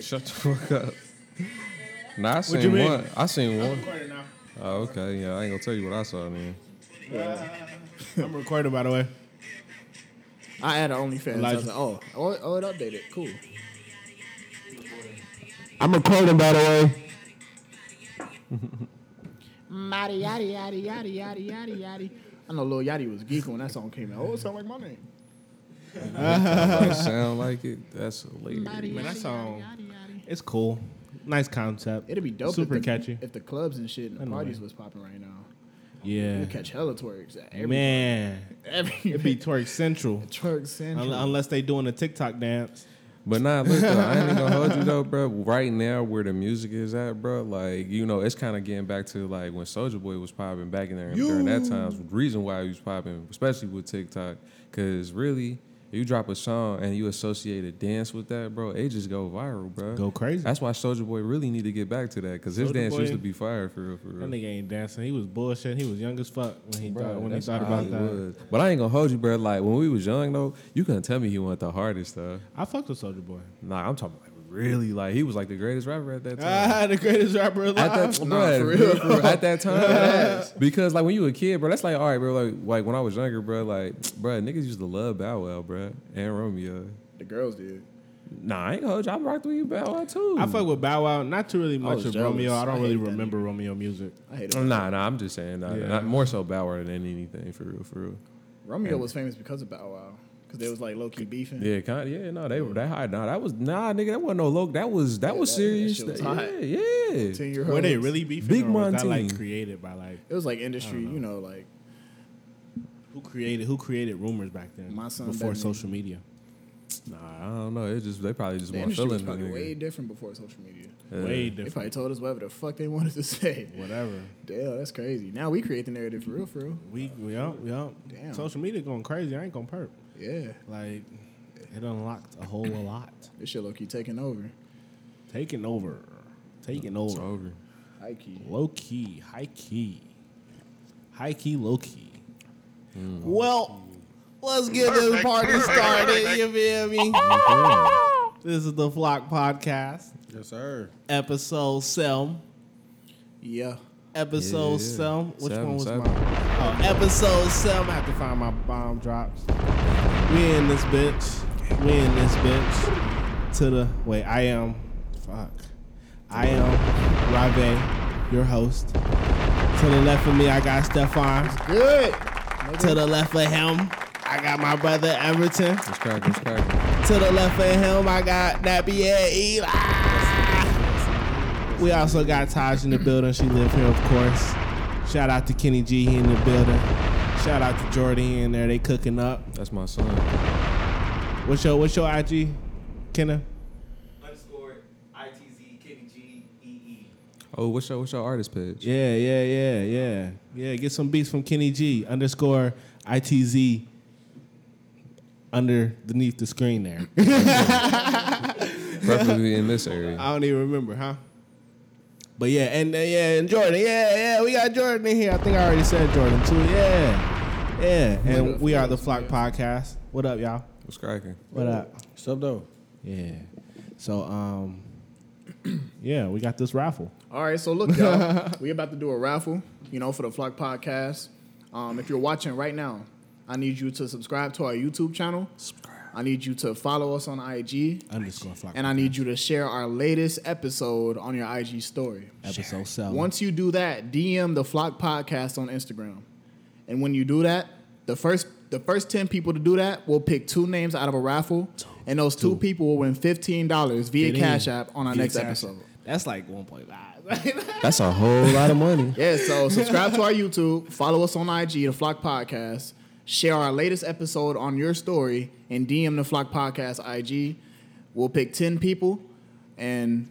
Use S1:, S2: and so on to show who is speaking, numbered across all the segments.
S1: Shut the fuck up. Nah, I
S2: you
S1: seen
S2: mean?
S1: one. I seen one. Oh, okay. Yeah, I ain't gonna tell you what I saw then.
S2: I'm recording, by the way.
S3: I had an OnlyFans. I
S2: Elijah.
S3: was like, oh, oh, oh, it updated. Cool.
S2: I'm recording, by the way.
S3: Yaddy, yaddy, yaddy, yaddy, yaddy, yaddy, yaddy. I know Lil Yachty was geeking when that song came out. Oh, it sound like my name.
S1: If it sound like it? That's hilarious.
S2: Man, that song, it's cool. Nice concept.
S3: It'd be dope.
S2: Super
S3: if the,
S2: catchy.
S3: If the clubs and shit and the
S2: know,
S3: parties was popping right now,
S2: Yeah.
S3: you catch hella twerks at every
S2: Man,
S3: every
S2: it'd be twerk central.
S3: twerk central.
S2: Un- unless they doing a TikTok dance.
S1: But nah, look, though, I ain't even gonna hold you though, bro. Right now, where the music is at, bro, like you know, it's kind of getting back to like when Soldier Boy was popping back in there during that time. The reason why he was popping, especially with TikTok, because really, you drop a song and you associate a dance with that, bro, it just go viral, bro.
S2: Go crazy.
S1: That's why Soldier Boy really need to get back to that, because his
S2: Soulja
S1: dance
S2: Boy-
S1: used to be fire for real, for real.
S2: That nigga ain't dancing. He was bullshit. He was young as fuck when he thought, when he
S1: that's
S2: thought
S1: how
S2: about
S1: it
S2: that.
S1: was. But I ain't gonna hold you, bro. Like when we was young though, you couldn't tell me he wasn't the hardest though.
S2: I fucked with Soldier Boy.
S1: Nah, I'm talking like really like he was like the greatest rapper at that time.
S2: Ah, the greatest rapper alive.
S1: At that,
S3: Nah,
S1: bruh,
S3: for real.
S1: for real, at that time, yes. because like when you a kid, bro, that's like all right, bro. Like, like when I was younger, bro, like, bro, niggas used to love Bow Wow, bro, and Romeo.
S3: the girls did.
S1: Nah, I ain't gonna hold you. I rocked with you, Bow Wow too.
S2: I fuck with Bow Wow. Not too really much
S3: was
S2: of
S3: jealous.
S2: Romeo. I
S3: I
S2: don't really
S3: hate that
S2: remember Romeo music.
S3: I hate it.
S1: Nah, nah, I'm just saying, nah,
S2: Yeah.
S1: nah, more so Bow Wow than anything, for real, for real.
S3: Romeo was famous because of Bow Wow, because they was like low key beefing.
S1: Yeah, kind yeah, no, they were that high. Nah, that was nah, nigga, that wasn't no low. That was that was
S3: that- that
S1: serious.
S3: shit was
S1: That-
S3: hot.
S1: yeah, yeah.
S3: Ten year old.
S2: Were they really beefing?
S1: Big
S2: Big or was that like
S1: Monty.
S2: created by like
S3: It was like industry, you know, like
S2: who created who created rumors back then?
S3: My son
S2: before
S3: Batman.
S2: social media.
S1: Nah, I don't know. It just they probably just
S3: the
S1: want
S3: industry was
S1: feeling.
S3: probably way
S1: nigga.
S3: different before social media.
S1: Yeah.
S2: Way
S3: They
S2: different.
S3: probably told us whatever the fuck they wanted to say.
S2: Whatever.
S3: Damn, that's crazy. Now we create the narrative for real, for real.
S2: We we up we up.
S3: Damn.
S2: Social media going crazy. I ain't gonna perp.
S3: Yeah,
S2: Like it unlocked a whole lot.
S3: this shit low key taking over.
S2: Taking over. Taking
S1: It's
S2: over.
S1: over.
S3: High key.
S2: Low key. High key. High key. Low key. Well, let's get this party started. You feel me?
S1: Oh,
S2: This is the Flock Podcast,
S4: Yes, sir.
S2: episode seven.
S3: Yeah.
S2: episode
S1: Yeah.
S2: seven. Which
S1: Seven,
S2: one was
S1: seven.
S2: mine? Oh, episode seven. I have to find my bomb drops. We in this bitch. We in this bitch. To the wait, I am. Fuck. I am Rave, your host. To the left of me, I got Stefan.
S3: Good.
S2: To the left of him, I got my brother Everton.
S1: It's cracking. It's cracking.
S2: To the left of him, I got Nappy Head Eli. We also got Taj in the building. She live here, of course. Shout out to Kenny G he in the building. Shout out to Jordan he in there. They cooking up.
S1: That's my son.
S2: What's your What's your IG, Kenna?
S5: underscore ITZ Kenny G E E.
S1: Oh, what's your what's your artist page?
S2: Yeah, yeah, yeah, yeah, yeah. Get some beats from Kenny G underscore ITZ underneath the screen there.
S1: Preferably in this area.
S2: I don't even remember, huh? But yeah, and uh, yeah, and Jordan, yeah, yeah, we got Jordan in here. I think I already said Jordan too. Yeah, yeah, and we are the Flock Podcast. What up, y'all?
S1: What's cracking?
S2: What up?
S4: What's up, though?
S2: Yeah. So um, yeah, we got this raffle.
S3: All right, so look, y'all, we about to do a raffle, you know, for the Flock Podcast. Um, if you're watching right now, I need you to subscribe to our YouTube channel. Subscribe. I need you to follow us on IG,
S2: Underscore Flock.
S3: and I need you to share our latest episode on your IG story.
S2: episode seven.
S3: Once you do that, DM the Flock Podcast on Instagram. And when you do that, the first the first 10 people to do that will pick two names out of a raffle. And those two, people will win $15 via
S2: Get in.
S3: Cash App on our
S2: Get
S3: next
S2: cash.
S3: episode.
S2: That's like one point five.
S1: That's a whole lot of money.
S3: Yeah, so subscribe to our YouTube, follow us on IG, The Flock Podcast, share our latest episode on your story, and DM The Flock Podcast IG. We'll pick 10 people and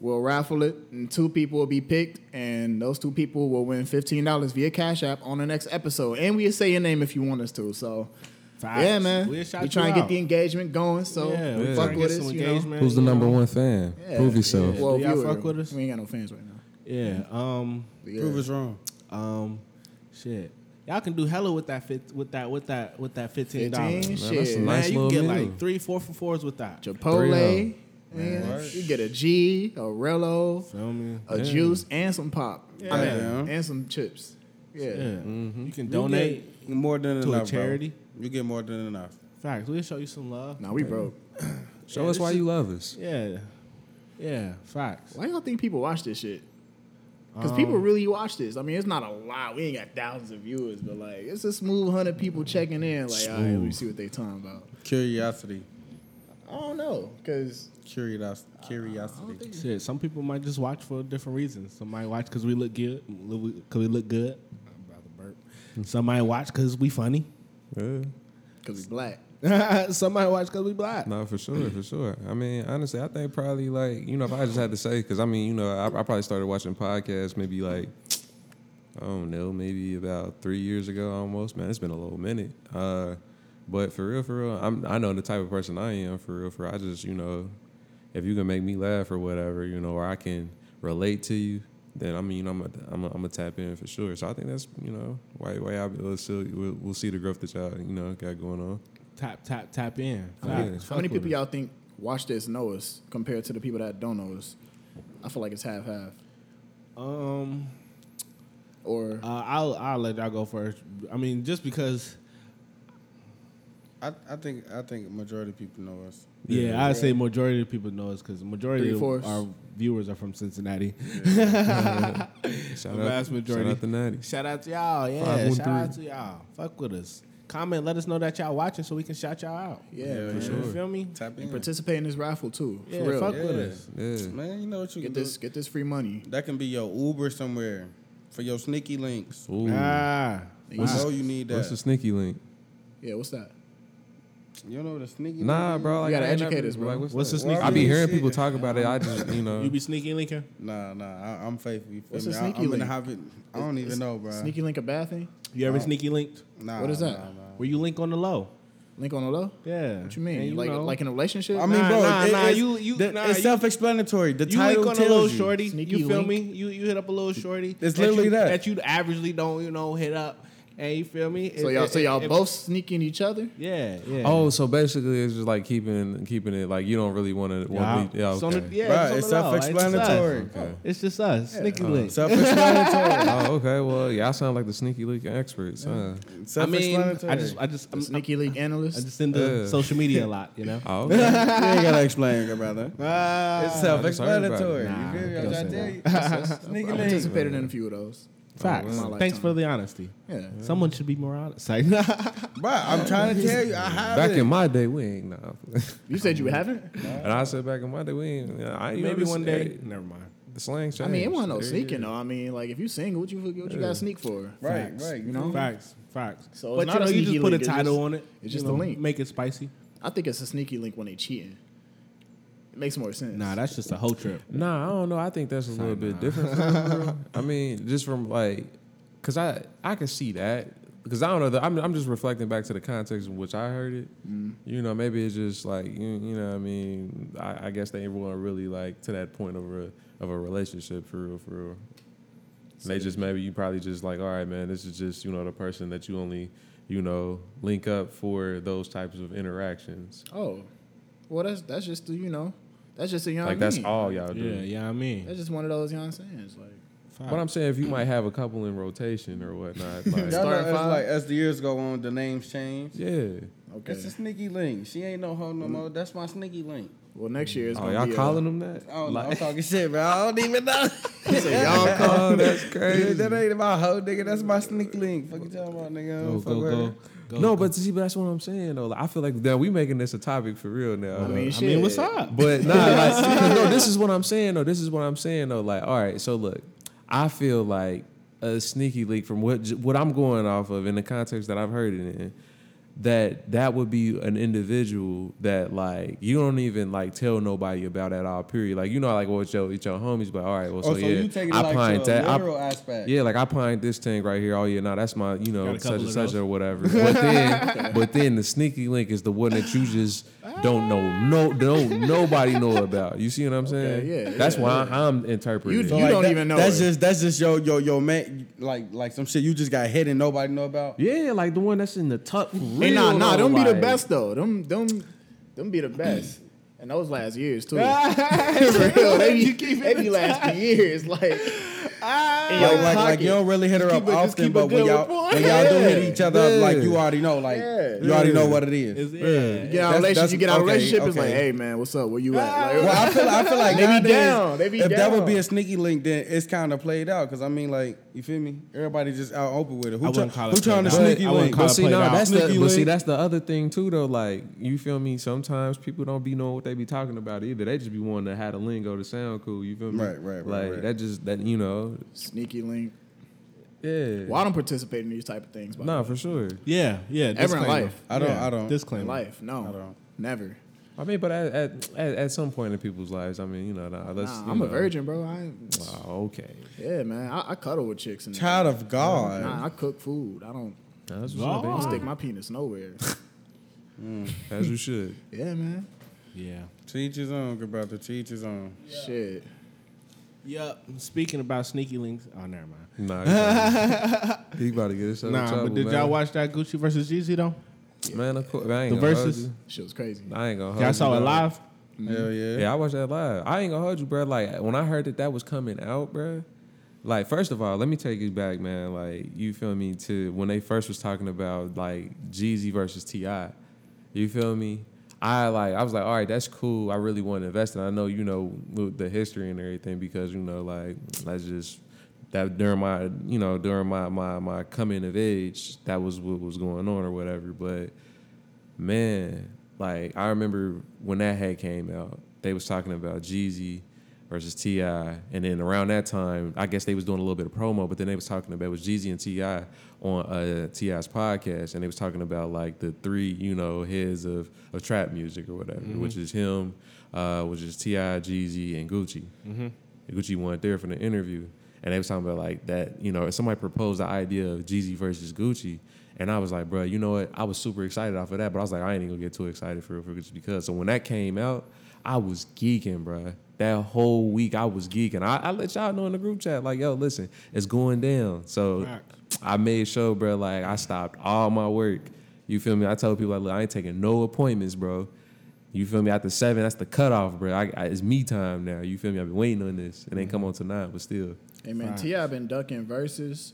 S3: we'll raffle it, and two people will be picked, and those two people will win $15 via Cash App on the next episode. And we'll say your name if you want us to. So, yeah, man. we trying to get the engagement going, so
S2: yeah, we trying
S3: fuck
S2: to
S3: with
S2: get
S3: us.
S2: some
S3: You know?
S2: engagement,
S1: Who's the
S2: you
S1: number
S2: know?
S1: one fan?
S3: Yeah,
S1: Prove yourself.
S2: yeah.
S3: Well,
S2: Do y'all
S3: viewer.
S2: fuck with us?
S3: We ain't got no fans right now.
S2: Yeah. Um.
S3: But yeah.
S4: Prove us wrong.
S2: Um, shit. Y'all can do hella with that fit with that with that with that fifteen
S3: 15,
S2: dollars.
S3: shit.
S1: that's a
S2: Man,
S1: nice
S2: you can
S1: little
S2: get
S1: meal.
S2: like three, four for fours with that.
S3: Chipotle.
S1: Three of 'em.
S3: and Man,
S1: Right.
S3: you get a G, a Rello,
S2: Feel me?
S3: a
S1: Yeah.
S3: juice, and some pop. I mean,
S4: Yeah.
S3: and some chips. Yeah.
S2: Yeah. You can
S4: You
S2: donate.
S4: get more than
S2: to a
S4: enough bro.
S2: charity?
S4: You get more than enough.
S2: Facts. We'll show you some love.
S3: Nah, we broke.
S1: Show
S2: Yeah,
S1: us
S2: this
S1: why
S2: is-
S1: you love us.
S2: Yeah. Yeah. Facts.
S3: Why y'all think people watch this shit? Because people really watch this. I mean, it's not a lot. We ain't got thousands of viewers, but like, it's a smooth hundred people checking in. Like, all right, let me see what they talking about.
S4: Curiosity.
S3: I don't know, cause
S4: Curios- curiosity.
S2: Shit, some people might just watch for different reasons. Some might watch because we look good, because we look good. I'm about to burp. Some might watch because we funny.
S1: Yeah.
S3: cause we black.
S2: some might watch because we black.
S1: No, for sure, for sure. I mean, honestly, I think probably like you know, if I just had to say, because I mean, you know, I, I probably started watching podcasts maybe like I don't know, maybe about three years ago almost. Man, it's been a little minute. Uh, but for real, for real, I'm I know the type of person I am. For real, for real. I just you know, if you can make me laugh or whatever, you know, or I can relate to you. Then I mean I'm a, I'm a, I'm a tap in for sure. So I think that's you know why why I will see we'll, we'll see the growth that y'all you know got going on.
S2: Tap tap tap in.
S1: Yeah,
S2: Facts.
S3: How
S1: fuck
S3: many
S1: with
S3: people
S1: it.
S3: y'all think watch this know us compared to the people that don't know us? I feel like it's half half.
S2: Um,
S3: Or
S2: uh, I'll I'll let y'all go first. I mean, just because.
S4: I, I think I think majority of people know us.
S2: Yeah, I say majority of people know us because majority of
S3: Three-fourths.
S2: our viewers are from Cincinnati.
S1: Shout
S2: The
S1: out,
S2: vast majority.
S1: Shout out the Natties.
S2: Shout out to y'all. Yeah,
S1: 513.
S2: shout out to y'all. Fuck with us. Comment. Let us know that y'all watching so we can shout y'all out.
S3: yeah,
S4: yeah,
S3: man.
S4: for
S2: You feel me?
S4: Tap in.
S3: participate in this raffle too.
S2: Yeah,
S3: for real.
S2: fuck with
S4: Yeah.
S2: us.
S1: Yeah.
S4: Man, you know what you
S3: Get
S4: can
S3: this
S4: do.
S3: get this free money.
S4: That can be your Uber somewhere for your sneaky links.
S1: Ooh.
S2: Ah,
S4: You know you need
S1: What's the
S4: that.
S1: sneaky link?
S3: Yeah, what's that?
S4: You know the sneaky
S1: Nah,
S4: link
S1: bro. Like,
S3: You gotta
S1: I ain't
S3: educate
S1: never-
S3: us, bro.
S1: Like, what's
S2: What's
S1: that?
S2: the sneaky
S1: I be
S4: link?
S1: hearing
S4: Shit.
S1: people talk about it. I just, you know,
S2: you be sneaky linking?
S4: Nah, nah. I, I'm faithful. You feel
S3: What's
S4: me?
S3: a
S4: I-
S3: sneaky
S4: I'm in
S3: link?
S4: the habit. I don't even know, bro.
S3: Sneaky link a bad thing?
S2: You ever sneaky linked?
S4: Nah,
S3: What is that?
S4: nah, nah.
S2: Where you link on the low?
S3: Link on the low?
S2: Yeah.
S3: What you mean?
S2: And you
S3: like
S2: know.
S3: like in a relationship?
S4: I mean,
S2: Nah,
S4: bro,
S2: nah,
S4: it-
S2: nah,
S4: it's-
S2: you- you-
S4: the-
S2: nah,
S4: it's
S2: you-
S4: self-explanatory. The
S2: You
S4: title
S2: link on a
S4: tells
S2: little
S4: you.
S2: shorty.
S3: Sneaky
S2: you feel
S3: link.
S2: me? You you hit up a little shorty. that
S4: literally
S2: you,
S4: that.
S2: that you averagely don't you know hit up. And you feel me?
S3: so
S2: It-
S3: y'all
S2: it-
S3: so y'all
S2: it-
S3: both sneaking each other?
S2: Yeah. Yeah.
S1: oh, so basically it's just like keeping keeping it like you don't really want to.
S2: Yeah.
S1: Yeah. yeah
S2: It's on the-
S1: okay.
S2: yeah,
S4: Bruh,
S2: it's on
S4: it's
S2: the low. It's just us.
S4: self-explanatory.
S1: Okay.
S2: It's Uh-huh. just us. Sneaky link.
S4: Self-explanatory.
S1: oh, okay. Well, yeah, I sound like the sneaky link experts. Huh?
S2: I mean, I
S4: Self-explanatory.
S2: just I just I'm,
S3: Sneaky league
S2: I
S3: analyst?
S2: just into
S1: Yeah.
S2: social media a lot. You know.
S1: Oh, okay.
S4: you ain't gotta explain, it, brother. it's self-explanatory.
S2: it. Nah,
S4: you feel me?
S2: don't
S4: I'm trying to
S2: say
S4: tell
S3: I
S4: you. Sneaky link.
S3: participated in a few of those.
S2: Facts.
S3: wow. My
S2: Thanks
S3: lifetime.
S2: for the honesty.
S3: Yeah.
S2: Someone should be more honest. Like,
S4: Bro, I'm trying to tell you, I have
S1: back
S4: it.
S1: in my day, we ain't nah.
S3: You said you haven't?
S1: and I said back in my day, we ain't. I, you know,
S2: maybe
S1: this-
S2: one day.
S1: hey,
S2: Never mind.
S1: the slang changed.
S3: I mean, it wasn't no
S1: Yeah, yeah.
S3: sneaking though. I mean, like if you single, what you what you gotta sneak for?
S4: right,
S2: Facts.
S4: right. You know,
S2: Facts. Facts.
S3: So
S2: but
S3: it's not
S2: you know,
S3: a
S2: you
S3: sneaky
S2: just put a
S3: link, it's
S2: title
S3: just-
S2: on it.
S3: it's
S2: you
S3: just a
S2: know,
S3: link.
S2: Make it spicy.
S3: I think it's a sneaky link when they cheating. It makes more sense.
S2: Nah, that's just a whole trip.
S1: Nah, I don't know. I think that's a little bit different. For me, bro. I mean, just from like, cause I I can see that because I don't know. The, I'm I'm just reflecting back to the context in which I heard it.
S3: Mm-hmm.
S1: You know, maybe it's just like you, you know. what I mean, I, I guess they weren't really like to that point of a of a relationship for real, for real. And they just maybe you probably just like, all right, man, this is just you know the person that you only you know link up for those types of interactions.
S3: Oh, well, that's that's just the, you know, that's just a you know
S1: Like
S3: what I
S1: that's
S3: mean?
S1: all y'all do.
S2: Yeah, yeah, I mean.
S3: That's just one of those you know what I'm saying. It's like
S1: But I'm saying if you might have a couple in rotation or whatnot, like,
S4: Y'all know,
S3: Starting
S4: it's
S3: five?
S4: like as the years go on, the names change.
S1: yeah.
S3: okay.
S4: It's a sneaky link. She ain't no hoe no more. That's my sneaky link.
S3: well, next year it's
S1: Oh,
S3: gonna
S1: y'all
S3: be uh,
S1: calling
S3: a,
S1: them that?
S4: I don't know. I'm
S1: Like-
S4: talking shit, bro. I don't even know.
S3: He said, y'all call.
S1: oh, that's
S4: Yeah,
S1: crazy.
S4: that ain't my hoe, nigga. That's my sneaky link. Fuck you talking about, nigga. I don't
S2: Go,
S4: fuck
S2: go,
S4: with
S2: go.
S4: her.
S2: go.
S1: no, but see, but that's what I'm saying though. Like, I feel like now we making this a topic for real now.
S3: I
S1: though.
S3: mean,
S2: I
S3: shit.
S2: mean, what's up?
S1: But nah, like, 'cause no, this is what I'm saying though. This is what I'm saying though. Like, all right, so look, I feel like a sneaky leak from what what I'm going off of in the context that I've heard it in. That that would be an individual that like you don't even like tell nobody about at all. Period. Like you know, like what's your it's your homies, but all right, well, so,
S4: Oh, so
S1: yeah,
S4: you taking it
S1: I
S4: like
S1: pined
S4: to a
S1: that. I-
S4: literal aspect.
S1: Yeah, like I pined this thing right here. Oh yeah, no, that's my you
S2: Got
S1: know
S2: a
S1: such
S2: couple
S1: and
S2: of
S1: such
S2: those.
S1: or whatever. But then, but then the sneaky link is the one that you just don't know. No, don't nobody know about. You see what I'm saying?
S3: yeah,
S1: That's
S3: yeah,
S1: why I'm interpreting.
S3: You
S1: it.
S3: do- don't even know
S4: That's
S3: her.
S4: just that's just yo yo yo man like like some shit you just got hit and nobody know about.
S1: yeah, like the one that's in the tuck.
S3: Hey, nah, nah, them be the best though. Them, them, them be the best. And those last years too. For real, they be, they be lasting years. Like, in your
S4: Ah. Like, like, like
S3: pocket.
S4: you don't really hit her
S2: Just
S4: up
S2: keep it- just
S4: often,
S2: keep
S4: but
S2: it
S4: when
S2: good
S4: y'all
S2: report.
S4: when y'all do hit
S1: Yeah.
S4: each other up, like you
S1: Yeah.
S4: already know, like
S3: Yeah.
S4: you already know what it is.
S2: It's, yeah.
S3: You get out of
S4: That's-
S3: relationship,
S4: that's-
S3: you get out of
S4: okay,
S3: relationship, it's
S4: okay. Ah.
S3: like, hey man, what's up? Where you at? Like,
S4: Well, I feel, I feel like
S3: They be
S4: nowadays,
S3: down. They be
S4: if that
S3: down.
S4: would be a sneaky link, then it's kind of played out. Because I mean, like, you feel me? Everybody just out open with it. Who,
S2: I wouldn't
S4: try-
S2: call it
S4: who trying to
S2: played out.
S4: sneaky
S2: I wouldn't
S4: link?
S2: call
S4: But
S2: it
S1: But see,
S2: played
S1: no,
S2: out.
S1: that's
S4: Sneaky
S1: the, but see,
S4: link.
S1: that's the other thing too, though. Like, you feel me? Sometimes people don't be knowing what they be talking about either. They just be wanting to have the lingo to sound cool. You feel me?
S4: Right, right, right,
S1: Like
S4: right.
S1: that just that you know,
S3: Sneaky link.
S1: yeah.
S3: Well, I don't participate in these type of things. By
S1: Nah, for sure.
S2: Yeah, yeah.
S3: Ever in
S2: disclaimer.
S3: life.
S4: I don't.
S2: Yeah,
S4: I don't.
S3: the way.
S2: Disclaimer.
S3: life, no,
S4: I don't.
S3: never.
S1: I mean, but at at, at, at some point in people's lives, I mean, you know, nah, let's.
S3: Nah,
S1: you
S3: I'm a
S1: know.
S3: virgin, bro. I ain't-
S1: Wow, okay.
S3: yeah, man. I, I cuddle with chicks and
S4: Child of God.
S3: Nah, I cook food. I don't
S1: Nah, That's
S2: Nah.
S1: what
S3: I
S1: I
S3: don't
S4: Oh.
S1: think.
S3: stick my penis nowhere.
S1: As you should.
S3: yeah, man.
S2: Yeah.
S4: Teach his own, good brother. Teach his own.
S3: Shit.
S2: Yep. Speaking about sneaky links. Oh, never mind.
S1: Nah, he about to- he about to get himself in
S2: Nah,
S1: trouble,
S2: but did
S1: man.
S2: y'all watch that Gucci versus Jeezy though?
S1: Man, of course, I ain't
S2: The
S1: gonna
S2: verses?
S1: Hold
S3: Shit was crazy.
S1: you. I ain't gonna hold
S2: Y'all saw
S1: you,
S2: it
S1: dog.
S2: live.
S4: Hell yeah.
S1: Yeah, I watched that live. I ain't gonna hold you, bro. Like when I heard that that was coming out, bro. Like first of all, let me take you back, man. Like you feel me to when they first was talking about like Jeezy versus Ti. You feel me? I like I was like, all right, that's cool. I really want to invest in. it. I know you know with the history and everything because you know like that's just that during my you know during my my my coming of age that was what was going on or whatever, but man, like I remember when that had came out, they was talking about Jeezy versus Ti, and then around that time, I guess they was doing a little bit of promo, but then they was talking about it was Jeezy and Ti on uh, Ti's podcast, and they was talking about like the three you know heads of, of trap music or whatever, which is him, uh, which is Ti, Jeezy, and Gucci. Gucci wasn't there for the interview. And they was talking about like that, you know, somebody proposed the idea of Jeezy versus Gucci. And I was like, bro, you know what? I was super excited off of that, but I was like, I ain't even gonna get too excited for for just because. So when that came out, I was geeking, bro. That whole week I was geeking. I, I let y'all know in the group chat, like, yo, listen, it's going down. So I made sure, bro, like I stopped all my work. You feel me? I told people, like, look, I ain't taking no appointments, bro. You feel me? After seven, that's the cutoff, bro. I, I, it's me time now. You feel me? I've been waiting on this. It ain't come on tonight, but still.
S3: Hey man, Ti been ducking verses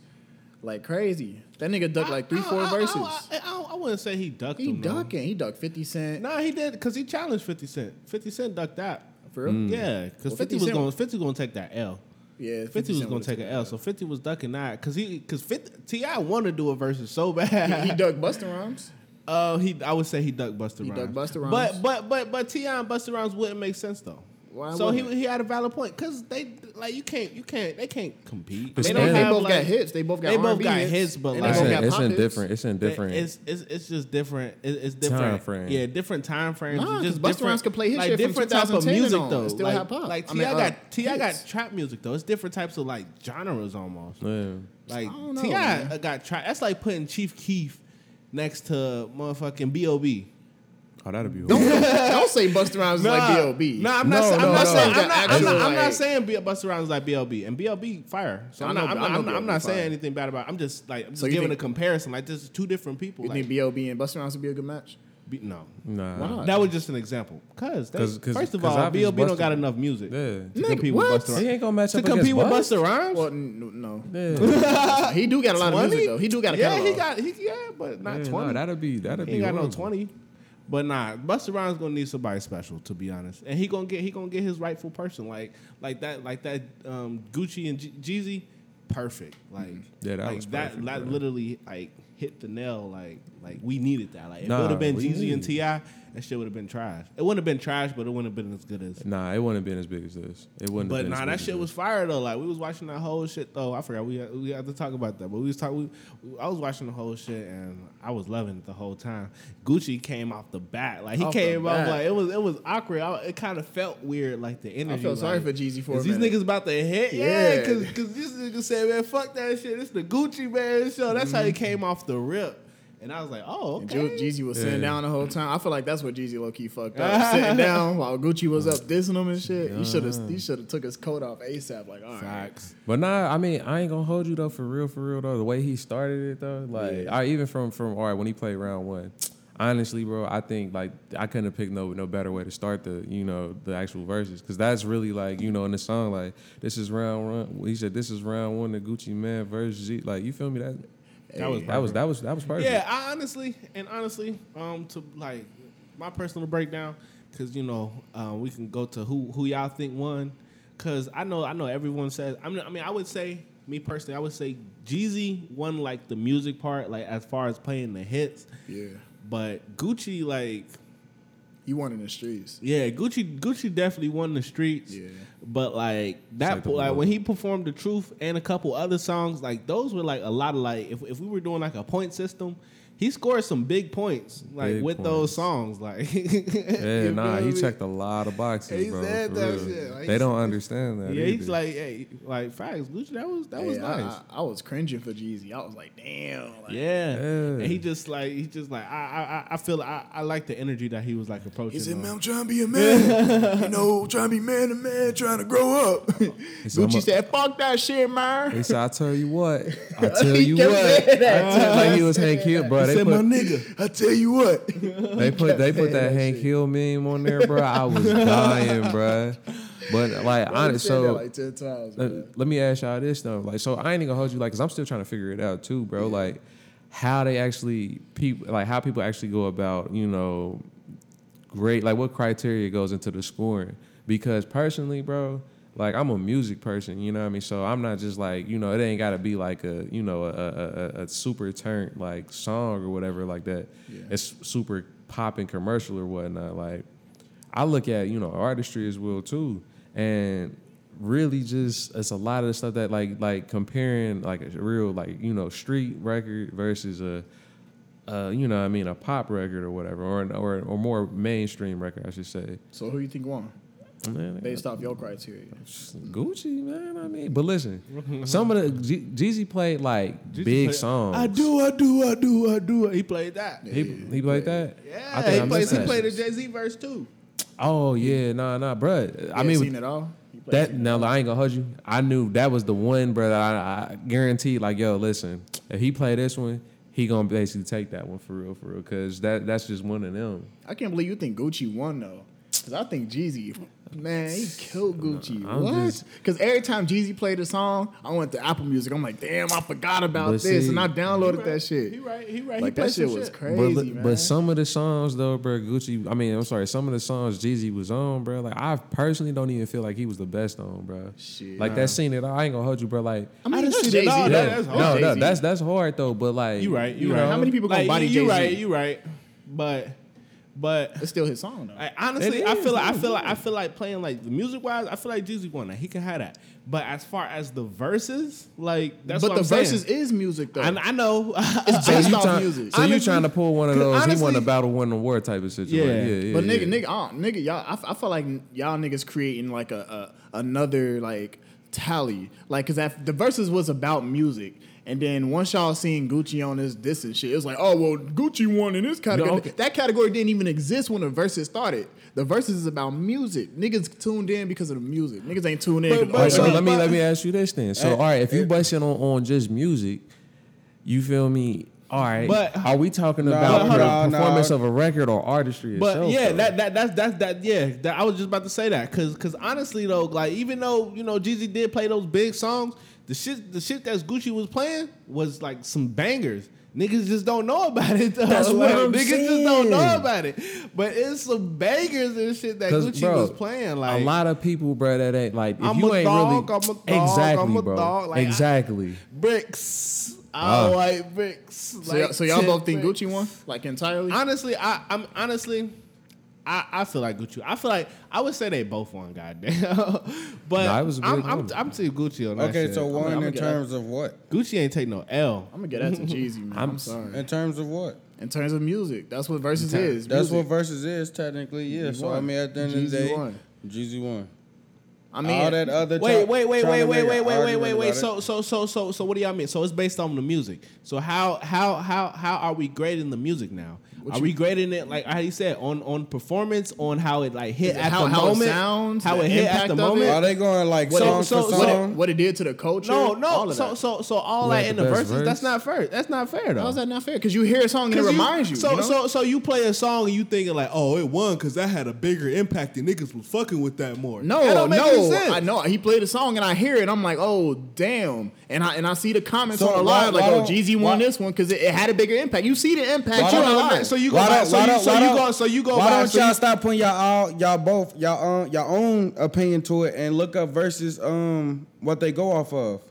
S3: like crazy. That nigga ducked like three,
S2: I-
S3: four
S2: I- I-
S3: verses.
S2: I, I- I wouldn't say he ducked.
S3: he
S2: him, though.
S3: ducking. He ducked Fifty Cent.
S2: No, he did because he challenged Fifty Cent. Fifty Cent ducked that.
S3: For real?
S2: Yeah, because
S3: Hmm. Well, 50
S2: Fifty was
S3: Cent-
S2: going. Fifty going to take that L.
S3: Yeah,
S2: 50, was
S3: Cent
S2: going
S3: would've
S2: to take an
S3: took
S2: L. So 50 was ducking that because he because Ti wanted to do a versus so bad.
S3: that. He, he ducked Busta Rhymes.
S2: Uh, he I would say he ducked Buster
S3: He
S2: Rhymes.
S3: ducked Busta Rhymes.
S2: But but but but Ti and Buster Rhymes wouldn't make sense though.
S3: Why
S2: so he,
S3: wouldn't it?
S2: he had a valid point because they like you can't you can't they can't compete.
S1: But They
S3: They, don't,
S1: don't
S3: they
S1: have,
S3: both got
S2: like-
S3: hits. They both got
S2: they both
S3: R&B
S2: got hits, but
S3: and
S2: like-
S1: It's,
S3: they both
S1: in,
S2: don't
S3: got
S1: it's
S3: pop hits.
S1: indifferent. It's indifferent.
S2: It's, it's it's just different. It- It's different.
S1: Time frame.
S2: Yeah, different time frames. and
S3: Nah, 'cause
S2: just
S3: Busta
S2: different,
S3: Rhymes could play his
S2: like
S3: shit from
S2: different type of
S3: 2010
S2: music
S3: and on.
S2: though.
S3: It's still
S2: like,
S3: hip hop.
S2: Like
S3: I
S2: Ti
S3: mean, uh,
S2: got Ti got
S3: hits.
S2: trap music though. It's different types of like genres almost.
S1: yeah.
S2: Like
S3: I don't know,
S2: Ti
S3: man.
S2: got trap. That's like putting Chief Keef next to motherfucking B.O.B.
S1: Oh, that'd be horrible.
S3: Don't say Busta Rhymes is like B.O.B.
S2: No, I'm
S1: No,
S2: not, sa- I'm
S1: no,
S2: not
S1: no.
S2: saying
S3: The
S2: I'm not, I'm
S3: actual,
S2: not, I'm not
S3: like-
S2: saying B- Busta Rhymes is like BLB and BLB fire. So
S3: I
S2: I'm
S3: know-
S2: not I'm
S3: I
S2: not,
S3: know
S2: I'm not, I'm not
S3: BLB fire.
S2: saying anything bad about. it. I'm just like I'm just
S3: So you
S2: giving
S3: think-
S2: a comparison. Like this is two different people.
S3: You
S2: like,
S3: think B.O.B. and Busta Rhymes would be a good match?
S2: B- no,
S1: Nah.
S3: Why not?
S2: that was just an example. Cause, they,
S1: 'Cause- 'cause-
S2: first of
S1: 'cause
S2: all,
S1: obvious
S2: BLB don't
S1: Busta-
S2: got enough music
S1: Yeah.
S2: to compete
S3: what?
S2: with Busta
S1: He
S2: Rhymes.
S1: ain't gonna match
S2: To
S1: up
S2: compete with
S1: against
S2: Busta Rhymes.
S3: Well, n- no.
S1: Yeah.
S3: he do got a lot of
S2: 20?
S3: music though. He do got a
S2: Uh, yeah,
S3: catalog.
S2: he got he, yeah, but not
S1: Yeah,
S2: twenty.
S1: No, that'd be that'd
S2: he
S1: be
S2: ain't got no
S1: horrible.
S2: twenty. But nah, Buster Rhymes gonna need somebody special to be honest, and he gonna get he gonna get his rightful person like like that like that um, Gucci and G- Jeezy, perfect like
S1: Yeah, that
S2: like
S1: was
S2: that
S1: perfect,
S2: that
S1: bro.
S2: literally like hit the nail like like we needed that like if it
S1: Nah,
S2: would have been
S1: we
S2: Jeezy and
S1: needed it.
S2: Ti that shit would have been trash it wouldn't have been trash but it wouldn't have been as good as
S1: Nah, it wouldn't have been as big as this. It wouldn't. have
S2: but
S1: been as
S2: nah,
S1: big
S2: that
S1: as
S2: shit
S1: this.
S2: was fire though. Like we was watching that whole shit though. I forgot we we had to talk about that, but we was talking. I was watching the whole shit and I was loving it the whole time. Gucci came off the bat, like he
S3: Off the
S2: came off
S3: bat.
S2: like it was it was awkward. I, it kind of felt weird, like the energy.
S3: felt sorry
S2: like,
S3: for Jeezy for a
S2: Is these
S3: minute.
S2: niggas about to hit? Yeah,
S3: Yeah.
S2: because this nigga said, man, fuck that shit. It's the Gucci man show. That's how he
S3: Mm-hmm.
S2: came off the rip, and I was like, oh,
S3: And
S2: okay.
S3: Ju- Jeezy was sitting
S1: Yeah.
S3: down the whole time. I feel like that's what Jeezy low key fucked up. sitting down while Gucci was up dissing him and shit. He should have he should have took his coat off ASAP. Like, all right.
S2: Facts.
S1: But nah, I mean, I ain't gonna hold you though, for real, for real though. The way he started it though, like I even from from all right when he played round one, honestly, bro, I think like I couldn't have picked no no better way to start the you know the actual verses because that's really like you know in the song like this is round one. He said this is round one. The Gucci Man verse Z. Like you feel me? That
S2: That was
S1: that was that was that was perfect.
S2: Yeah, I honestly and honestly, um, to like my personal breakdown, because you know, uh, we can go to who who y'all think won, because I know I know everyone says. I mean, I mean, I would say me personally, I would say Jeezy won like the music part, like as far as playing the hits,
S3: Yeah.
S2: but Gucci like.
S3: You won in the streets.
S2: Yeah, Gucci Gucci definitely won the streets.
S3: Yeah.
S2: But like
S1: like
S2: that like,
S1: the
S2: when he performed The Truth and a couple other songs, like those were like a lot of like if, if we were doing like a point system, he scored some big points like
S1: Big
S2: with
S1: points.
S2: those songs. Like
S1: Yeah,
S2: You
S1: nah,
S2: feel
S1: he
S2: me?
S1: checked a lot of boxes,
S3: He
S1: bro.
S3: said
S1: for
S3: that
S1: real.
S3: shit, like,
S1: they don't understand that.
S2: Yeah, he's
S1: either.
S2: like, hey, like facts, Gucci, that was that was
S3: Hey, I-
S2: nice.
S3: I, I was cringing for Jeezy. I was like, damn. Like,
S2: yeah.
S1: Yeah.
S2: and he just like he just like I I I- I feel I, I like the energy that he was like approaching.
S3: He said,
S2: on.
S3: man, I'm trying to be a man. you know, trying to be man to man, trying to grow up.
S1: said, "I'm a-
S3: Gucci said, fuck that shit, man.
S1: He said, I tell you what, I tell you
S3: kept
S1: what.
S3: saying that,
S1: I tell- like he was Hank Hill, bro. They put,
S2: nigga.
S3: I tell you what.
S1: they put they put that Hank Hill meme on there, bro. I was dying, bro. But like,
S3: He
S1: honest,
S3: said
S1: so
S3: that like 10 times.
S1: let,
S3: man.
S1: let me ask y'all this though. Like, so I ain't gonna hold you, like, cause I'm still trying to figure it out too, bro. Like, how they actually people, like, how people actually go about, you know, great, like, what criteria goes into the scoring? Because personally, bro, like, I'm a music person, you know what I mean. So I'm not just like, you know, it ain't gotta be like a, you know, a a, a, a super turn like song or whatever like that. It's super popping commercial or whatnot, like. I look at you know artistry as well too, and really just it's a lot of the stuff that like like comparing like a real like you know street record versus a. Uh, you know, what I mean, a pop record or whatever, or an, or or more mainstream record, I should say.
S3: So who you think won?
S1: Man,
S3: Based off your criteria.
S1: Gucci, man. I mean, but listen, some of the G- Jeezy played like
S2: Jeezy
S1: big
S2: played,
S1: songs.
S2: I do, I do, I do, I do. He played that.
S1: He, he played that.
S2: Yeah,
S1: I think I
S2: he,
S1: missed
S2: plays, he
S1: that.
S2: played a Jay Z verse too.
S1: Oh yeah, nah, nah, bruh. I
S3: You
S1: mean,
S3: ain't seen it all. You played
S1: That
S3: seen it
S1: now,
S3: all.
S1: like, I ain't gonna hold you. I knew that was the one, brother. I, I guarantee, like, yo, listen, if he play this one, he gonna basically take that one for real, for real, because that that's just one of them.
S3: I can't believe you think Gucci won though, because I think Jeezy, man, he killed Gucci.
S1: I'm
S3: what?
S1: just-
S3: Because every time Jeezy played a song, I went to Apple Music. I'm like, damn, I forgot about
S1: But
S3: this,
S1: see-
S3: and I downloaded
S2: He right,
S3: that shit.
S2: He right. He right. he
S3: Like
S2: played
S3: that shit
S2: some
S3: was
S1: But
S3: crazy,
S1: look-
S3: man.
S1: but, some of the songs though, bro, Gucci. I mean, I'm sorry, some of the songs Jeezy was on, bro. Like, I personally don't even feel like he was the best on, bro.
S3: Shit.
S1: Like that scene that I ain't gonna hold you, bro. Like.
S3: I mean,
S2: I done
S3: that's
S2: seen it
S3: Jay Z.
S2: all. That-
S1: yeah,
S2: that's hard.
S1: no, no,
S3: Jay-Z.
S1: that's that's hard though. But like,
S2: You right. You,
S1: know,
S2: right.
S3: How many people gonna
S2: Like,
S3: body
S2: You
S3: Jay-Z?
S2: right. You right. But but
S3: It's still his song though.
S2: like, honestly,
S1: It
S2: I
S1: is,
S2: feel like
S1: yeah,
S2: I feel like I feel like playing like the music wise. I feel like Jeezy won that. He can have that. But as far as the verses, like that's
S3: but
S2: what
S3: the
S2: I'm
S3: verses
S2: saying.
S3: is music though.
S2: I, I know.
S3: it's
S1: So
S3: based
S1: you,
S3: off
S1: trying,
S3: music.
S1: so you
S2: Honestly-
S1: trying to pull one of those? he won
S2: honestly-
S1: the battle, won the war type of situation.
S2: Yeah.
S1: Yeah, yeah,
S3: but nigga,
S1: yeah.
S3: nigga, I don't, nigga, y'all, I, f- I feel like y'all niggas creating like a, a another like tally, like because the verses was about music, and then once y'all seen Gucci on this this and shit, it was like, oh well, Gucci won in this category.
S1: No, okay.
S3: That category didn't even exist when the verses started. The verses is about music. Niggas tuned in because of the music. Niggas ain't tuned in. 'cause,
S2: But-
S3: oh,
S1: All right,
S2: but-
S1: so
S2: Well,
S1: let me
S2: but-
S1: let me ask you this then. So, all right, if you base it on, on just music, you feel me? All right,
S2: But-
S1: are we talking
S4: but
S1: about
S4: hold
S1: the
S4: on, nah.
S1: performance of a record or artistry?
S2: But
S1: itself,
S2: yeah,
S1: though?
S2: that, that that's that's that yeah. That, I was just about to say that because because honestly though, like even though you know Jeezy did play those big songs, the shit the shit that Gucci was playing was like some bangers. Niggas just don't know about it though.
S1: That's what
S2: Like,
S1: I'm
S2: Niggas just
S1: saying.
S2: don't know about it. But it's some bangers and shit that
S1: 'Cause,
S2: Gucci
S1: bro,
S2: was playing. Like
S1: a lot of people, bro, that ain't like if
S2: I'm
S1: you
S2: a
S1: ain't
S2: dog,
S1: really
S2: I'm a dog,
S1: exactly,
S2: I'm a
S1: bro,
S2: dog, like, I-
S1: exactly.
S2: bricks. I
S1: Ah.
S2: like bricks.
S3: so, y'all-
S2: like
S3: so y'all
S2: ten
S3: both think
S2: bricks.
S3: Gucci won, like entirely.
S2: Honestly, I, I'm honestly, I, I feel like Gucci. I feel like I would say they both won. Goddamn, but
S1: Nah, it was a
S2: I'm,
S1: big
S2: I'm,
S1: one.
S2: I'm to Gucci on that.
S4: Okay,
S2: shit.
S4: so
S3: I'ma-
S4: one
S3: I'ma
S4: in
S3: get
S4: terms of what?
S2: Gucci ain't take no L.
S3: I'm gonna get that to Jeezy, man. I'm, sorry.
S4: In terms of what?
S3: In terms of music, that's what verses is.
S4: That's
S3: music.
S4: what verses is technically. Yeah.
S3: You
S4: so I
S3: won.
S4: mean, at the end of the
S3: Jeezy
S4: day,
S3: won.
S4: Jeezy won.
S3: I mean.
S4: all that other.
S2: Wait,
S4: talk-
S2: wait, wait,
S4: trying
S2: wait,
S4: to
S2: wait,
S4: make
S2: wait,
S4: an
S2: wait, wait,
S4: argument
S2: wait, wait.
S4: about it.
S2: So, so, so, so, so, what do y'all mean? So it's based on the music. So how, how, how, how are we grading the music now?
S3: What
S2: Are
S3: you-
S2: we grading it like how you said on on performance on how it like hit
S3: it
S2: at
S3: how-
S2: the
S3: how it
S2: moment,
S3: sounds,
S2: how
S3: the
S2: it hit at
S3: impact
S2: the
S3: of it?
S2: moment?
S4: Are they going like
S2: What-
S4: song
S2: so-
S4: for
S2: so-
S3: what it,
S4: song?
S3: what it did to the culture?
S2: No,
S3: all
S2: no.
S3: of
S2: So
S3: that.
S2: so so all
S1: Who had
S2: that in
S1: the
S2: the
S1: best
S2: verses. That's
S1: verse?
S2: not fair. That's not fair though.
S3: How's that not fair? Because you hear a song and it
S2: 'Cause
S3: reminds you.
S2: So
S3: you know?
S2: so so you play a song and you thinking like, oh, it won because that had a bigger impact and niggas was fucking with that more. That
S3: No,
S2: don't make any
S3: no,
S2: sense.
S3: I know. He played a song and I hear it. I'm like, oh damn, and I and I see the comments
S4: So
S3: on the
S4: why-
S3: live like,
S4: why
S3: oh,
S4: don't-
S3: Jeezy
S4: why-
S3: won this one because it, it had a bigger impact. You see the impact.
S4: Why
S3: you're
S4: don't-
S3: alive.
S2: So you go
S4: Why
S2: by.
S4: don't,
S2: So
S4: why
S2: you
S4: don't,
S2: so
S4: why
S2: you
S4: don't,
S2: go so you go
S4: Why
S2: by.
S4: don't
S2: so
S4: y'all
S2: you-
S4: stop putting y'all all y'all both y'all own y'all own opinion to it and look up versus um what they go off of?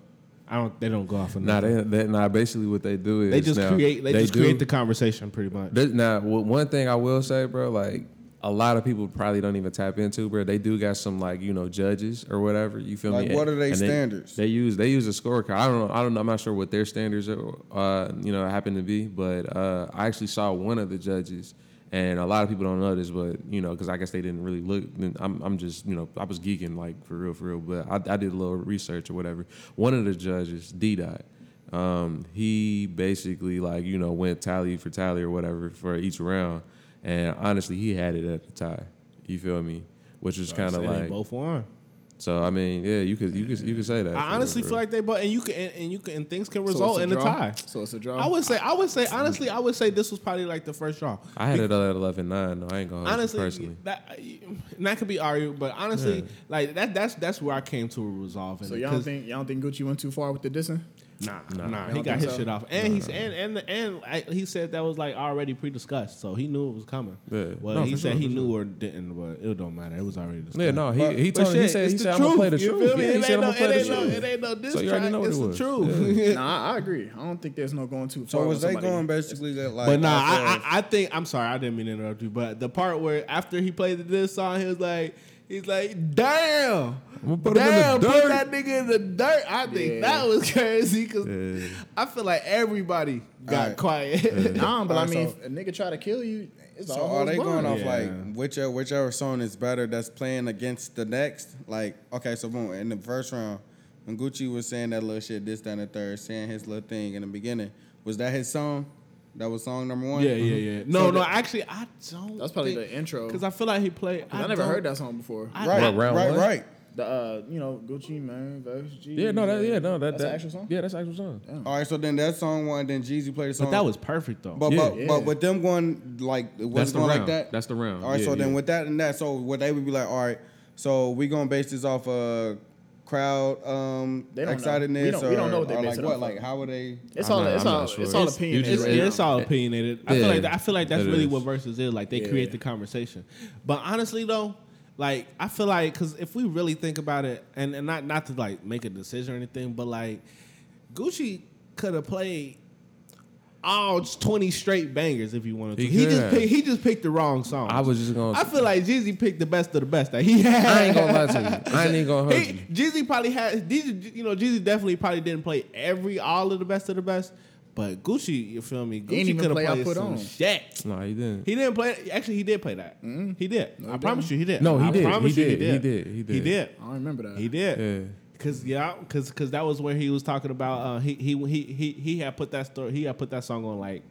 S2: I don't. They don't go off on
S1: Nah, they, they, nah, basically what they do is
S2: They just
S1: now,
S2: create. They, just
S1: do-
S2: create the conversation pretty much.
S1: This, now, w- one thing I will say, bro, like a lot of people probably don't even tap into, bro. They do got some like you know judges or whatever. You feel
S4: Like,
S1: me?
S4: what are they standards?
S1: They, use they use a scorecard. I don't know. I don't. know. I'm not sure what their standards are. Uh, you know, happen to be. But uh, I actually saw one of the judges. And a lot of people don't know this, but you know, because I guess they didn't really look. I'm, I'm just, you know, I was geeking like for real, for real. But I, I did a little research or whatever. One of the judges, D Dot, um, he basically like you know went tally for tally or whatever for each round, and honestly he had it at the tie. You feel me? Which is kind of
S2: They
S1: like
S2: both won.
S1: so. I mean, yeah, you could you could you could say that. for
S2: I
S1: real,
S2: honestly
S1: for
S2: feel
S1: real.
S2: like they both, and you can, and, and you can, and things can
S3: So it's
S2: result
S3: a
S2: in a
S3: draw?
S2: tie.
S3: So it's a draw.
S2: I would say, I would say, honestly, I would say this was probably like the first draw.
S1: I had it at 11 9, though. I ain't gonna hold
S2: honestly,
S1: you personally.
S2: that and that could be argued, but honestly, like that, that's that's where I came to a resolve. in
S3: So
S2: it,
S3: y'all don't
S2: 'cause-
S3: think y'all don't think Gucci went too far with the dissing?
S2: Nah, nah, he got his shit off, and he's and and and I, he said that was like already pre-discussed, so he knew it was coming.
S1: Yeah.
S2: Well,
S1: No,
S2: he
S1: for
S2: said
S1: sure,
S2: he
S1: for
S2: knew or didn't, but it don't matter. It was already discussed.
S1: Yeah, no, he
S4: But-
S1: he
S2: But
S1: told me he
S2: shit,
S1: said he
S2: it's
S1: said
S2: the
S1: I'm gonna play the
S2: truth, you
S1: truth.
S2: feel me?
S1: Yeah, he
S2: It
S1: said
S2: ain't
S1: I'm
S2: no-
S1: gonna play
S2: it
S1: the
S2: ain't no-
S1: truth.
S2: it ain't no diss
S1: So you already
S2: track,
S1: know what
S2: it's
S1: it
S2: the
S1: was.
S2: truth.
S1: Yeah.
S3: Nah, I agree. I don't think there's no going too far.
S4: So was
S3: with
S4: they
S3: somebody.
S4: going basically that like?
S2: But nah,
S4: off
S2: I,
S4: of-
S2: I, I think I'm sorry, I didn't mean to interrupt you. But the part where after he played this song, he was like, he's like, damn,
S1: I'ma put him in
S2: damn,
S1: the
S2: put
S1: dirt."
S2: that nigga in the dirt. I think
S3: Yeah.
S2: that was crazy because
S1: Yeah.
S2: I feel like everybody got
S4: Alright.
S2: quiet.
S3: Nah, but I
S4: Alright,
S3: mean,
S4: so-
S3: if a nigga try to kill you, it's
S4: So
S3: all
S4: are they going off
S2: Yeah.
S4: like whichever whichever song is better that's playing against the next? Like okay, so boom in the first round when Gucci was saying that little shit, this down the third, saying his little thing in the beginning, was that his song? That was song number one.
S2: yeah, yeah, yeah. No,
S4: So
S2: no,
S4: the-
S2: actually, I don't.
S3: That's probably the intro.
S2: because I feel like he played.
S3: I, never heard that song before.
S2: I-
S4: Right,
S1: What, round
S4: right,
S1: one?
S4: right.
S3: the uh, you know Gucci man, versus G.
S1: Yeah, no, that yeah, no, that
S3: that's
S1: that,
S3: an actual song.
S1: Yeah, that's an actual song.
S4: All right, so then that song won. Then Jeezy played the song.
S2: But that was perfect though.
S4: But
S1: Yeah.
S4: but, but
S3: Yeah.
S4: with them going like it
S1: That's
S4: wasn't
S1: the
S4: going like
S1: round.
S4: that.
S1: That's the round.
S4: All right,
S1: Yeah,
S4: so then
S1: yeah.
S4: with that and that, so what they would be like, all right, so we gonna base this off of crowd um
S3: They don't know.
S4: excitedness
S3: We don't- we
S4: or,
S3: don't know what they
S4: or
S3: base
S4: like
S3: it
S4: what
S3: off
S4: like
S3: of.
S4: how would they
S3: It's
S1: I'm
S3: all
S1: not-
S3: it's
S1: I'm not
S3: all
S1: sure.
S3: it's all
S1: It's-
S3: opinion.
S1: you
S2: It's,
S1: just-
S3: right
S1: Yeah.
S2: it's all opinionated. I
S1: Yeah,
S2: feel like that, I feel like that's
S1: it
S2: really
S1: is.
S2: what verses is. Like they create the conversation. But honestly though, like I feel like because if we really think about it, and, and not not to like make a decision or anything, but like Gucci could have played all twenty straight bangers if you wanted to.
S1: He
S2: He, just
S1: could.
S2: picked, he just picked the wrong song.
S1: I was just gonna.
S2: I feel like Jeezy picked the best of the best that he had.
S1: I ain't gonna lie to you. I ain't even gonna hurt you.
S2: He, Jeezy probably had Jeezy, you know, Jeezy definitely probably didn't play every all of the best of the best, but Gucci, you feel me?
S3: ain't
S2: Gucci
S3: even
S2: could have
S3: play I
S2: played
S3: Put
S2: some
S3: On.
S2: shit.
S1: No, he didn't.
S2: He didn't play. Actually, he did play that.
S3: Mm-hmm.
S2: He did. I promise you, he did.
S1: No, he
S2: I
S1: did.
S2: Promise
S1: He
S2: you,
S1: did. He
S2: He did.
S1: did. He
S2: He
S1: did.
S2: did.
S3: I don't remember that.
S2: He did.
S1: Yeah.
S2: Cause yeah, cause cause that was where he was talking about. Uh, he he he he he had put that story. He had put that song on like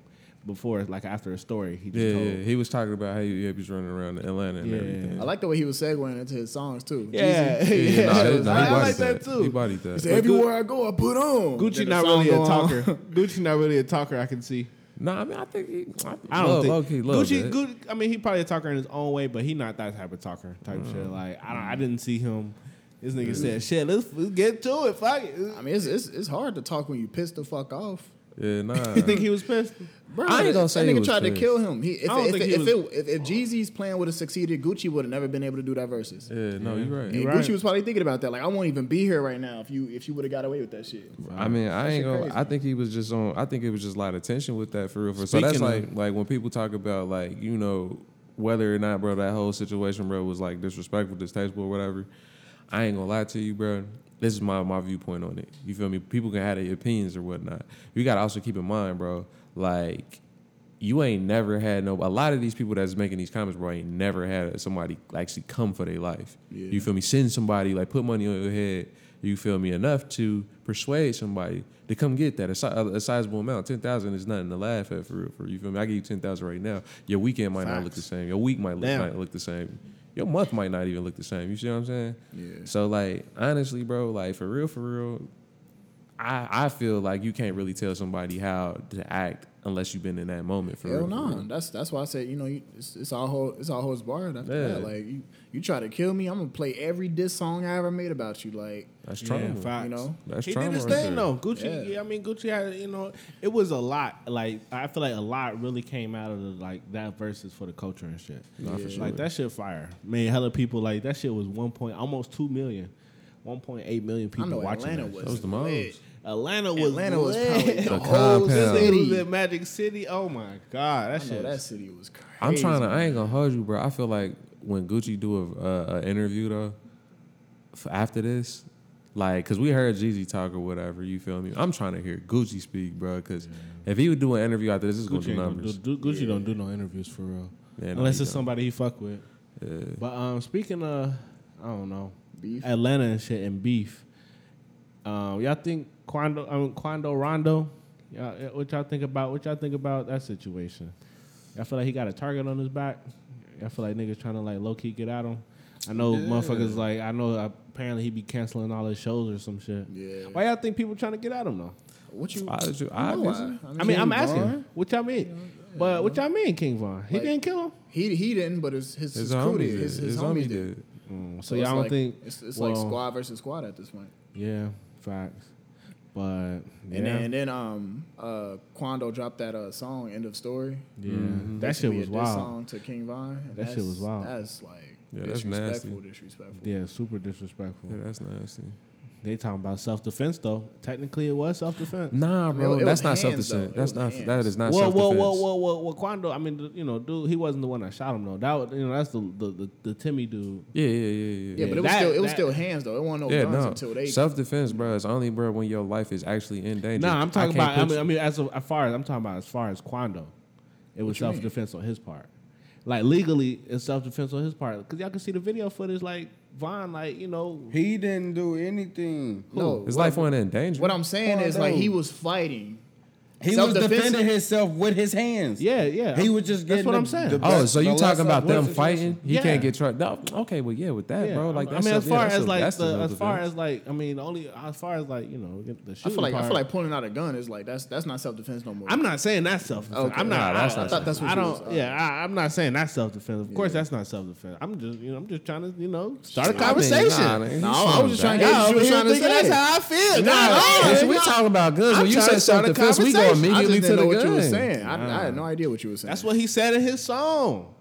S2: before, like after a story. He just
S1: Yeah,
S2: told.
S1: yeah, he was talking about how he, he was running around Atlanta and
S2: Yeah.
S1: everything.
S3: I like the way he was segueing into his songs too.
S2: Yeah,
S3: Jeezy.
S1: Yeah, nah,
S2: Yeah.
S1: he- nah,
S2: I-
S1: he
S2: I
S1: bodied
S2: like that too.
S1: He bodied that.
S3: He said, Everywhere I go, I put on.
S2: Gucci
S3: Then the
S2: not
S3: song
S2: really a
S3: go on.
S2: talker. Gucci not really a talker. I can see.
S1: nah, I mean, I think he. I,
S2: I don't think
S1: Low-key,
S2: Gucci. Gucci. I mean, he probably a talker in his own way, but he not that type of talker type shit. Like I don't. I didn't see him. This nigga said, "Shit, let's, let's get to it. Fuck it."
S3: I mean, it's, it's it's hard to talk when you pissed the fuck off.
S1: Yeah, nah.
S2: You think he was pissed?
S3: Bro,
S1: I ain't
S3: that-
S1: gonna say
S3: that
S1: he
S3: nigga
S1: was
S3: tried to
S1: pissed.
S3: kill him. He, if,
S2: I don't
S3: if,
S2: think
S3: if,
S2: he
S3: if,
S2: was-
S3: it- if, if Jeezy's plan would have succeeded, Gucci would have never been able to do that versus.
S1: yeah, no, you're right.
S3: And
S2: right.
S3: Gucci was probably thinking about that. Like, I won't even be here right now if you if you would have got away with that shit.
S1: I mean, I ain't gonna.
S3: crazy.
S1: I think he was just on. I think it was just a lot of tension with that for real. For so
S2: Speaking
S1: that's
S2: of-
S1: like like when people talk about like you know whether or not bro that whole situation bro was like disrespectful, distasteful, or whatever. I ain't gonna lie to you, bro. This is my my viewpoint on it. You feel me? People can have their opinions or whatnot. You gotta also keep in mind, bro. Like you ain't never had no. A lot of these people that's making these comments, bro, ain't never had somebody actually come for their life. You feel me? Send somebody like put money on your head you feel me, enough to persuade somebody to come get that. A, si- a a sizable amount. 10000 is nothing to laugh at for real. For, you feel me? I give you 10000 right now. Your weekend might not look the
S2: Facts.
S1: same. Your week might look,
S2: Damn.
S1: might look the same. Your month might not even look the same. You see what I'm saying?
S3: Yeah.
S1: So, like, honestly, bro, like, for real, for real, I, I feel like you can't really tell somebody how to act unless you've been in that moment for
S3: Hell
S1: real.
S3: no,
S1: for real.
S3: that's that's why I said you know you, it's, it's all whole it's all holds barred after that.
S1: Yeah.
S3: Like you, you try to kill me, I'm gonna play every diss song I ever made about you. Like
S1: That's
S2: Yeah,
S1: trauma.
S2: facts.
S3: you know,
S1: That's
S2: he
S1: trauma.
S2: did his
S1: right
S2: thing
S1: there.
S2: though. Gucci,
S3: Yeah.
S2: yeah. I mean Gucci had you know it was a lot. Like I feel like a lot really came out of the, like that versus for the culture and shit.
S1: Nah, for sure.
S2: Like that shit fire. Made hella people like that shit was one point almost two million. 1.8 million
S3: I
S2: people
S3: know
S2: watching
S3: Atlanta
S2: that
S3: was,
S2: shit.
S1: was the
S3: lit.
S1: most.
S2: Atlanta was
S3: Atlanta was
S2: lit.
S3: probably the,
S1: The
S3: whole
S1: compound.
S2: It was
S3: city.
S2: at Magic City. Oh my god, that
S3: I know
S2: shit.
S3: that city was crazy.
S1: I'm trying to. I ain't gonna hold you, bro. I feel like when Gucci do a, a, a interview though, f- after this, like, cause we heard Jeezy talk or whatever. You feel me? I'm trying to hear Gucci speak, bro. Cause if he would do an interview after this, it's gonna
S2: Gucci,
S1: do
S2: ain't gonna
S1: numbers.
S2: do, do- Gucci don't do no interviews for real,
S1: Yeah, no,
S2: unless
S1: he
S2: it's
S1: don't.
S2: somebody he fuck with.
S1: Yeah.
S2: But um, speaking of, I don't know,
S3: Beef.
S2: Atlanta and shit and beef. Um, y'all think Quando, I mean, Quando Rondo, y'all, eh, what y'all think about? What y'all think about that situation? Y'all feel like he got a target on his back. Y'all feel like niggas trying to like low key get at him. I know motherfuckers like I know apparently he be canceling all his shows or some shit.
S3: Yeah.
S2: Why y'all think people trying to get at him though?
S3: What you?
S1: Why did you-
S3: you know why.
S1: obviously.
S2: I mean, I'm
S4: King
S2: asking.
S4: Von?
S2: What y'all mean? But what y'all mean, King Von? He
S3: Like-
S2: didn't kill him.
S3: he he didn't, but his his,
S1: His,
S3: his
S1: homies
S3: crew
S1: did.
S3: did. His, his,
S1: homies did.
S3: homies did.
S2: mm, So,
S3: it's
S2: y'all don't
S3: like-
S2: think
S3: it's, it's like
S2: well,
S3: squad versus squad at this point.
S2: Yeah, facts. But yeah,
S3: And then and then um uh Quando dropped that uh song End of Story.
S2: yeah,
S1: Mm-hmm.
S2: that shit
S3: Basically
S2: was
S3: a diss
S2: wild.
S3: Song to King Von. and
S2: That shit
S3: that's-
S2: was wild.
S3: That's like
S1: Yeah, that's
S3: disrespectful.
S1: nasty.
S3: Disrespectful.
S2: Yeah, super disrespectful.
S1: Yeah, that's nasty.
S2: They talking about self defense though. Technically, it was self defense.
S1: Nah,
S3: bro,
S1: bro,
S3: it was
S1: that's not
S3: hands,
S1: self
S3: though.
S1: defense.
S3: It
S1: That's
S3: was
S1: not.
S3: hands.
S1: That is not
S2: Whoa,
S1: self
S2: whoa,
S1: defense.
S2: whoa, whoa, whoa, whoa, Quando. I mean, th- you know, dude, he wasn't the one that shot him though. That was, you know, that's the the, the, the Timmy dude.
S1: Yeah, yeah, yeah,
S3: Yeah,
S1: yeah.
S3: but it was
S2: that-
S3: still it was
S2: that-
S3: still hands though. It wasn't no
S1: Yeah,
S3: guns
S1: no.
S3: until they.
S1: Self defense, bro, is only bro when your life is actually in danger.
S2: Nah, I'm talking
S1: I can't
S2: about. I
S1: put
S2: mean, I mean, as, of, as far as I'm talking about, as far as Quando, it was
S3: you mean?
S2: self defense on his part. Like legally, it's self defense on his part because y'all can see the video footage. Like Vaughn, like you know,
S4: He didn't do anything.
S3: no,
S1: his
S3: what-
S1: life wasn't in danger.
S3: What I'm saying is like he
S2: Oh,
S3: was fighting.
S4: He was
S3: Self-defense-
S4: defending himself with his hands.
S2: yeah, yeah.
S4: He was just
S2: That's
S4: getting
S2: what
S4: the-
S2: I'm saying.
S4: the
S2: Oh,
S1: Oh,
S4: best-
S1: so you
S4: the
S1: talking
S4: last
S1: about them
S4: situation.
S1: fighting? He
S2: Yeah.
S1: can't get tried. No, okay, well, yeah, with that,
S2: Yeah,
S1: bro. Like,
S2: I
S1: that's
S2: mean,
S1: a-
S2: as
S1: yeah,
S2: far
S1: that's
S2: as
S1: a-
S2: like
S1: that's a
S2: the,
S1: self
S2: as far
S1: defense.
S2: as like I mean, only as far as like you know get the
S3: I
S2: shooting
S3: feel like I feel
S2: part.
S3: like pulling out a gun is like that's that's not self defense no more.
S2: I'm not saying that's self defense.
S3: Okay.
S2: I'm not.
S1: Nah, that's
S2: I,
S1: not
S2: I,
S1: self-defense.
S2: that's what I
S3: you was-
S2: don't. Yeah, I, I'm not saying that's self defense. Of course, that's not self defense. I'm just you know I'm just trying to you know start a
S1: I mean,
S2: conversation.
S1: nah, nigga, he's
S3: No, I was just trying to get
S2: Y'all
S3: what you was
S2: over
S3: trying to
S2: here thinking
S3: say.
S2: That's how I feel.
S3: Nah,
S2: Nah,
S3: nah,
S2: nah.
S1: Since we talking about guns,
S2: I'm
S1: when you
S2: trying
S1: say
S2: to
S1: self
S2: start a
S1: defense, we go
S2: conversation.
S3: I
S1: immediately
S3: just
S1: to
S3: didn't
S1: the
S3: know what
S1: gun.
S3: you was saying. I, I had no idea what you was saying.
S2: That's what he said in his song.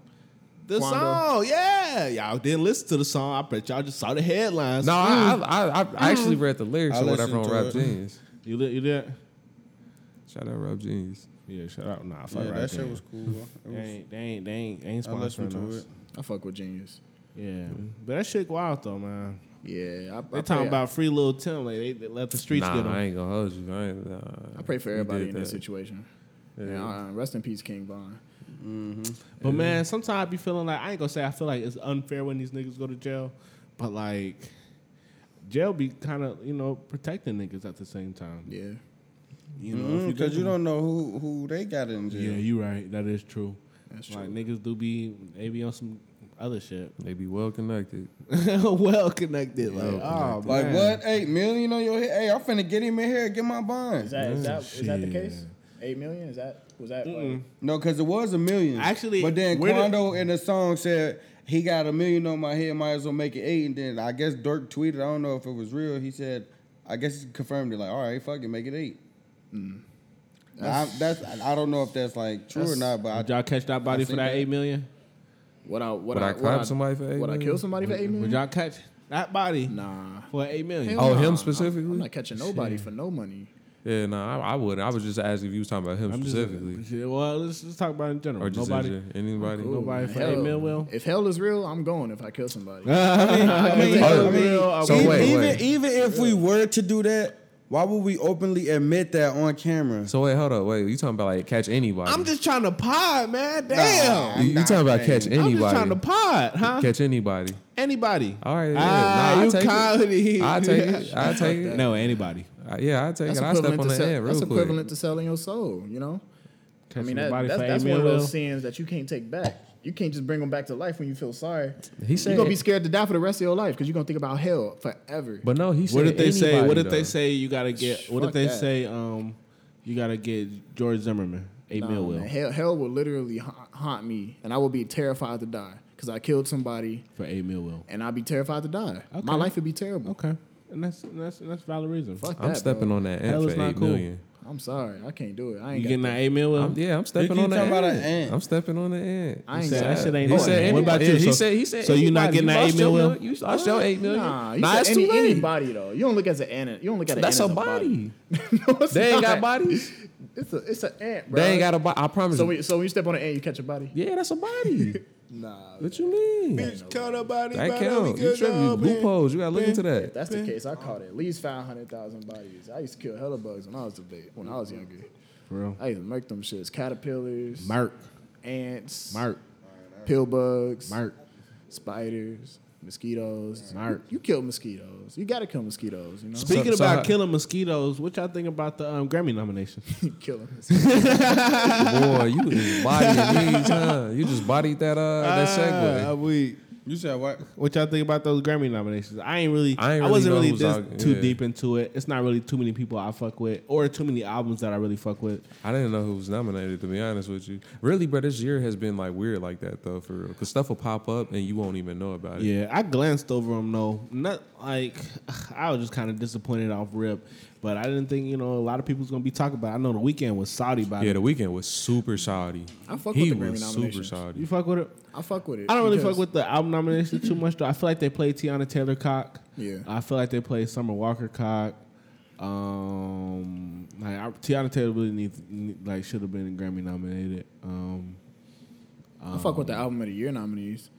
S2: The
S3: Quando.
S2: song, yeah. Y'all didn't listen to the song. I bet y'all just saw the headlines. Mm.
S1: No, I, I, I, I actually read the lyrics
S4: I
S1: or whatever on
S4: listened to
S1: Rap
S4: it.
S1: Genius.
S2: you did. You did.
S1: Shout out Rap Genius.
S2: Yeah, shout out. Nah,
S4: Yeah,
S2: fuck right
S4: that
S2: there.
S4: shit was cool. It
S2: They
S4: was-
S2: ain't, they ain't, they ain't, they ain't
S4: I listened
S2: sponsoring us.
S4: to it.
S3: I fuck with genius.
S2: Yeah, but that shit go out though, man.
S3: Yeah, I,
S2: They
S3: I
S2: talking
S3: pray,
S2: about free little Tim. Like they, they let the streets
S1: nah,
S2: get him.
S1: I ain't gonna hold you. I, ain't, nah,
S3: I pray for
S1: You
S3: everybody
S1: did
S3: in this
S1: that.
S3: situation.
S1: Yeah.
S3: And, uh, rest in peace, King Von.
S2: But man, sometimes I be feeling like I ain't gonna say I feel like it's unfair when these niggas go to jail, but like jail be kind of you know protecting niggas at the same time.
S3: Yeah,
S2: You know, if
S4: Because
S2: you think
S4: Mm-hmm, you
S2: about-
S4: don't know who who they got in jail.
S2: Yeah, you right. That is true.
S3: that's
S2: like
S3: true.
S2: niggas do be they be on some other shit.
S1: They be well connected.
S2: well connected. Like
S1: Well
S2: oh
S4: Like
S2: man.
S4: what? Eight million on your head? Hey, I'm finna get him in here and get my bond.
S3: Is that is that, is that
S2: Shit.
S3: the case? Eight million? Is that was that? Like,
S4: No, because it was a million.
S2: Actually,
S4: but then
S2: where did-
S4: Quando in the song said he got a million on my head, might as well make it eight. And then I guess Dirk tweeted, I don't know if it was real. He said, I guess he confirmed it. Like, all right, fuck it, make it eight. That's, I, that's I don't know if that's like true or
S3: That's-
S4: not, but I,
S2: Would y'all catch that body
S4: I
S2: for
S4: seen
S2: that
S4: that.
S2: eight million?
S3: What I what
S1: Would
S3: I,
S1: I
S3: what
S1: clap somebody for eight
S3: Would I
S1: million?
S3: kill somebody for eight
S2: Would
S3: million?
S2: y'all catch that body
S3: Nah.
S2: for eight million?
S3: Hell
S1: Oh,
S3: nah.
S1: him
S3: I'm-
S1: specifically?
S3: I'm not catching nobody for no money.
S1: Yeah, nah, I, I wouldn't. I was just asking if you was talking about him
S2: I'm just-
S1: specifically,
S2: yeah, well, let's just talk about it in general.
S1: or just
S2: Nobody.
S1: in gen- anybody.
S3: Ooh,
S2: Nobody
S3: man,
S2: for eight mil, Will?
S3: If hell is real, I'm going. If I kill somebody,
S2: I mean,
S4: I mean,
S1: Oh,
S4: I mean,
S1: so
S4: even,
S1: wait,
S4: even,
S1: wait.
S4: even if we were to do that, Why would we openly admit that on camera?
S1: So wait, hold up, wait. You talking about like catch anybody?
S2: I'm just trying to pod, man. Damn.
S1: You, you
S4: Nah,
S1: talking about
S4: hey.
S1: catch
S2: I'm
S1: anybody?
S2: just trying to pod, huh?
S1: Catch anybody?
S2: Anybody.
S1: All right, yeah.
S2: Ah,
S1: Nah, I
S2: you
S1: take it.
S2: comedy.
S1: I take it. I take it.
S2: No, anybody.
S1: Uh, yeah, I take
S3: That's
S1: it. I step
S3: equivalent
S1: on
S3: to
S1: the
S3: sell-
S1: end real
S3: that's
S1: quick.
S3: equivalent to selling your soul. You know, I mean that, that's, that's one of those sins that you can't take back. You can't just bring them back to life when you feel sorry.
S1: He
S3: You're
S1: said,
S3: gonna be scared to die for the rest of your life because you're gonna think about hell forever.
S1: but no, he said.
S2: What if they say? What
S1: anybody,
S2: if they
S1: though.
S2: say you gotta get? What if
S3: Fuck
S2: they
S3: that.
S2: say um, you gotta get George Zimmerman, a
S3: Nah,
S2: meal
S3: man,
S2: will
S3: hell, hell will literally ha- haunt me, and I will be terrified to die because I killed somebody,
S2: for a meal will.
S3: and I'll be terrified to die.
S2: Okay.
S3: My life would be terrible.
S2: Okay, and that's and that's and that's valid reason.
S3: Fuck
S1: I'm
S3: that,
S1: stepping
S3: bro.
S1: on that
S2: Hell
S1: end
S2: is
S1: for
S2: not
S1: eight
S2: cool.
S1: million.
S3: I'm sorry, I can't do it. I ain't
S2: You
S3: got
S2: getting
S3: that.
S2: that a meal
S1: I'm,
S2: will?
S1: yeah, I'm stepping
S4: keep
S1: on the
S4: talking about an
S1: end.
S4: ant.
S1: I'm stepping on the end.
S3: I ain't
S2: Said
S3: got
S2: that shit ain't
S1: He
S2: Oh,
S1: said,
S2: and what about
S1: anybody-
S2: you?
S1: He
S2: So-
S1: said, he said,
S2: so you not
S1: anybody.
S2: getting that
S1: lost
S2: eight mil
S1: your
S2: will?
S1: mil- You lost your eight million.
S3: Nah, you
S1: Nah,
S3: said
S1: it's
S3: any,
S1: too late.
S3: anybody though. You don't look at an ant. You don't look at an
S1: That's a
S3: ant as
S1: body.
S3: no, it's
S1: They ain't
S3: not.
S1: got bodies.
S3: It's a it's an ant, bro.
S1: They ain't got a body. I promise.
S3: So
S1: you.
S3: when, so when you step on an ant, you catch a body.
S1: Yeah, that's a body.
S3: Nah,
S1: What you mean?
S2: Caught a body
S1: That count. You tripping? You loopholes. You gotta look into
S3: if
S1: that.
S3: that's the case, I caught at least five hundred thousand bodies. I used to kill hella bugs when I was a baby, when I was younger.
S2: Bro,
S3: I used to murk them shits, caterpillars,
S2: Mark,
S3: ants,
S2: Mark,
S3: pill bugs,
S2: Mark.
S3: spiders, mosquitoes.
S2: Mark.
S3: You, you kill mosquitoes. You gotta kill mosquitoes. You know,
S2: Speaking
S1: So- so
S2: about
S1: how-
S2: killing mosquitoes, what y'all think about the um, Grammy nomination?
S3: kill them.
S1: Boy, you just bodying these, huh? You just bodied that uh that
S3: Ah.
S1: segue.
S2: we.
S4: You said what?
S2: What y'all think about those Grammy nominations? I ain't really, I,
S1: I ain't really
S2: wasn't
S1: know
S2: really
S1: who's
S2: this
S1: out-
S2: too
S1: yeah.
S2: deep into it. It's not really too many people I fuck with, or too many albums that I really fuck with.
S1: I didn't know who was nominated. To be honest with you, really, bro, this year has been like weird like that though, for real. Cause stuff will pop up and you won't even know about it.
S2: Yeah, I glanced over them though. Not like I was just kind of disappointed off rip, but I didn't think you know a lot of people's gonna be talking about. It. I know the weekend was Saudi about
S1: Yeah,
S2: it.
S1: the weekend was super salty.
S3: I fuck with
S1: he
S3: the Grammy
S1: was super
S3: nominations.
S1: salty.
S2: You fuck with it.
S3: I fuck with it.
S2: I don't really
S3: because-
S2: fuck with the album nomination too much though. I feel like they played Tiana Taylor cock.
S3: Yeah.
S2: I feel like they played Summer Walker cock. Um, like I, Tiana Taylor really needs need- like should have been Grammy nominated. Um,
S3: I fuck with the album of the year nominees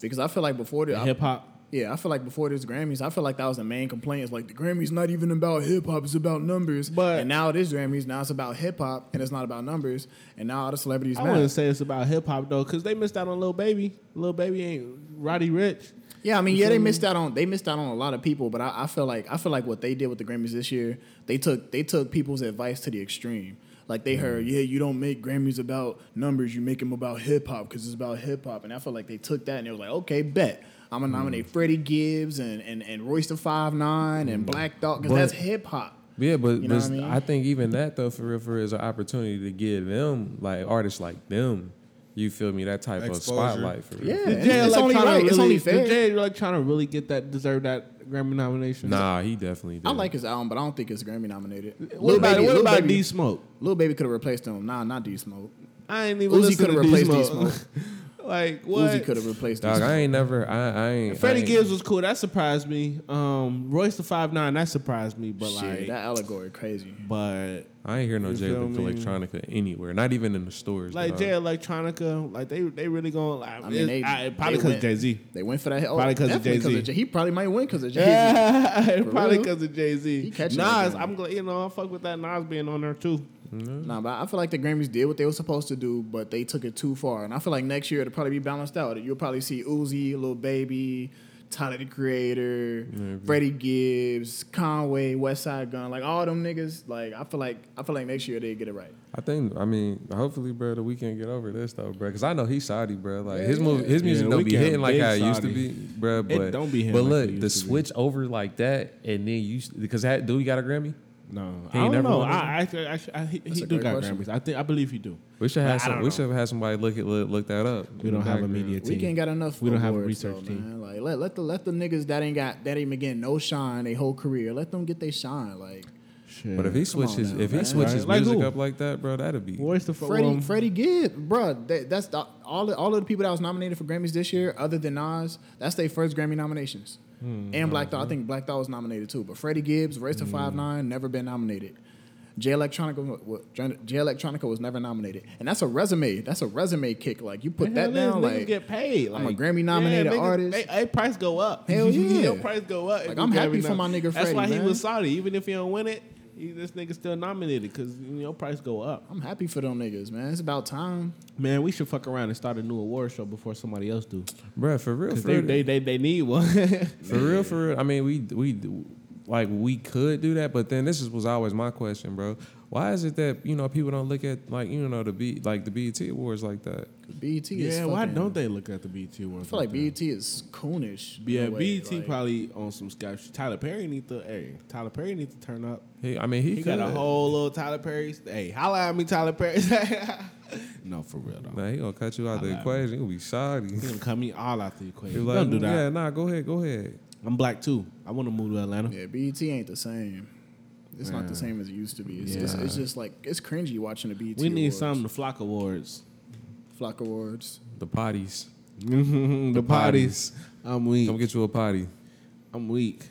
S3: because I feel like before the,
S2: hip hop.
S3: yeah, I feel like before this Grammys, I feel like that was the main complaint. It's like the Grammys not even about hip hop; it's about numbers.
S2: But-
S3: and now this Grammys, now it's about hip hop and it's not about numbers. And now all the celebrities
S2: I
S3: mad.
S2: wouldn't say it's about hip hop though, cause they missed out on Lil Baby. Lil Baby ain't Roddy Rich.
S3: yeah, I mean, yeah, they missed out on they missed out on a lot of people. But I, I feel like I feel like what they did with the Grammys this year, they took they took people's advice to the extreme. Like they heard,
S2: Mm.
S3: yeah, you don't make Grammys about numbers; you make them about hip hop because it's about hip hop. And I feel like they took that and they was like, okay, bet. I'm gonna nominate
S2: Mm.
S3: Freddie Gibbs and and and Royce the Five Nine and
S2: Mm.
S3: Black Dog because
S1: But-
S3: that's hip hop.
S1: Yeah, but,
S3: You know
S1: but
S3: what I mean?
S1: I think even that though for real for real, is an opportunity to give them like artists like them, you feel me, that type
S4: Exposure.
S1: of spotlight for real.
S3: Yeah,
S2: Did
S3: it's,
S2: Jay
S3: it's
S2: Electronica
S3: only right.
S2: Really,
S3: it's only
S2: Did
S3: fair.
S2: Jay Electronica really get that deserve that Grammy nomination?
S1: Nah, he definitely did.
S3: I like his album, but I don't think it's Grammy nominated.
S2: What about, what
S3: Lil
S2: about
S3: Baby,
S2: D Smoke?
S3: Lil Baby could have replaced him. Nah, not D Smoke.
S2: I ain't even
S3: Uzi could
S2: listening to
S3: have
S2: D
S3: replaced D
S2: Smoke.
S3: Smoke.
S2: like what?
S3: Uzi could have replaced D
S1: Dog, I
S3: Smoke.
S1: ain't never. I, I ain't. I
S2: Freddie
S1: ain't-
S2: Gibbs was cool. That surprised me. Um, Royce the five nine. That surprised me. But like,
S3: Shit, that allegory crazy.
S2: but
S1: I ain't hear no
S2: You
S1: Jay
S2: feel
S1: Lick
S2: me?
S1: Electronica anywhere. Not even in the stores.
S2: like
S1: dog.
S2: Jay Electronica, like they they really going. Like,
S3: I mean, they,
S2: I, probably
S3: they
S2: because
S3: went-
S2: Jay Z.
S3: They went for that. Oh,
S2: Probably 'cause of
S3: definitely
S2: Jay-Z.
S3: of Jay- He probably might win because of Jay Z.
S2: Yeah, probably
S3: real?
S2: because of Jay Z.
S3: He
S2: Nas,
S3: catching that Grammy.
S2: I'm glad you know I fuck with that Nas being on there too.
S3: Nah, but I feel like the Grammys did what they were supposed to do, but they took it too far. And I feel like next year it'll probably be balanced out. You'll probably see Uzi, Lil Baby, Tyler the Creator, Freddie Gibbs, Conway, West Side Gun, like all them niggas. Like I feel like I feel like next year they get it right.
S1: I think. I mean, hopefully, bro, the weekend get over this though, bro. Because I know he's Saudi, bro. Like his movie, his
S2: Yeah,
S1: music don't be
S2: Weeknd
S1: hitting like
S2: big
S1: how it used to
S2: Saudi.
S1: be, bro. But
S2: It don't be hitting
S1: But
S2: like
S1: look,
S2: it used
S1: the
S2: to be.
S1: switch over like that, and then you because that dude got a Grammy.
S2: No,
S1: He
S2: I don't
S1: never
S2: know.
S1: won one?
S2: I, I, I, I, he he do
S3: a great
S2: got
S3: question.
S2: Grammys. I think I believe he do.
S1: We should
S2: But I
S1: have some.
S2: don't
S1: We
S2: know.
S1: should have had somebody look it look, look that up.
S2: We don't have a media
S3: We
S2: team.
S3: can't got enough.
S2: We don't have a
S3: awards,
S2: research
S3: though,
S2: team.
S3: Man. Like let, let the let the niggas that ain't got that ain't been getting no shine their whole career. Let them get their shine. Like
S2: Shit.
S1: But if he
S3: Come on
S1: switches,
S3: now,
S1: if he
S3: man.
S1: switches
S2: Right. Like
S1: music
S2: who?
S1: up like that, bro, that'd be.
S2: Where's the
S3: Freddie
S2: um,
S3: Freddie Gibbs, bruh, That, that's the, all the, all of the people that was nominated for Grammys this year, other than Nas. That's their first Grammy nominations.
S2: Hmm, Hmm.
S3: and Black Thought, I think Black Thought was nominated too. But Freddie Gibbs, Race to Five Nine, never been nominated. J Electronica, wa- wa- J Electronica was never nominated, and that's a resume. That's a resume kick. Like you put that down,
S2: niggas
S3: like
S2: get paid. Like,
S3: I'm a Grammy-nominated
S2: niggas-
S3: artist.
S2: They, they price go up.
S3: Hell yeah.
S2: Your price go up.
S3: Like,
S2: if
S3: I'm
S2: you
S3: happy
S2: Grammy
S3: for
S2: nom-
S3: my nigga
S2: That's
S3: Freddie,
S2: why he
S3: man.
S2: was Saudi. Even if he don't win it, he, this nigga still nominated because your price go up.
S3: I'm happy for them niggas, man. It's about time.
S2: Man, we should fuck around and start a new award show before somebody else do.
S1: bro. For real,
S2: Because
S1: for
S2: they,
S1: real.
S2: they, they, they need one.
S1: For real, for real. I mean, we we do- like we could do that, but then this is, was always my question, bro. Why is it that you know people don't look at like you know the B like the BET awards like that?
S3: BET E is
S2: yeah, why
S3: fucking-
S2: don't they look at the BT one?
S3: I feel like BET is coonish. in
S2: Yeah,
S3: a way,
S2: BT
S3: like-
S2: probably on some scotch. Tyler Perry need to hey, Tyler Perry need to turn up.
S1: He, I mean, he,
S2: He got a
S1: could.
S2: whole little Tyler Perry. Hey, holla at me, Tyler Perry. no, for real though.
S1: Nah, he gonna cut you out the
S2: Holla at
S1: equation. He gonna be shoddy.
S2: He gonna cut me all out the
S1: He
S2: equation.
S1: like,
S2: Don't do that.
S1: Yeah, nah, go ahead, go ahead.
S2: I'm black too. I want to move to Atlanta.
S3: Yeah, BET ain't the same. It's not the same as it used to be. It's, just, it's just like it's cringy watching the BET.
S2: we need
S3: awards.
S2: something to flock awards.
S3: Flock Awards.
S1: The potties. potties.
S2: the potties. I'm weak.
S1: Come get you a potty.
S2: I'm weak.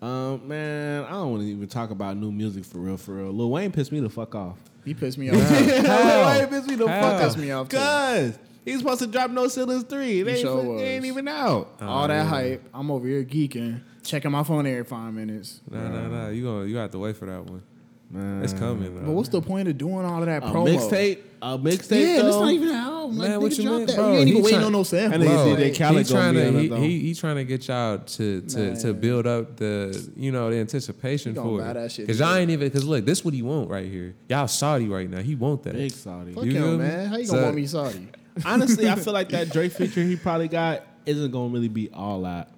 S2: Um, man, I don't want to even talk about new music for real. For real, Lil Wayne pissed me the fuck off.
S3: He pissed me off.
S2: Lil Wayne pissed me the
S1: How?
S2: fuck off.
S3: Pissed me off, too.
S2: Cause he's supposed to drop No Ceilings three. They ain't,
S3: sure
S2: fu-
S3: was. Uh,
S2: they ain't even out.
S3: All that hype. I'm over here geeking, checking my phone every five minutes.
S1: Nah, nah, nah. You gonna you have to wait for that one.
S2: Man,
S1: It's coming.
S3: But
S1: Bro.
S3: what's the point of doing all of that
S2: a
S3: promo?
S2: mixtape. A mixtape.
S3: Yeah, that's
S2: though.
S3: not even an album. Like,
S1: Man, what
S3: nigga
S1: you
S3: dropped
S1: mean?
S3: that.
S1: Bro,
S3: we ain't even
S1: he
S3: waiting
S1: try-
S3: on no
S2: I
S3: sample.
S2: think
S1: Bro,
S2: it's DJ Khaled
S1: he's
S2: gonna
S1: trying
S2: be
S1: to
S2: on it,
S1: he,
S2: though.
S1: he, he trying to get y'all to to, to
S3: Man.
S1: build up the you know the anticipation
S3: gonna
S1: for
S3: buy that
S1: it.
S3: shit
S1: Cause y'all ain't even cause look this what he want right here. Y'all Saudi right now. He want that.
S2: Big Saudi.
S3: Fuck
S1: You feel me?
S3: him, man. How you gonna
S1: So-
S3: want me Saudi?
S2: Honestly, I feel like that Drake feature he probably got isn't gonna really be all out.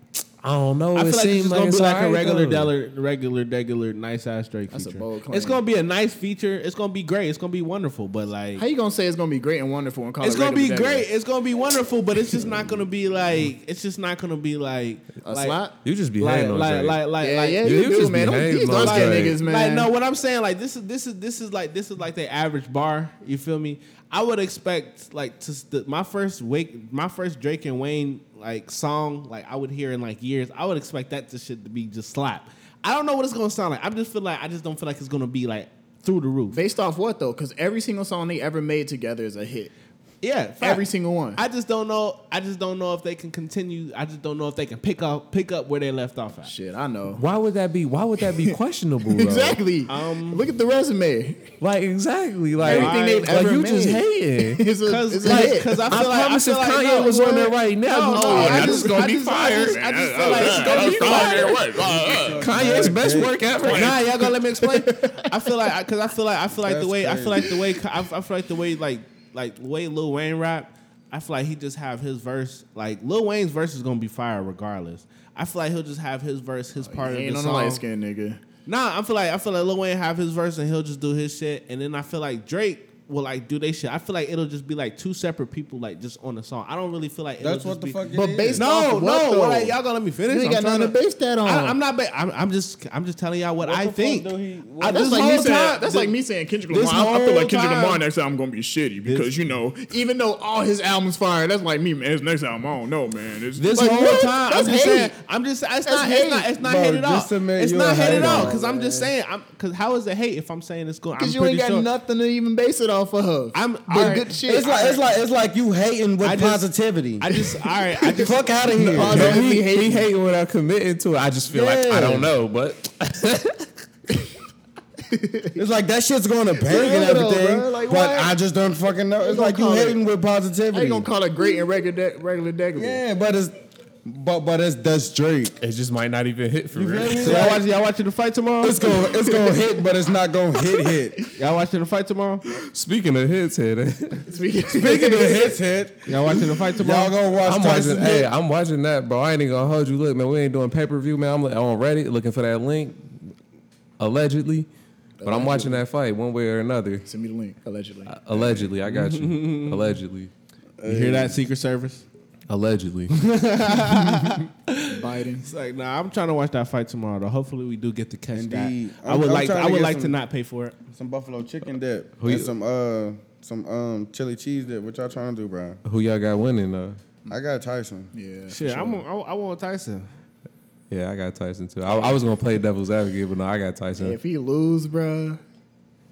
S1: I don't
S3: Oh,
S1: know.
S2: I feel
S1: it
S2: like it's
S1: seems
S2: just gonna be like a
S1: alright,
S2: regular,
S1: though.
S2: deller, regular, regular, nice ass Drake
S3: That's a
S2: feature.
S3: bold claim.
S2: It's gonna be a nice feature. It's gonna be great. It's gonna be wonderful. But like,
S3: How you gonna say it's gonna be great and wonderful and call
S2: it's
S3: it
S2: gonna be
S3: regular day?
S2: great. It's gonna be wonderful. But it's just not gonna be like. It's just not gonna be like
S3: A
S2: like,
S3: slap?
S1: You just be
S2: Like,
S1: hating on
S2: like,
S1: Drake.
S2: like, like,
S3: Yeah,
S2: like,
S3: yeah,
S1: you
S3: you do,
S1: just
S3: man.
S1: behave,
S3: Don't- These
S1: bro.
S3: dark skin
S1: Like-
S3: niggas, man.
S2: Like no, what I'm saying, like this is this is this is like this is like the average bar. You feel me? I would expect like to st- my first wake, my first Drake and Wayne like song, like I would hear in like years. I would expect that to shit to be just slap. I don't know what it's gonna sound like. I just feel like I just don't feel like it's gonna be like through the roof.
S3: Based off what though? Because every single song they ever made together is a hit.
S2: Yeah, fact.
S3: Every single one.
S2: I just don't know. I just don't know if they can continue. I just don't know if they can pick up pick up where they left off at.
S3: Shit, I know.
S1: Why would that be? Why would that be questionable? though?
S3: Exactly.
S2: Um,
S3: Look at the resume.
S1: Like exactly. Like
S3: Everything they've
S1: like,
S3: ever
S1: you
S3: made.
S1: just hating.
S3: It's a,
S2: Cause,
S3: it's a
S2: like,
S3: hit.
S2: cause I
S1: I,
S2: feel like
S1: promise
S2: I feel
S1: if
S2: like,
S1: Kanye
S2: no,
S1: was on there
S2: what-
S1: right now,
S2: No, no,
S1: oh,
S2: I
S1: that's
S2: just-
S1: gonna
S2: I
S1: be
S2: just-
S1: fire.
S2: I just, I just feel like it's gonna be fire.
S1: Kanye's best work ever.
S2: Nah, y'all gonna let me explain. I feel like because I feel like I feel like the
S4: That's
S2: way I feel like the way I, I feel like the way like like the way Lil Wayne rap. I feel like he just have his verse. Like Lil Wayne's verse is gonna be fire regardless. I feel like he'll just have his verse, his part
S3: Oh, He
S2: of
S3: ain't
S2: the
S3: on the light
S2: song.
S3: skinned nigga.
S2: Nah, I feel like I feel like Lil Wayne have his verse and he'll just do his shit, and then I feel like Drake will like do they shit. I feel like it'll just be like two separate people like just on the song. I don't really feel like it'll
S4: That's
S2: just
S4: what the
S2: be,
S4: fuck it
S3: But
S4: is.
S3: based off
S2: No,
S3: of what,
S2: no,
S3: though?
S2: like, y'all gonna let me finish.
S3: You ain't got
S2: I'm trying
S3: nothing to base that on.
S2: I, I'm not. Ba- I'm, I'm just. I'm just telling y'all what,
S4: What
S2: I
S4: the fuck
S2: think.
S4: do he- what-
S2: I,
S3: That's
S2: this
S3: like
S2: whole
S3: me saying.
S2: time-
S3: that's
S2: thi-
S3: like me saying Kendrick
S2: this
S3: Lamar. I- I feel like
S2: whole
S3: Kendrick
S2: time-
S3: Lamar next album gonna be shitty because you know, even though all his albums fire, that's like me, man. His next album, I don't know, man. It's,
S2: This
S3: like,
S2: whole
S3: what?
S2: time,
S3: that's
S2: I'm just
S3: hate.
S2: saying. I'm just. It's not.
S3: hate.
S2: It's not. It's not
S4: Bro,
S2: hate at all.
S4: just admit
S2: It's
S4: you a
S2: not hate at
S4: hater,
S2: all. Because I'm
S4: man.
S2: just saying. I'm. Because how is it hate if I'm saying it's good? I'm
S3: Cause you ain't
S2: pretty
S3: got
S2: sure.
S3: nothing to even base it off of.
S2: I'm-
S3: but
S2: alright.
S3: good shit.
S4: It's like it's like it's like you hating with
S2: I just-
S4: positivity.
S2: I just. All right. I just.
S4: fuck out of here.
S3: Pause
S1: Yeah,
S3: on
S1: he,
S3: me hating.
S1: he hating without committing to it. I just feel like I
S4: Yeah.
S1: don't know, but
S4: It's like that shit's going to bang and
S3: real though,
S4: everything,
S3: bro. Like,
S4: but
S3: why-
S4: I just don't fucking know. It's
S3: gonna
S4: like you
S3: call it-
S4: hating with
S3: How you
S4: positivity.
S3: gonna call it great and regular, de- regular degradable?
S4: Yeah, but it's but but it's that's Drake.
S1: it just might not even hit for real.
S2: So y'all watching? Y'all watching the fight tomorrow?
S4: It's gonna it's gonna hit, but it's not gonna hit hit.
S2: Y'all watching the fight tomorrow?
S1: Speaking of hits, head,
S3: Speaking,
S4: Speaking of hits hit,
S2: Y'all watching the fight
S4: y'all
S2: tomorrow?
S4: gonna watch
S1: I'm
S4: Tyson
S1: watching. Hey,
S4: hit.
S1: I'm watching that, bro. I ain't even gonna hold you. Look, man, we ain't doing pay per view, man. I'm li- I'm on Reddit looking for that link, allegedly. But I'm watching that fight one way or another.
S3: Send me the link, allegedly.
S1: Uh, Allegedly, I got you. allegedly,
S2: You hear that, Secret Service?
S1: allegedly.
S3: Biden.
S2: It's like, nah, I'm trying to watch that fight tomorrow. Though. Hopefully, we do get to catch
S4: Indeed.
S2: that. I
S4: I'm-
S2: would
S4: I'm
S2: like.
S4: trying
S2: I
S4: to
S2: would
S4: get
S2: like to
S4: some-
S2: not pay for it.
S4: Some buffalo chicken dip
S1: Who
S4: and
S1: you-
S4: some uh some um chili cheese dip. What y'all trying to do, bro?
S1: Who y'all got winning though?
S4: I got Tyson.
S3: Yeah.
S2: Shit, I'm. I, I want Tyson.
S1: Yeah, I got Tyson too. I, I was gonna play devil's advocate, but no, I got Tyson.
S3: If he lose, bruh,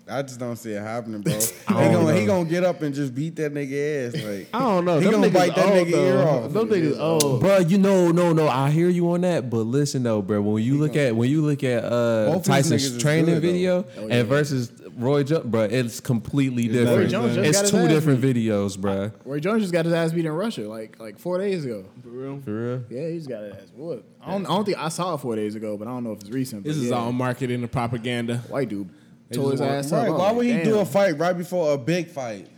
S4: I just don't see it happening, bro. he gonna he gonna get up and just beat that nigga ass. Like
S2: I don't know.
S4: He
S2: Them
S4: gonna
S2: niggas
S4: bite that
S2: old,
S4: nigga ear
S2: though.
S4: off.
S2: Them niggas old.
S1: Bro, you know, no, no, I hear you on that, but listen though, bro. When you look at when you look at uh,
S4: Both these niggas
S1: Tyson's
S4: is
S1: training
S4: good, though. Oh,
S1: video and versus Roy Jones, bro, it's completely different.
S4: Roy Jones
S3: just got
S1: it's
S3: his
S1: two
S3: ass
S1: different videos, bro.
S3: Roy Jones just got his ass beat in Russia like like four days ago.
S1: For real.
S3: Yeah, he just got his ass whooped. I don't, I don't think I saw it four days ago, but I don't know if it's recent. but
S2: This is
S3: yeah.
S2: all marketing and propaganda.
S3: white dude tore his
S2: just
S3: ass up.
S4: Right?
S3: I'm
S4: Why
S3: like,
S4: would he do
S3: damn.
S4: a fight right before a big fight?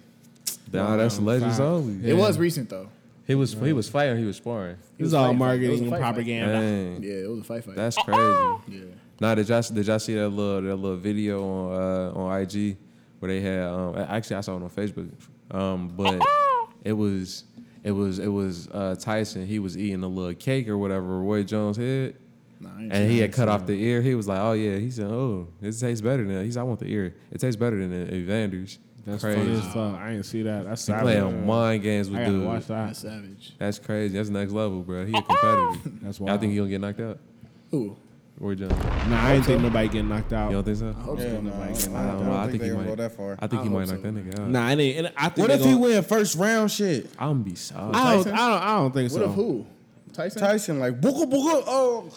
S1: Nah, that's legends
S2: five.
S1: only.
S3: It was recent though.
S1: He was he was fighting, he was sparring.
S2: This is
S3: a
S2: all
S3: fight fight. It was
S2: marketing
S3: a
S2: and
S3: fight fight.
S2: propaganda.
S1: Dang.
S3: Yeah, it was a fight fight.
S1: That's crazy.
S3: yeah.
S1: Nah, did y'all did y'all see that little that little video on uh, on IG where they had um, a- actually I saw it on Facebook, um, but it was it was it was uh, Tyson. He was eating a little cake or whatever Roy Jones had,
S3: Nah, I ain't
S1: and he had cut off the ear. He was like, "Oh yeah," he said, "Oh, this tastes better than." That. He said, "I want the ear. It tastes better than the Evander's." That's
S2: Funny
S1: crazy.
S2: as fuck. I ain't see that. That's
S1: He
S2: savage.
S1: playing mind games
S2: I
S1: with
S2: gotta watch
S1: dudes.
S3: seen it.
S2: that.
S3: savage.
S1: That's crazy. That's next level, bro. He a competitor.
S2: That's
S1: I
S2: wild.
S1: think he gonna get knocked out.
S3: Who?
S1: Roy Jones.
S2: Nah, I ain't think nobody getting knocked
S1: You
S2: out.
S1: don't think so?
S3: hope
S4: Yeah, no, I don't, I
S1: I
S4: don't
S1: don't know. I
S4: think
S1: think
S4: they
S1: he
S4: gonna
S1: might
S4: go that far.
S1: I think
S3: I
S1: he
S3: hope
S1: might knock
S3: so.
S1: that nigga out.
S2: Nah, I ain't. And I think
S4: What
S2: they
S4: if he
S2: gonna-
S4: win first round shit?
S1: I'm gonna be solid.
S2: I don't, I don't. I don't think
S3: What
S2: so.
S3: if who? Tyson.
S4: Tyson like booga booga oh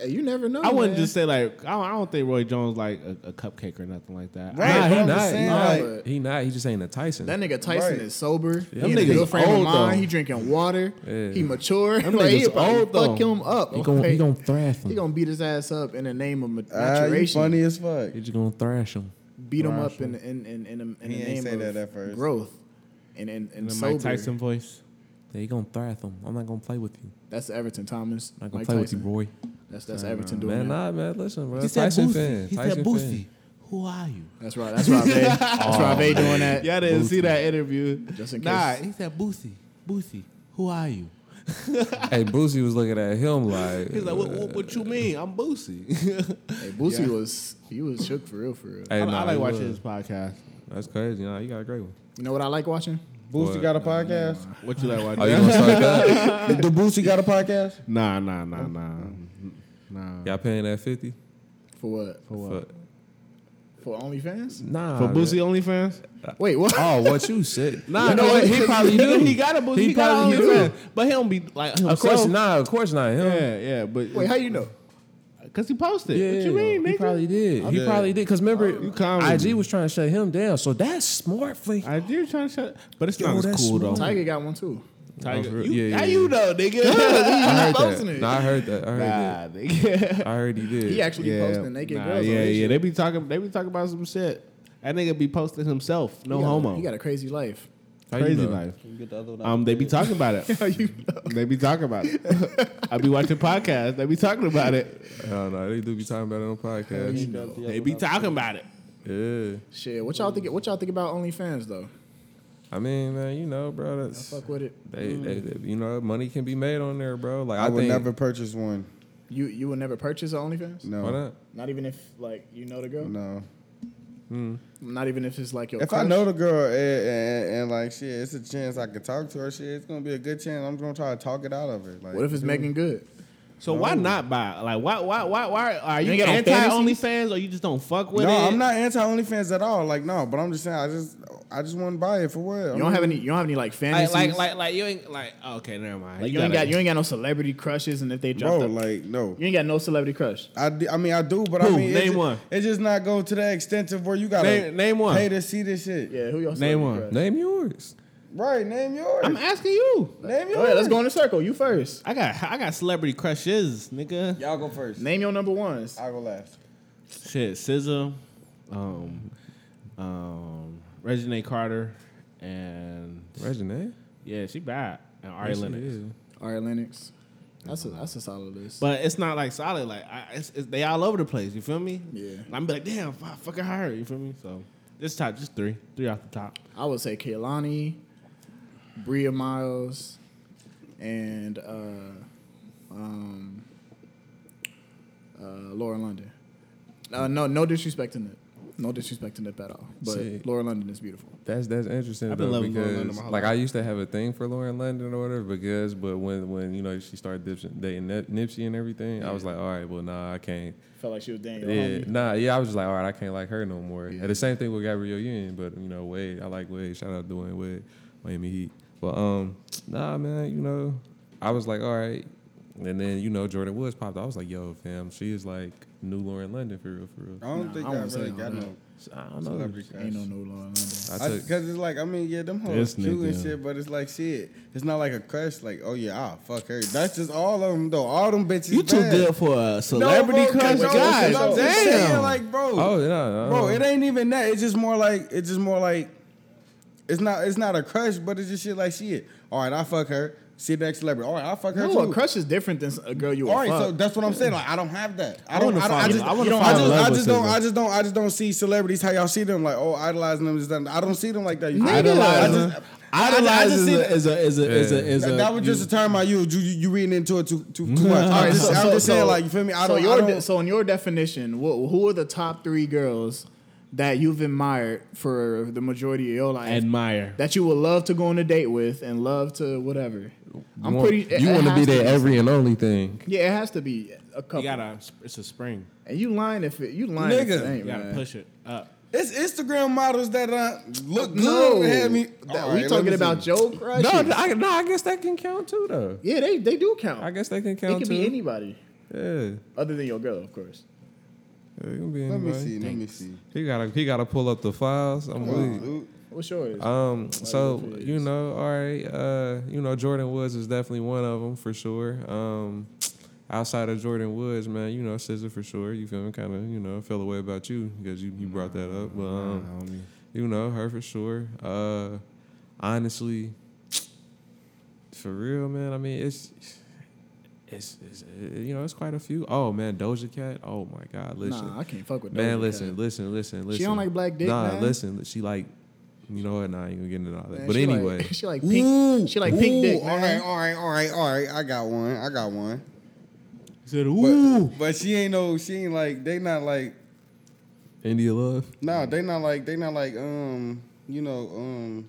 S3: Hey, you never know.
S2: I wouldn't
S3: man.
S2: just say like. I don't, I don't think Roy Jones like a, a cupcake or nothing like that.
S4: Right.
S1: nah,
S4: but
S1: he
S4: I'm
S1: not.
S4: just
S1: He,
S4: saying,
S1: not.
S3: like-
S1: he not. He just ain't a Tyson.
S3: That nigga Tyson
S4: Right.
S3: is sober.
S2: Them
S3: he in a
S2: niggas
S3: good frame
S2: old,
S3: of mind.
S2: though.
S3: He drinking water.
S1: Yeah.
S3: He mature.
S2: Them
S3: like, he
S2: niggas
S3: about to
S2: old,
S3: fuck
S2: though.
S3: him up.
S1: he gonna
S3: okay?
S1: he gonna thrash him.
S3: He
S1: He,
S3: gonna beat his ass up in the name of mat-
S4: ah, you
S3: maturation.
S4: funny as fuck.
S1: just gonna thrash him.
S3: beat him up in in in in, in, in
S4: He
S3: the
S4: ain't
S3: name
S4: say
S3: of
S4: that at first.
S3: growth. And and and
S2: The
S3: sober.
S2: Mike Tyson voice.
S1: Yeah, he gonna thrash him. I'm not gonna play with you.
S3: That's Everton Thomas.
S1: I'm not gonna
S3: Mike
S1: play
S3: Tyson.
S1: with you, Roy.
S3: That's that's Everton doing
S1: Man,
S3: that.
S1: nah, man. Listen, bro. Tyson fan. Tyson fan.
S2: Who are you?
S3: That's right. That's Rob. that's Rob. doing that.
S2: Yeah, I didn't see that interview.
S3: Just in
S2: Nah,
S3: case.
S2: he said Boosie. Boosie, who are you?
S1: hey, Boosie was looking at him like.
S2: He's like, what, what, what you mean? I'm Boosie.
S3: Hey, Boosie was he was shook for real, for real.
S1: Hey,
S2: I,
S1: nah,
S2: I like
S1: he
S2: watching
S1: was.
S2: his podcast.
S1: That's crazy. Nah, you got a great one.
S3: You know what I like watching?
S4: Boosie
S1: What?
S4: got a podcast.
S2: What you like
S1: Oh,
S2: watching?
S1: you gonna start that?
S4: the Boosie got a podcast.
S2: Nah, nah, nah, nah, nah.
S1: Y'all paying that fifty?
S3: For what?
S2: For what?
S1: For-
S3: For OnlyFans?
S1: Nah.
S2: For
S1: man.
S2: Boosie OnlyFans?
S3: Wait, what?
S1: Oh, what you said?
S2: Nah,
S1: you know
S2: nah,
S1: what? He probably do.
S2: he got a Boosie. He,
S1: He
S2: got
S1: probably
S2: an
S1: do.
S2: OnlyFans, but he don't be like himself.
S1: Of course not. Of course not. Him.
S2: Yeah, yeah, but
S3: Wait, how you know?
S2: cause he posted.
S1: Yeah,
S2: what you mean,
S1: He
S2: nigga?
S1: probably did. He
S4: did.
S1: probably did. Cause remember,
S2: you comedy.
S1: IG was trying to shut him down. So that's smart thing.
S2: I did try to shut, but it's
S1: Yo,
S2: not as
S1: that's
S2: cool though.
S1: smart.
S3: Tiger got one too.
S2: Tiger,
S1: real.
S2: you,
S1: Yeah,
S2: how
S1: yeah,
S2: you
S1: yeah.
S2: know, nigga?
S1: I heard
S3: posting it.
S1: that. Nah, I heard that. I heard that.
S2: nah, nigga.
S1: I heard he did.
S3: He actually posting naked
S2: nah,
S3: girls.
S2: Yeah,
S3: on his
S2: yeah.
S3: shit.
S2: They be talking. They be talking about some shit. That nigga be posting himself. No
S3: He got a-
S2: homo.
S3: He got a crazy life.
S1: How you
S2: Crazy
S1: know?
S2: life.
S4: Get the other one.
S2: Um, they be talking about it. They be talking about it. I be watching podcasts. They be talking about it.
S1: I don't know. They do be talking about it on podcasts.
S2: They be talking about it.
S1: Yeah.
S3: Shit, what y'all think? What y'all think about OnlyFans though?
S1: I mean, man, you know, bro. That's
S3: Fuck with it.
S1: they, they, they- you know, money can be made on there, bro. Like I,
S4: I, would
S1: think,
S4: never purchase one.
S3: You you would never purchase an OnlyFans?
S4: No,
S1: Why not?
S3: Not even if like you know the girl.
S4: no.
S3: Not even if it's like your.
S4: If I know the girl and, and, and like shit, it's a chance I could talk to her. Shit, it's gonna be a good chance. I'm gonna try to talk it out of her. Like,
S3: What if it's
S4: you know?
S3: making good?
S2: So why not buy? Like why why why why are you,
S3: ain't got no
S2: anti
S3: fantasies?
S2: OnlyFans or you just don't fuck with
S4: No,
S2: it?
S4: I'm not anti OnlyFans at all. Like no, but I'm just saying I just I just want to buy it for what?
S3: You don't have any. You don't have any like
S2: Like
S3: fantasies.
S2: like like, like you ain't like okay never mind.
S3: Like, you, ain't
S2: gotta-
S3: got you ain't got no celebrity crushes, and if they drop,
S4: bro.
S3: the,
S4: Like no,
S3: you ain't got no celebrity crush.
S4: I, d- I mean I do, but I
S2: Who?
S4: mean
S2: Name
S4: it's, ju-
S2: one.
S4: It's just not go to that extent of where you gotta
S2: Name- name one.
S4: pay to see this shit.
S3: Yeah, who your celebrity
S2: Name one.
S3: Crush?
S1: Name yours.
S4: Right, name yours.
S2: I'm asking you.
S4: name yours.
S3: Go ahead, Oh, let's go in a circle. You first.
S2: I got I got celebrity crushes, nigga.
S4: Y'all go first.
S3: Name your number ones.
S4: I'll go last.
S2: Shit, SZA, um, um, Regine Carter, and
S1: Regine.
S2: yeah, she bad. And Ari Lennox.
S3: All right, Lennox. That's a that's a solid list.
S2: But it's not like solid. Like I, it's, it's, they all over the place. You feel me?
S3: Yeah.
S2: And I'm be like, damn, fuck, fucking hire. You feel me? So this top, just three, three off the top.
S3: I would say Kehlani, Bria Miles, and uh, um, uh, Laura London. Uh, no, no disrespect in it. No disrespect to Nip at all, but
S1: See.
S3: Laura London is beautiful.
S1: That's that's interesting
S2: I've been
S1: though
S2: loving Lauren London
S1: because
S2: my whole
S1: like
S2: life.
S1: I used to have a thing for Lauren London or whatever because but when when you know she started dipsing, dating Nip- Nipsey and everything I was like all right well nah I can't
S3: Felt like she was Daniel.
S1: yeah nah yeah I was just like all right I can't like her no more and the same thing with Gabrielle Union but you know Wade I like Wade shout out to Dwayne Wade Miami Heat but um nah man you know I was like all right and then you know Jordan Woods popped up. I was like yo fam she is like new Lauren London for real for real
S4: I
S2: Oh,
S4: don't
S3: Nah,
S4: think
S3: I
S4: I,
S3: wouldn't say
S4: really
S3: all
S4: got
S3: that.
S4: no
S1: I don't know
S4: celebrity crush.
S3: Ain't no no Laura London.
S1: I took
S4: Because it's like, I mean, yeah, them
S2: This
S4: hoes cute and
S2: nigga.
S4: shit, but it's like, shit, it's not like a crush. Like, oh yeah, I'll fuck her. That's just all of them though. All them bitches.
S2: You too
S4: bad.
S2: good for a
S4: No,
S2: celebrity
S4: bro,
S2: crush,
S4: 'cause no, 'cause
S2: God
S4: I'm just saying,
S2: damn.
S4: Like, bro,
S1: oh no, no
S4: bro, it ain't even that. It's just more like, it's just more like, it's not, it's not a crush, but it's just shit like, shit. All right, I fuck her. See the next celebrity. All right, I fuck her
S3: No,
S4: too.
S3: a crush is different than a girl you
S4: All
S3: will
S4: right,
S3: fuck.
S4: so that's what I'm saying. Like, I don't have that. I
S2: I
S4: don't.
S2: wanna
S4: I, don't, I
S2: find-
S4: just.
S2: I
S4: I,
S2: wanna
S4: just,
S2: find love
S4: I
S2: with
S4: just don't.
S2: Sizzle.
S4: I just don't. I just don't see celebrities how y'all see them. Like, oh, idolizing them. Just, I don't see them like that.
S3: Nigga.
S4: I
S2: Idolizing,
S4: just- I just- I just
S2: idolizing
S4: see that-
S2: is a is a is a is a.
S4: That, that was just a term I used. You, you, you reading into it too too, too much.
S3: All
S4: I'm
S3: right,
S4: just,
S3: so-
S4: I'm
S3: so-
S4: just saying,
S3: so-
S4: like you feel me? I
S3: so
S4: don't.
S3: your
S4: I
S3: de-
S4: don't
S3: so in your definition, what, who are the top three girls that you've admired for the majority of your life?
S2: admire.
S3: that you would love to go on a date with and love to whatever. I'm
S1: want-
S3: pretty. it-
S1: You
S3: it
S1: want to
S3: has
S1: be their
S3: be.
S1: every and only thing.
S3: Yeah, it has to be a couple.
S2: You gotta. It's a spring.
S3: and you lying if it. You lying if
S4: Nigga.
S3: it ain't
S2: You gotta
S3: man.
S2: push it up.
S4: it's Instagram models that uh, look
S3: No,
S4: good. and Had me.
S3: That-
S4: All right,
S3: we
S4: let
S3: talking
S4: me
S3: about
S4: see.
S3: Joe Crush.
S1: No, no, I, no, I guess that can count too, though.
S3: yeah, they they do count.
S1: I guess that can
S3: it
S1: count
S3: can
S1: too.
S3: be anybody
S1: yeah,
S3: other than your girl, of course.
S1: Yeah, it can be
S4: Let
S1: anybody.
S4: me see. Let me see.
S1: He gotta, he gotta pull up the files. I'm
S4: Wow,
S1: with
S4: dude.
S3: What's yours?
S1: you. Um, so
S3: it is.
S1: you know, all right, uh, you know, Jordan Woods is definitely one of them for sure. Um, outside of Jordan Woods, man, you know, Scissor for sure. You feel me? Kind of, you know, feel away about you because you, you brought that up, but um, you know her for sure. Uh, honestly, for real, man. I mean, it's, it's, it's you know, it's quite a few. Oh man, Doja Cat. Oh my God, listen,
S3: nah, I can't fuck with
S1: man,
S3: Doja
S1: listen,
S3: Cat.
S1: listen, listen, listen.
S3: She don't like black dick,
S1: Nah,
S3: man.
S1: listen, she like, you know what? Nah, I ain't gonna get into all that.
S3: Man,
S1: but
S3: she like-
S1: anyway,
S3: she like pink. she like pink dick.
S4: All right,
S3: Man.
S4: all right, all right, all right. I got one. I got one.
S2: He said,
S4: But,
S2: "Ooh."
S4: but she ain't no. She ain't like. They not like.
S1: India love.
S4: No, they not like. They not like. Um, you know, um,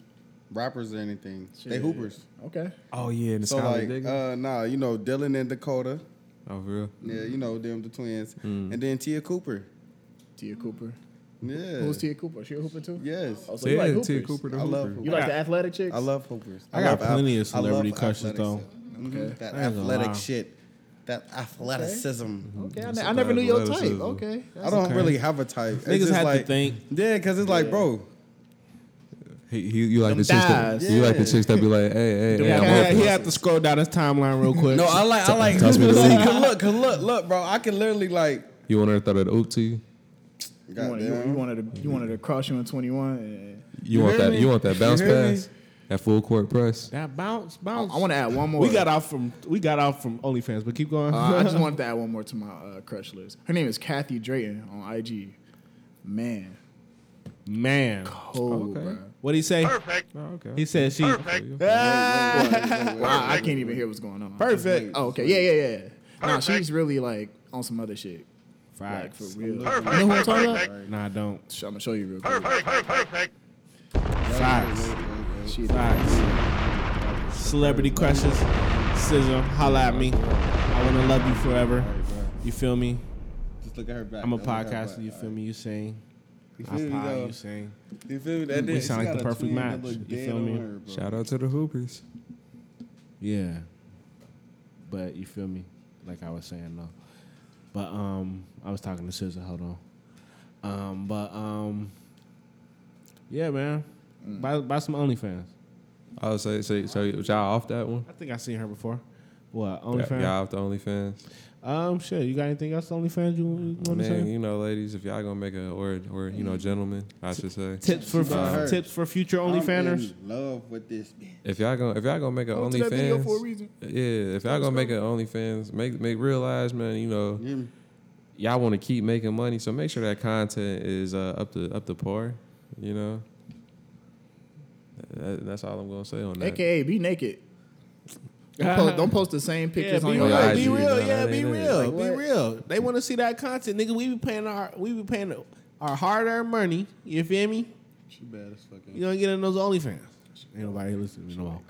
S4: rappers or anything. They
S3: Shit.
S4: hoopers.
S3: Okay.
S1: Oh yeah, and the
S4: So
S1: Skylar
S4: like,
S1: Diggins.
S4: uh, nah, you know, Dylan and Dakota.
S1: oh for real.
S4: Yeah, you know them, the twins,
S2: Mm.
S4: and then Tia Cooper.
S3: Tia Cooper.
S4: Yeah.
S3: Who's Tia Cooper? She a hooper too?
S4: Yes.
S3: Oh, so
S1: So
S3: you
S1: yeah,
S3: like
S1: Tia
S3: hoopers.
S1: Cooper. The
S4: I love
S1: hooper.
S4: Hooper.
S3: You like the athletic chicks?
S4: I love hoopers.
S2: I got
S4: love
S2: plenty
S4: ath-
S2: of celebrity crushes,
S4: athletics.
S2: though.
S4: Mhm. That
S2: I ain't gonna
S4: athletic
S2: lie. Mm-hmm.
S4: shit. That athleticism.
S3: Okay, I,
S1: That's
S3: ne-
S1: a
S3: I never
S1: bad
S3: knew your type.
S1: athleticism.
S3: Okay,
S4: I don't really have a type. It's
S2: Niggas
S4: just
S2: had to
S4: like,
S2: think.
S4: Yeah, because it's like, bro.
S1: He, he, you like
S3: Them
S1: the chicks that,
S3: thighs.
S1: you like the
S4: Yeah.
S1: chicks that be like, hey, hey,
S3: Them
S1: hey, I'm
S3: thighs.
S2: He had-
S1: open.
S2: He had to scroll down his timeline real quick.
S4: No, I like, I like.
S1: Toss me the
S4: See,
S1: league.
S4: 'cause look, 'cause look, look, bro. I can literally like.
S1: You want her to throw that oop to you?
S3: You wanted, you,
S4: goddamn.
S3: you wanted to you wanted to cross you in twenty one.
S1: You,
S4: You
S1: want
S4: hear
S1: that?
S4: me?
S1: You want that
S4: You
S1: bounce
S4: hear me?
S1: pass? That full court press?
S2: that bounce,
S3: I,
S2: bounce.
S3: want to add one more.
S2: we got off from we got off from OnlyFans, but keep going.
S3: Uh, I just wanted to add one more to my uh, crush list. Her name is Kathy Drayton on IG. Man,
S2: Man,
S3: cold,
S1: Okay.
S3: bro.
S2: what he say?
S1: Oh, okay.
S2: He said she.
S3: Wow, I can't even hear what's going on.
S2: Perfect.
S3: Oh, okay. Yeah, yeah, yeah. Nah, she's really like on some other shit. Like for
S2: Facts.
S3: real. You know who I'm talking about?
S2: Nah, I don't.
S3: Sh- I'm gonna show you real quick.
S2: Facts.
S3: She
S2: Facts. Celebrity crushes. Sizzle, holla at me. I wanna love you forever. You feel me?
S4: Just look at her back.
S2: I'm a
S4: Look at her
S2: podcaster.
S4: back.
S2: You feel me? You sing.
S4: You
S2: I
S4: feel me?
S2: pod.
S4: though?
S2: You sing.
S4: You feel me? That
S2: We
S4: dick-
S2: sound
S4: she
S2: like the
S4: got a
S2: perfect
S4: twin that
S2: match.
S4: look
S2: You
S4: dead
S2: feel
S4: on
S2: me?
S4: her, bro.
S1: Shout out to the hoopers.
S2: Yeah. But you feel me? Like I was saying though. But um I was talking to Scissor, hold on. Um but um Yeah man. Buy buy some OnlyFans.
S1: I would say, say, Oh, so y'all off that one?
S2: I think I seen her before. What,
S1: Y'all
S2: OnlyFans?
S1: y'all off the OnlyFans?
S2: Um shit, you got anything else OnlyFans you want to
S1: Man,
S2: say?
S1: you know, ladies, if y'all gonna make a or or you know, gentlemen, I should say.
S2: Tips for
S4: about her.
S2: tips for future
S4: I'm
S2: OnlyFans.
S4: in love with this bitch.
S1: If y'all gonna if y'all gonna make an
S3: Go to that video for a
S1: OnlyFans,
S3: reason.
S1: yeah. If y'all gonna make an OnlyFans, make make realize, man. You know,
S4: You hear me?
S1: y'all want to keep making money, so make sure that content is uh, up to up to par. You know, That- that's all I'm gonna say on that.
S3: AKA be naked. Don't post, don't post the same pictures on
S1: be
S3: your
S1: real.
S3: IG.
S1: Be real.
S2: yeah,
S1: Nah, that
S2: be
S1: ain't it.
S2: real,
S3: Like,
S2: be
S3: what?
S2: real. They want to see that content, nigga. We be paying our, we be paying our hard-earned money. You feel me?
S4: She bad as fucking.
S2: You gonna get in those OnlyFans. Ain't nobody listening to me no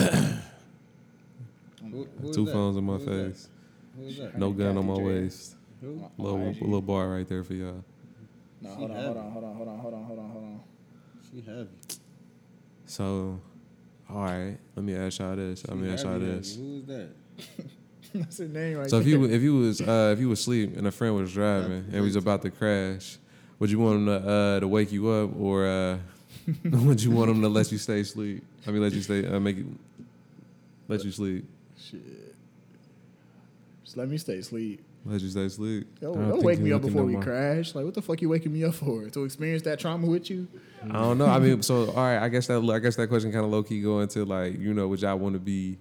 S2: more.
S4: Who- who
S1: Two
S4: is that?
S1: phones in my
S4: Who is
S1: face.
S4: that? Who is that?
S1: No gun on my
S3: Kathy J.
S1: waist.
S4: Who?
S1: Little
S3: IG.
S1: little bar right there for y'all.
S3: No,
S4: She
S3: hold on,
S4: heavy.
S3: hold on, hold on, hold on, hold on, hold on, hold on.
S4: She heavy.
S1: So, all right, let me ask y'all this. Let
S4: She
S1: me ask y'all
S4: heavy, heavy.
S1: this.
S4: Who is that?
S3: That's the name right
S1: So if
S3: there.
S1: you if you was uh, if you was asleep and a friend was driving and we was about to crash, would you want him to uh, to wake you up or uh, would you want him to let you stay asleep? I mean, let you stay uh, make you, let you sleep,
S3: Shit. Just let me stay asleep.
S1: let you stay asleep.
S3: Yo,
S1: I don't
S3: don't
S1: think
S3: wake
S1: he's
S3: me up
S1: looking
S3: before
S1: no
S3: we
S1: more.
S3: crash. Like, what the fuck you waking me up for? To experience that trauma with you?
S1: I don't know. I mean, so all right. I guess that I guess that question kind of low key go into like you know would y'all want to be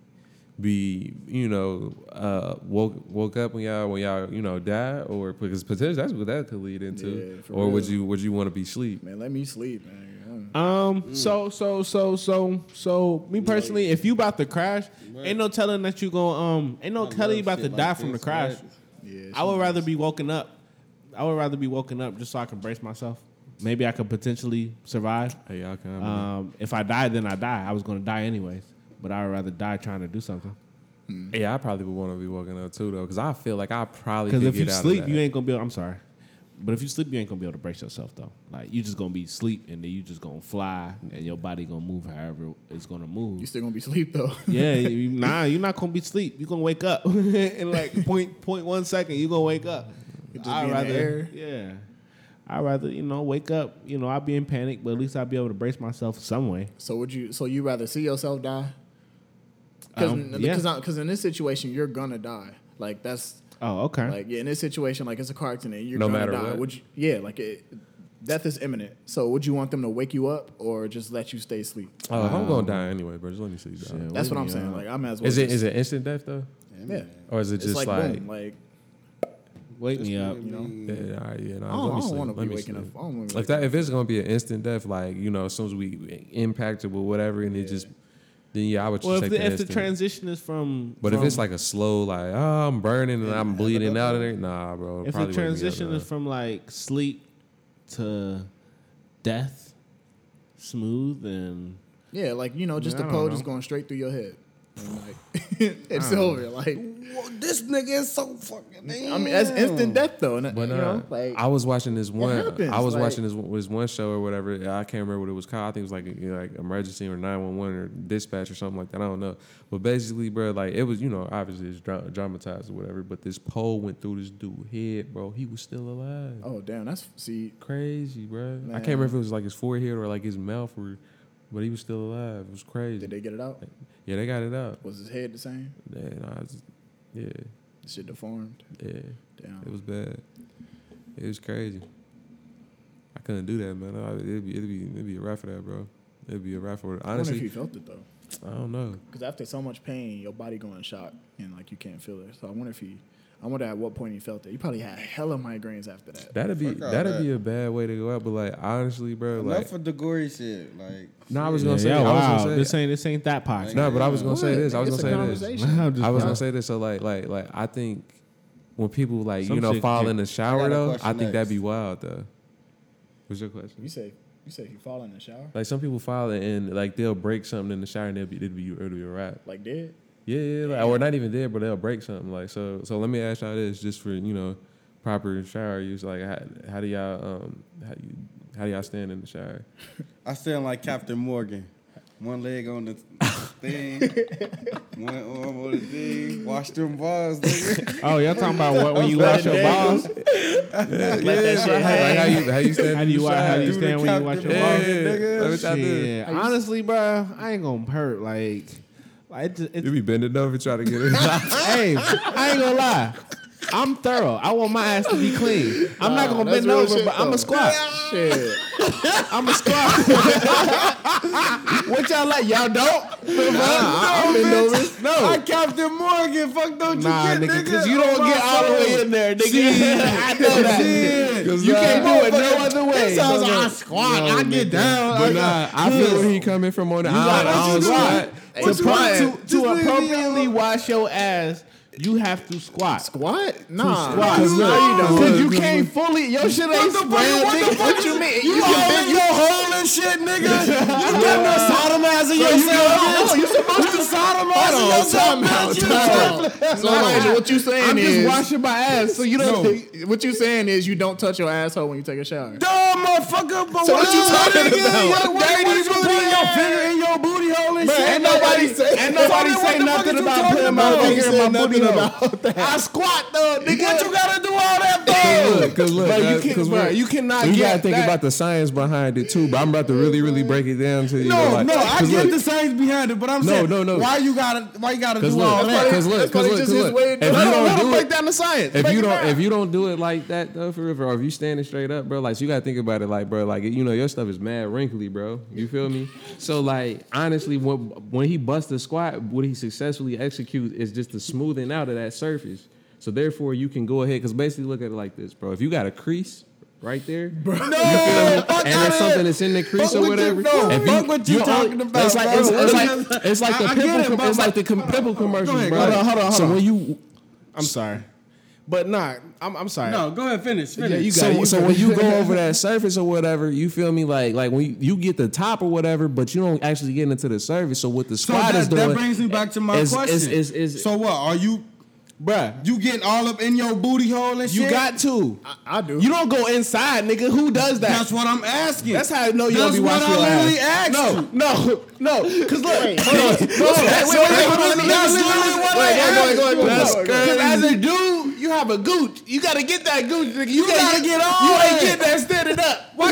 S1: be you know uh woke woke up when y'all when y'all you know die or because potentially that's what that could lead into
S3: Yeah, for
S1: or would
S3: real.
S1: you would you want to be sleep?
S3: Man, let me sleep, man. I don't-
S2: Um.
S1: Mm.
S2: So so so so so me personally, if you about to crash,
S4: Right.
S2: ain't no telling that you going um. Ain't no
S4: I
S2: telling you
S4: love
S2: about to
S4: shit
S2: die
S4: like
S2: from the
S4: this,
S2: crash.
S4: right?
S3: Yeah,
S2: I would rather be woken up. I would rather be woken up just so I can brace myself. Maybe I could potentially survive.
S1: Hey, y'all can.
S2: Um, if I die, then I die. I was gonna die anyways, but I would rather die trying to do something.
S1: yeah, I probably would want to be waking up too though because I feel like I probably
S2: Because
S1: could
S2: if
S1: get
S2: you
S1: out of
S2: sleep,
S1: that.
S2: you ain't gonna be. Able, I'm sorry, but if you sleep, you ain't gonna be able to brace yourself though. Like you just gonna be asleep, and then you just gonna fly, and your body gonna move however it's gonna move.
S3: You still gonna be asleep though.
S2: yeah, you, nah, you're not gonna be asleep. You're gonna wake up in like point point one second. You're gonna wake up.
S3: You'll just be in the air.
S2: yeah, I'd rather you know wake up. You know, I'd be in panic, but at least I'd be able to brace myself some way.
S3: So would you? So you rather see yourself die? Because
S2: Um, yeah.
S3: because in this situation you're gonna die. Like that's
S2: Oh, okay.
S3: like yeah, in this situation like it's a car accident. You're
S1: No
S3: gonna
S1: matter
S3: die.
S1: what?
S3: Would you? Yeah, like it, death is imminent. So would you want them to wake you up or just let you stay asleep?
S1: Oh, if I'm gonna die anyway, bro. Just let me sleep. dog.
S2: Shit,
S3: That's
S2: we
S3: what I'm
S2: be,
S3: saying.
S2: uh,
S3: Like I'm as well.
S1: Is it
S3: just-
S1: is it instant death though,
S3: Yeah.
S1: or is it
S3: It's,
S1: just
S3: like,
S1: like,
S3: boom, like
S2: wake me up.
S3: you know.
S1: yeah, all right, yeah, nah, let
S3: I
S1: me
S3: don't, I don't
S1: sleep,
S3: want to
S1: let
S3: be
S1: me
S3: waking up.
S1: sleep.
S3: I don't want to.
S1: Like that, if it's gonna be an instant death, like you know, as soon as we impacted with whatever, and it just then yeah, I would just
S2: Well, if
S1: take
S2: the,
S1: the
S2: if the
S1: instant.
S2: transition is from,
S1: but if
S2: from-
S1: it's like a slow, like oh, I'm burning and I'm bleeding
S4: Yeah.
S1: out of there, nah, bro.
S2: if the
S1: probably wake me up,
S2: transition
S1: nah.
S2: is from like sleep to death, smooth and
S3: Yeah, like you know, just
S2: I
S3: the
S2: don't
S3: pole
S2: know.
S3: just going straight through your head. And like it's over. Like
S4: Whoa, this nigga is so fucking.
S3: I mean, that's instant death though. And uh,
S1: But
S2: uh,
S3: you
S1: nah,
S3: know, like
S1: I was watching this one.
S3: happens,
S1: I was
S3: like-
S1: watching this one- this one show or whatever. I can't remember what it was called. I think it was like you know, like emergency or nine one one or dispatch or something like that. I don't know. But basically, bro, like it was you know obviously it's dra- dramatized or whatever. But this pole went through this dude head, bro. He was still alive.
S3: oh damn, that's see.
S1: Crazy, bro. I
S3: Man.
S1: can't remember if it was like his forehead or like his mouth, or, but he was still alive. It was crazy.
S3: Did they get it out?
S1: yeah, they got it out.
S3: Was his head the same?
S1: Yeah, nah, I was- yeah,
S3: Shit deformed.
S1: yeah. It
S3: Damn.
S1: was bad. It was crazy. I couldn't do that, man. I- It'd be, it'd be, it'd be a wrap for that, bro. It'd be a wrap for it.
S3: I wonder if
S1: Honestly,
S3: you felt it though,
S1: I don't know.
S3: because after so much pain, your body going shock and like you can't feel it. So I wonder if he, I wonder at what point he felt it. He probably had hella migraines after that.
S1: That'd be
S4: Fuck all
S1: that'd
S4: that.
S1: be a bad way to go out. But like, honestly, bro,
S4: Enough
S1: like,
S4: of the gory shit. Like,
S1: no, I was
S2: yeah,
S1: gonna say,
S2: yeah,
S1: I was
S2: wow,
S1: gonna
S2: this
S1: say,
S2: ain't this ain't that podcast.
S1: no, but I was gonna say
S3: What?
S1: this. I was
S3: It's
S1: gonna
S3: a
S1: say this.
S3: conversation.
S1: I was gonna say this. So like, like, like, I think when people like
S2: Some
S1: you know
S2: shit
S1: fall
S2: can't-
S1: in the
S4: I got
S1: shower
S4: a
S1: though, I
S4: question
S1: think that'd
S4: next.
S1: be wild though. What's your question?
S3: You say, you say if you fall in the shower,
S1: Like some people fall and like they'll break something in the shower and they'll be it'll be it'll be a wrap.
S3: like dead.
S1: Yeah, yeah, like, or not even dead, but they'll break something. Like so, so let me ask y'all this, just for you know proper shower use. Like how, how do y'all um how you how do y'all stand in the shower?
S4: I sound like Captain Morgan. One leg on the thing, one arm on the thing. Wash them balls, nigga.
S2: Oh, y'all talking about what, when you wash your balls?
S3: Let that shit
S1: Like how
S3: hang.
S1: you how you stand?
S2: How
S1: in
S2: do you
S1: the
S2: wash? How do
S1: shower?
S2: you
S4: Do the
S2: stand when you wash
S4: Captain
S2: your balls?
S1: Yeah, let me try to do it.
S2: Shit. Honestly, bro, I ain't gonna hurt. Like, like it's, it's
S1: You be bending over trying to get it.
S2: hey, I ain't gonna lie. I'm thorough. I want my ass to be clean. I'm not gonna bend
S3: That's real
S2: over,
S3: shit,
S2: but I'm
S3: though.
S2: a squat.
S3: Shit.
S2: I'm a squat. what y'all like? Y'all don't?
S3: I'm bend over.
S2: No.
S4: I'm Captain Morgan. Fuck, don't
S2: Nah,
S4: you get,
S2: nigga,
S4: nigga?
S2: because you don't
S4: Oh,
S2: get
S4: my
S2: all the way
S4: phone.
S2: in there, nigga. I know that. You can't do it no other way.
S4: sounds
S2: No, no.
S4: like I squat,
S2: No,
S4: I get
S2: nigga.
S4: down,
S2: But
S4: I
S2: nah,
S4: got-
S2: I
S1: I feel where
S2: feel
S1: he coming from on the
S2: you
S1: I
S2: got
S1: don't- I
S2: what
S1: don't
S2: you
S1: squat.
S2: doing.
S4: What
S2: To,
S4: you
S2: pro-
S4: doing?
S2: to,
S4: Just leave
S2: to
S4: me
S2: appropriately
S4: alone.
S2: wash your ass You have to squat.
S3: Squat? Nah.
S2: squat.
S3: No, you don't.
S2: Cause you can't fully. Your shit ain't square, nigga.
S3: What you mean? You, can
S4: all in
S3: bend-
S4: your hole and shit, nigga. You damn near sodomizing yourself, bitch. You sodomizing yourself,
S3: Time out,
S4: bitch. You
S3: time out. So, Elijah, what you saying
S2: I'm just
S3: is
S2: washing my ass, so you don't.
S1: No.
S3: what you saying is you don't touch your asshole when you take a shower.
S4: dumb Oh, motherfucker. But
S3: So
S4: what
S3: what you talking
S4: nigga?
S3: about?
S4: Yo, what
S3: Dirty
S4: what you
S3: booty
S4: putting your
S3: ass.
S4: finger in your booty hole and shit?
S2: Ain't nobody say. Ain't nobody
S4: So then what
S2: say nothing
S4: the fuck is you
S2: about
S4: talking
S2: putting my
S4: about?
S2: finger
S4: You
S2: in my
S4: said
S2: booty
S4: nothing
S2: hole.
S4: about
S2: I squat though,
S4: What you
S2: nigga.
S4: gotta do all that for?
S1: Look, 'cause look,
S2: Bro, you
S1: that-
S2: can't-
S1: 'cause
S2: bro,
S1: look,
S2: you cannot
S1: We gotta
S2: get
S1: think
S2: that.
S1: about the science behind it too, but I'm about to really, really break it down to you.
S4: No,
S1: though, like-
S4: no, I
S1: 'cause
S4: get
S1: look,
S4: the science behind it, but I'm
S1: No,
S4: saying,
S1: no, no.
S4: why you gotta, why you gotta do
S1: Cause
S4: all
S1: look,
S4: that?
S1: cause look, cause look,
S3: why they
S1: cause
S3: just his
S1: look.
S3: way of
S1: If you
S3: doing it.
S1: don't do
S2: break
S1: it,
S2: down the science.
S1: if
S2: Break
S1: you
S2: it
S1: don't,
S2: down.
S1: if you don't do it like that though, for real, for real, or if you standing straight up, bro, like so you gotta think about it, like, bro, like you know your stuff is mad wrinkly, bro. You feel me? So like, honestly, when when he busts the squat, what he successfully executes is just the smoothing out of that surface. So therefore, you can go ahead, because basically, look at it like this, bro. If you got a crease right there, bro.
S4: No, fuck
S1: and
S4: outta
S1: there's something
S4: here.
S1: that's in the crease
S4: Fuck
S1: or
S4: what you-
S1: whatever.
S4: no,
S1: if
S4: fuck what you talking
S1: only-
S4: about,
S1: It's like
S4: bro.
S1: it's, it's
S4: What
S1: like
S4: you-
S1: it's like the
S4: I- I get
S1: pimple
S4: it,
S1: com-
S4: but
S1: it's
S4: like-
S1: like the com- pimple commercials,
S4: ahead,
S1: bro.
S4: go ahead,
S2: hold on, hold
S1: So
S2: on.
S1: when you
S2: I'm sorry, but nah, I'm I'm sorry.
S4: No, go ahead, finish, finish.
S2: you got-
S1: so, so
S2: got-
S1: when you go over that surface or whatever, you feel me? Like like when you, you get the top or whatever, but you don't actually get into the surface. So what the
S4: so
S1: squad
S4: that,
S1: is doing?
S4: that brings me back to my
S1: is- is-
S4: question.
S1: is- is-
S4: so what are you?
S2: bruh.
S4: You getting all up in your booty hole and
S2: You
S4: shit?
S2: got to.
S3: I do.
S2: You don't go inside, nigga. Who does that?
S4: That's what I'm asking.
S2: That's how I know you don't
S4: That's
S2: be watching
S4: what
S2: your
S4: I
S2: ass.
S4: literally asked
S2: no,
S4: you.
S2: no, no. Cause look,
S3: Wait,
S2: no, no, that's- wait, wait, wait, wait,
S4: That's
S2: wait,
S4: literally
S2: wait,
S4: what
S2: wait,
S4: I
S2: wait,
S4: asked
S2: wait,
S4: you.
S2: wait, wait,
S4: That's
S2: wait. Cause as a dude, you have a gooch. You gotta get that gooch, nigga. You,
S4: gotta
S2: ain't-
S4: get all
S2: You ain't
S4: that.
S2: get that standing up.
S4: Why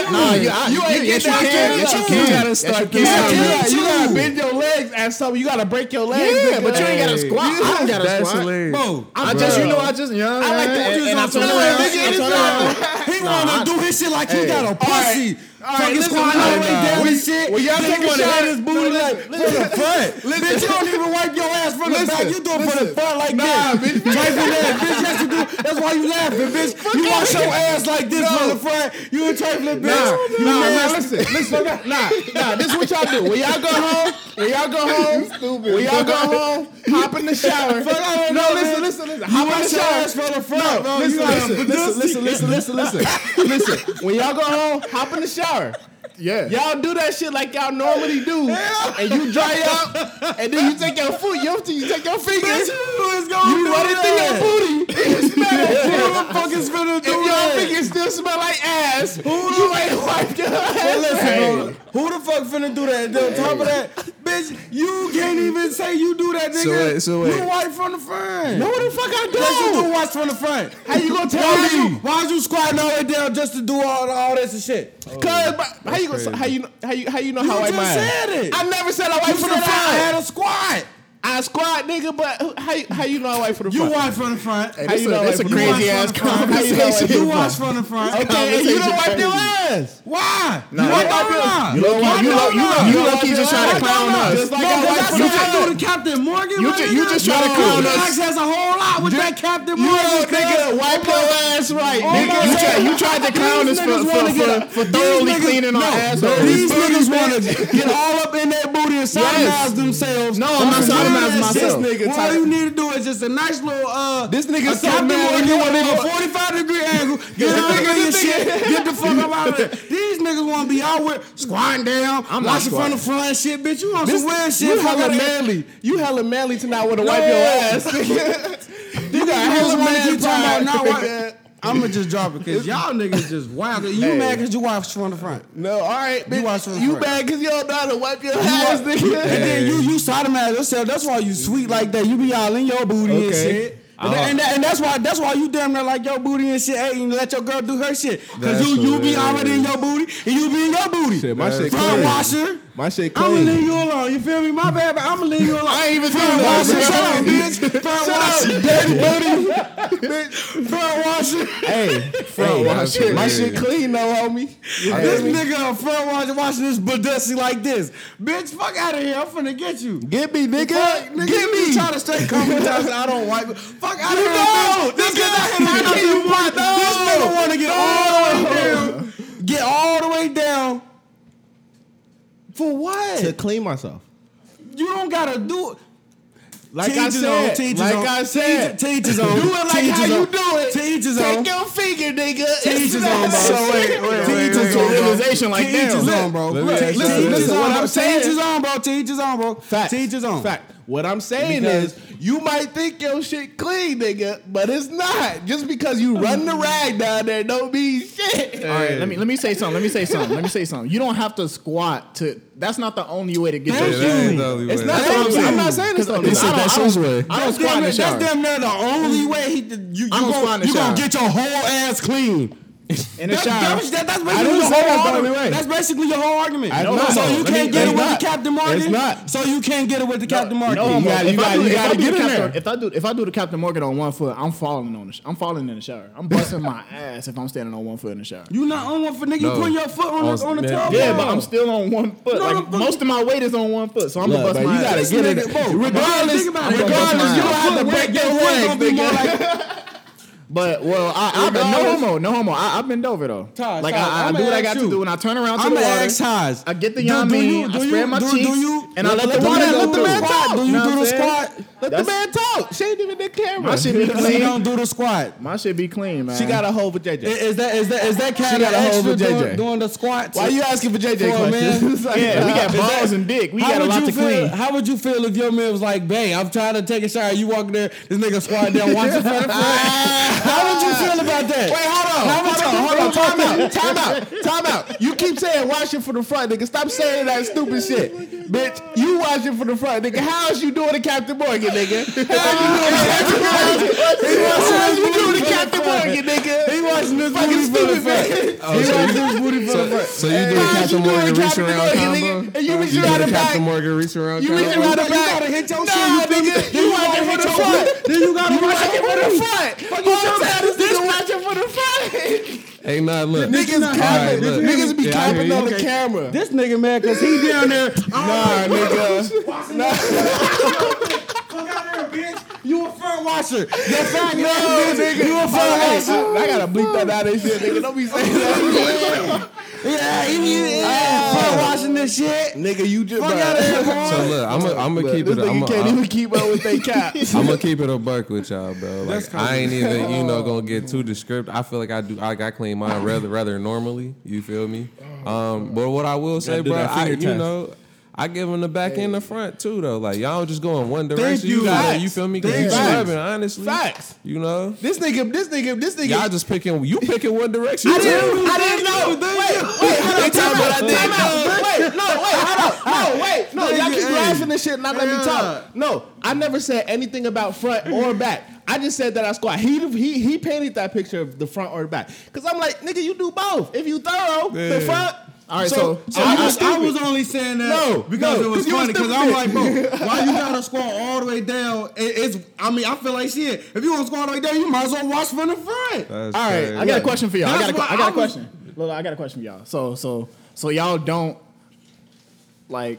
S4: you?
S3: Nah, you, I,
S2: You ain't
S3: yes,
S2: getting that
S3: you can.
S2: kid
S3: Yes, you
S2: up.
S3: can.
S2: You
S1: gotta
S3: Yes,
S1: start
S3: you
S2: You
S3: can.
S2: gotta,
S4: Yeah,
S2: you, gotta, you
S4: you.
S2: gotta bend your legs at something. You gotta break your legs.
S3: Yeah,
S2: nigga.
S3: but you ain't got to
S2: Hey.
S3: squat. I don't got to
S1: That's
S3: squat.
S1: hilarious.
S4: Bro,
S3: I just, you know, I just, yeah, I
S2: like to-
S3: and, and I
S4: Just
S3: turn
S4: don't
S3: around.
S4: tell him,
S3: I
S4: nigga,
S3: turn around.
S4: anytime. He wanna do his shit like he got a pussy.
S2: right,
S4: Fucking
S2: listen,
S4: squatting all the way
S2: nah,
S4: down
S2: we-
S4: and shit.
S2: well, y'all niggas
S4: Take a shot
S2: wanna-
S4: at his
S2: no,
S4: booty like from the front. Bitch, you don't even wipe your ass from the back. You do it from the front like this. Wipe your ass, bitch. That's you do. That's why you laughing, bitch. You wash your ass like this from the front. You a trifling bitch. You
S2: nah, nah,
S4: nasty.
S2: listen, listen, nah, nah. This is what y'all do. When y'all go home, when y'all go home, when y'all go home, hop in the shower.
S4: Fuck, I don't
S2: no,
S4: know,
S2: listen,
S4: man.
S2: listen, listen.
S4: You
S2: Hop in the
S4: wash your
S2: shower.
S4: ass from the front, bro. You
S2: listen,
S4: got a
S2: listen, listen, listen, listen, listen, listen, listen. When y'all go home, hop in the shower.
S3: Yeah.
S2: Y'all do that shit like y'all normally do, and you dry out, and then you take your foot, you, you take your fingers, you
S4: You
S2: run it through your
S4: booty.
S2: booty. It smells.
S4: Motherfuckers finna do
S2: If y'all
S4: that.
S2: fingers still smell like ass, you ain't wiped your
S4: Hey,
S2: ass.
S4: listen,
S2: Hey.
S4: bro, who the fuck finna do that? And then on top of that, bitch, you can't even say you do that, nigga.
S1: So wait, so wait.
S4: You white from the front.
S2: No, what the fuck I do?
S4: Yes, you do watch from the front.
S2: How you gonna tell
S4: Why you,
S2: me?
S4: why is you squatting all the way down just to do all, all this and shit?
S2: Cause but how you gonna, how you how you how you know how
S4: Oh, You
S2: I
S4: just
S2: mine?
S4: said it.
S2: I never said I wipe
S4: You
S2: for
S4: said
S2: the front.
S4: I
S2: I,
S4: had a squat.
S2: squat, nigga, but who- how you- how you know I wipe for the
S4: You
S2: front?
S4: white from the front.
S2: How
S3: That's
S2: you
S3: a-
S2: know I
S3: that's
S2: wipe
S3: a
S2: for the front?
S3: crazy ass
S4: How you
S2: know I
S3: conversation.
S2: wipe
S4: You watch from the front.
S2: Okay, and you don't wipe your
S3: Conversation
S2: ass.
S4: Why?
S3: Nah,
S4: you
S3: you-
S4: don't know why.
S3: You low key, you low, you low, you low key just trying to clown us.
S2: Just like I
S4: no, that's
S2: wipe for
S4: what
S2: the
S4: I
S2: front.
S4: do to Captain Morgan.
S3: You
S4: my
S3: ju- you
S4: nigga.
S3: just try to
S4: No,
S3: clown
S4: you
S3: us.
S4: access a whole lot with
S2: You-
S4: that Captain
S2: You
S4: Morgan.
S2: know,
S4: cuz.
S2: nigga, wipe your ass right,
S4: Oh
S2: nigga.
S4: my
S3: You
S4: God.
S3: tried, you tried to clown us
S4: These
S3: for,
S4: niggas wanna
S3: for,
S4: get-
S3: for, for
S4: these
S3: thoroughly
S4: niggas-
S3: cleaning
S4: no,
S3: our assholes.
S4: These niggas want to get all up in that booty and
S3: Yes.
S4: sodomize themselves.
S3: No, I'm
S4: That's
S3: not
S4: weird
S3: sodomizing
S4: as shit.
S3: myself.
S4: Nigga,
S2: type-
S4: all you need to do is just a nice little uh.
S2: This nigga
S4: a
S2: so
S4: Captain
S2: mad
S4: Morgan,
S2: he
S4: you
S2: wanna
S4: want
S2: go-
S4: a 45 degree angle. Get
S2: This
S4: out of
S2: nigga-
S4: your
S2: this
S4: shit.
S2: nigga-
S4: Get the fuck up out of there. These niggas want to be out with squatting down,
S3: I'm not
S4: watching from the front, shit, bitch. You on some weird shit?
S2: You
S4: Fuck
S2: hella
S4: outta here.
S2: manly. You hella manly to not want to wipe your ass. you got
S4: Hella
S2: hella
S4: man
S2: manly
S4: keep talking about
S2: pride.
S4: not wa- I'ma just drop it because y'all niggas just wild. You mad because you watch from the front.
S2: No, all right, bitch. You,
S4: watch from the front.
S2: bad because you don't know how to wipe your
S4: You
S2: ass,
S4: are-
S2: nigga.
S4: And then you you sodomize yourself. That's why you sweet like that. You be all in your booty and
S1: Okay.
S4: shit. And, that- and that- and that's why that's why you damn near like your booty and shit. Hey, and let your girl do her shit. Cause
S1: That's
S4: you you be
S1: hilarious.
S4: already in your booty and you be in your booty.
S2: Shit, my shit
S4: Front
S2: clean.
S4: washer.
S2: My shit
S4: I'ma
S2: clean.
S4: leave you alone. You feel me? My bad, but I'ma leave you alone. I ain't even front
S2: doing
S4: washer.
S2: nothing.
S4: Shut up, bitch. Front washer. Dirty booty. Bitch, Front washer.
S2: Hey,
S1: Hey, that's
S2: shit, my
S1: hilarious.
S2: shit clean though, homie.
S4: This nigga up front watching, watching this Badussi like this. Bitch, fuck out of here. I'm finna get you.
S2: Get me, nigga.
S4: Fuck, nigga,
S2: Get
S4: you
S2: me.
S4: Trying to stay comfortable. I don't wipe. Fuck out
S2: You
S4: of here.
S2: know,
S4: bitch. This
S2: nigga, I
S4: nigga not
S2: can't
S4: you want.
S2: wipe.
S4: This
S2: No,
S4: nigga want to get all the way down. Get all the way down. For what?
S2: clean myself.
S4: You don't gotta do it.
S2: Like
S6: Teach
S2: I
S6: his
S2: said,
S6: own, teach his
S2: like
S6: own.
S2: I said,
S6: Teach- teach his own,
S2: Do it like
S6: teach
S2: how
S6: his
S2: you
S6: own,
S2: do it.
S6: teach his own.
S2: Take your finger, nigga.
S6: Teach
S2: It's
S6: his
S2: not-
S6: own, bro.
S3: So wait, wait, wait,
S6: Teach
S3: wait,
S6: his own,
S3: wait.
S6: bro.
S3: Realization like,
S6: Teach
S3: damn.
S6: his own, bro.
S1: Let me
S6: Look,
S1: ask you
S6: Listen,
S1: this.
S6: listen.
S2: What
S6: What
S2: I'm
S6: I'm saying. Teach
S2: saying.
S6: his own, bro. Teach his own, bro.
S2: Fact.
S6: Teach his own.
S2: Fact. What I'm saying
S6: Because-
S2: is, you might think your shit clean, nigga, but it's not. Just because you run the rag down there don't mean shit.
S3: All right, let me let me say something. Let me say something. Let me say something. You don't have to squat to. That's not the only way to get
S1: Yeah,
S3: your
S1: that
S3: shit.
S1: ain't the only
S2: It's
S1: way.
S2: not-
S6: That's what I'm saying. I'm not saying
S3: Because
S6: this.
S3: I
S6: though.
S3: don't, I don't, I don't,
S6: That's
S3: squat
S6: damn
S3: in
S6: near-
S3: the shower.
S6: that's damn near the only way he did. You,
S3: I'm
S6: you
S3: squatting in the
S6: you
S3: shower.
S6: gonna get your whole ass clean.
S3: in the
S6: That-
S3: shower.
S6: That's, that- that's
S2: I
S6: basically
S2: didn't
S6: your
S2: say that's
S6: whole
S2: the only way.
S6: argument. That's basically your whole argument.
S2: I- no,
S6: so
S2: no,
S6: you
S2: let me-
S6: can't get
S2: it's
S6: it with
S2: not.
S6: the Captain Morgan.
S2: It's not.
S6: So you can't get it with the Captain Morgan.
S3: No,
S2: You
S3: homo.
S2: gotta- you
S3: If I
S2: gotta-
S3: do-
S2: you
S3: if
S2: gotta
S3: I do
S2: get
S3: the
S2: in
S3: Captain-
S2: there.
S3: If I do if I do the Captain Morgan on one foot, I'm falling on the sh- I'm falling in the shower. I'm busting my ass if I'm standing on one foot in the shower.
S6: You not on one for nigga.
S1: No.
S6: You put your foot on the
S1: Oh,
S6: on the
S1: man.
S6: tub.
S3: Yeah,
S1: Yeah.
S3: but I'm still on one foot.
S6: No, no,
S3: Like
S6: but-
S3: most of my weight is on one foot, so I'm
S2: Look,
S3: gonna bust
S2: bro,
S3: my
S2: you gotta
S3: ass.
S2: get in
S6: Nigga, bro,
S2: there. Regardless,
S6: think about it.
S2: regardless, you don't have to
S6: Your
S2: break
S6: foot
S2: your
S6: weight
S2: legs,
S6: gonna be more
S2: nigga.
S6: like-
S3: But well, I, I, but no
S6: Regardless-
S3: homo, no homo. I, I've been over though.
S6: Taj,
S3: like
S6: Taj,
S3: I, I
S6: I'ma
S3: do what I
S6: ask
S3: got to
S6: you.
S3: do, and I turn around to
S6: I'm
S3: the
S6: an
S3: water.
S6: ass size.
S3: I get the yummy, I spread my
S6: do,
S3: cheeks,
S6: do you,
S3: and I let the
S6: do
S3: water
S6: you
S3: let
S6: do
S3: the
S6: the
S3: man
S6: squat?
S3: talk.
S6: Do you
S3: Know what
S6: do the
S3: I'm saying?
S6: squat?
S2: Let the
S3: That's-
S2: man talk. She ain't even the camera.
S3: My shit be
S6: She
S3: clean.
S6: don't do the squat.
S3: My shit be clean, man.
S2: She got a hold with JJ.
S6: I- Is that is that is that kind of
S2: got a hold
S6: extra
S2: of JJ.
S6: doing, doing the squats?
S2: Why you asking for JJ
S6: For a man.
S2: questions? Like,
S3: yeah, we got
S6: Is that-
S3: balls and dick. We
S6: How
S3: got a
S6: would
S3: lot
S6: you
S3: to
S6: feel,
S3: clean.
S6: How would you feel if your man was like, "Babe, I'm trying to take a shower. You walk in there, this nigga squat down, watch it for the front." How would you feel about that?
S2: Wait, hold on.
S6: How would you
S2: hold
S6: feel
S2: on,
S6: about
S2: hold on. Time out. Time out. Time out. You keep saying washing for the front, nigga. Stop saying that stupid shit. Bitch, you washing for the front, nigga. How is you doing to Captain Morgan, nigga? How you doing to Captain Morgan? How you doing to Captain Morgan, nigga?
S6: He watching this
S2: Fucking
S6: booty for the
S2: stupid,
S6: front.
S2: man.
S1: Oh, so you- so, so you do
S2: How
S1: a
S2: you
S1: Captain
S2: doing
S1: Morgan reach
S2: Captain
S1: around
S2: Morgan,
S1: combo?
S2: nigga? And you reach
S1: do
S2: around
S1: a
S2: the
S1: Captain
S2: back.
S1: Morgan reach around
S2: You
S1: combo?
S2: reach around the
S6: You
S2: back.
S6: gotta hit your
S2: nah,
S6: shit. You feel me?
S2: nigga. You watching for the front.
S6: Then you gotta watch
S2: Watching
S6: it
S2: for the front. Whole time this
S6: This
S2: nigga watching for the front.
S1: Hey, nah, look.
S2: Niggas
S1: All
S2: capping.
S1: right, look.
S2: niggas be
S1: Yeah, I hear
S2: capping
S1: you.
S2: on the
S1: Okay.
S2: camera.
S6: This nigga man, cause he down there.
S2: nah, nigga.
S7: Fuck out there, bitch.
S6: You a front watcher. Your front
S2: No, nigga.
S6: You a front
S2: Hey,
S6: watcher.
S2: I, I gotta bleep that out of shit, nigga. Don't be saying that.
S6: Yeah, you front watching this shit.
S2: nigga, you just
S6: Fuck outta here, boy.
S1: So look, I'm gonna I'm
S2: Look,
S1: keep
S2: this
S1: it.
S2: nigga
S1: I'm
S2: can't
S1: gonna
S2: even keep up with they cap.
S1: I'm gonna keep it a buck with y'all, bro. Like I ain't even, you know, gonna get too descriptive. I feel like I do. I got clean mine rather rather normally. You feel me?
S3: Oh,
S1: Um, but what I will say,
S2: do
S1: bro,
S2: that
S1: I,
S2: finger
S1: you
S2: test.
S1: know. I give them the back and the front too, though. Like y'all just go in one direction.
S6: you.
S1: gotta,
S6: Facts.
S1: you feel me? 'Cause
S6: Thank
S1: you
S6: you.
S1: scrubbing, honestly.
S2: Facts.
S1: You know,
S2: This nigga, this nigga, this nigga.
S1: y'all just picking. You picking one direction.
S2: I
S1: too.
S2: didn't, I didn't know. Wait, wait, hold on. Time out. Time out. Wait, no, wait, hold on. No, wait. No, y'all keep laughing and shit and not let me talk. No, I never said anything about front or back. I just said that I squat. He he he painted that picture of the front or the back. Cause I'm like, nigga, you do both. If you thorough, the front.
S3: All right, so-
S2: so
S6: I,
S2: you
S6: was, I
S2: stupid.
S6: was only saying that
S2: No,
S6: because
S2: no,
S6: it
S2: 'cause
S6: was
S2: you was
S6: funny. Because I'm like, bro, why you gotta squat all the way down? It, it's, I mean, I feel like shit. If you want to squat all the way down, you might as well watch from the front.
S1: That's
S3: All right,
S1: crazy.
S3: I got a question for y'all. I got
S6: That's
S3: a,
S6: why
S3: I got
S6: I
S3: a
S6: was-
S3: question. Lola, I got a question for y'all. So, so, so y'all don't like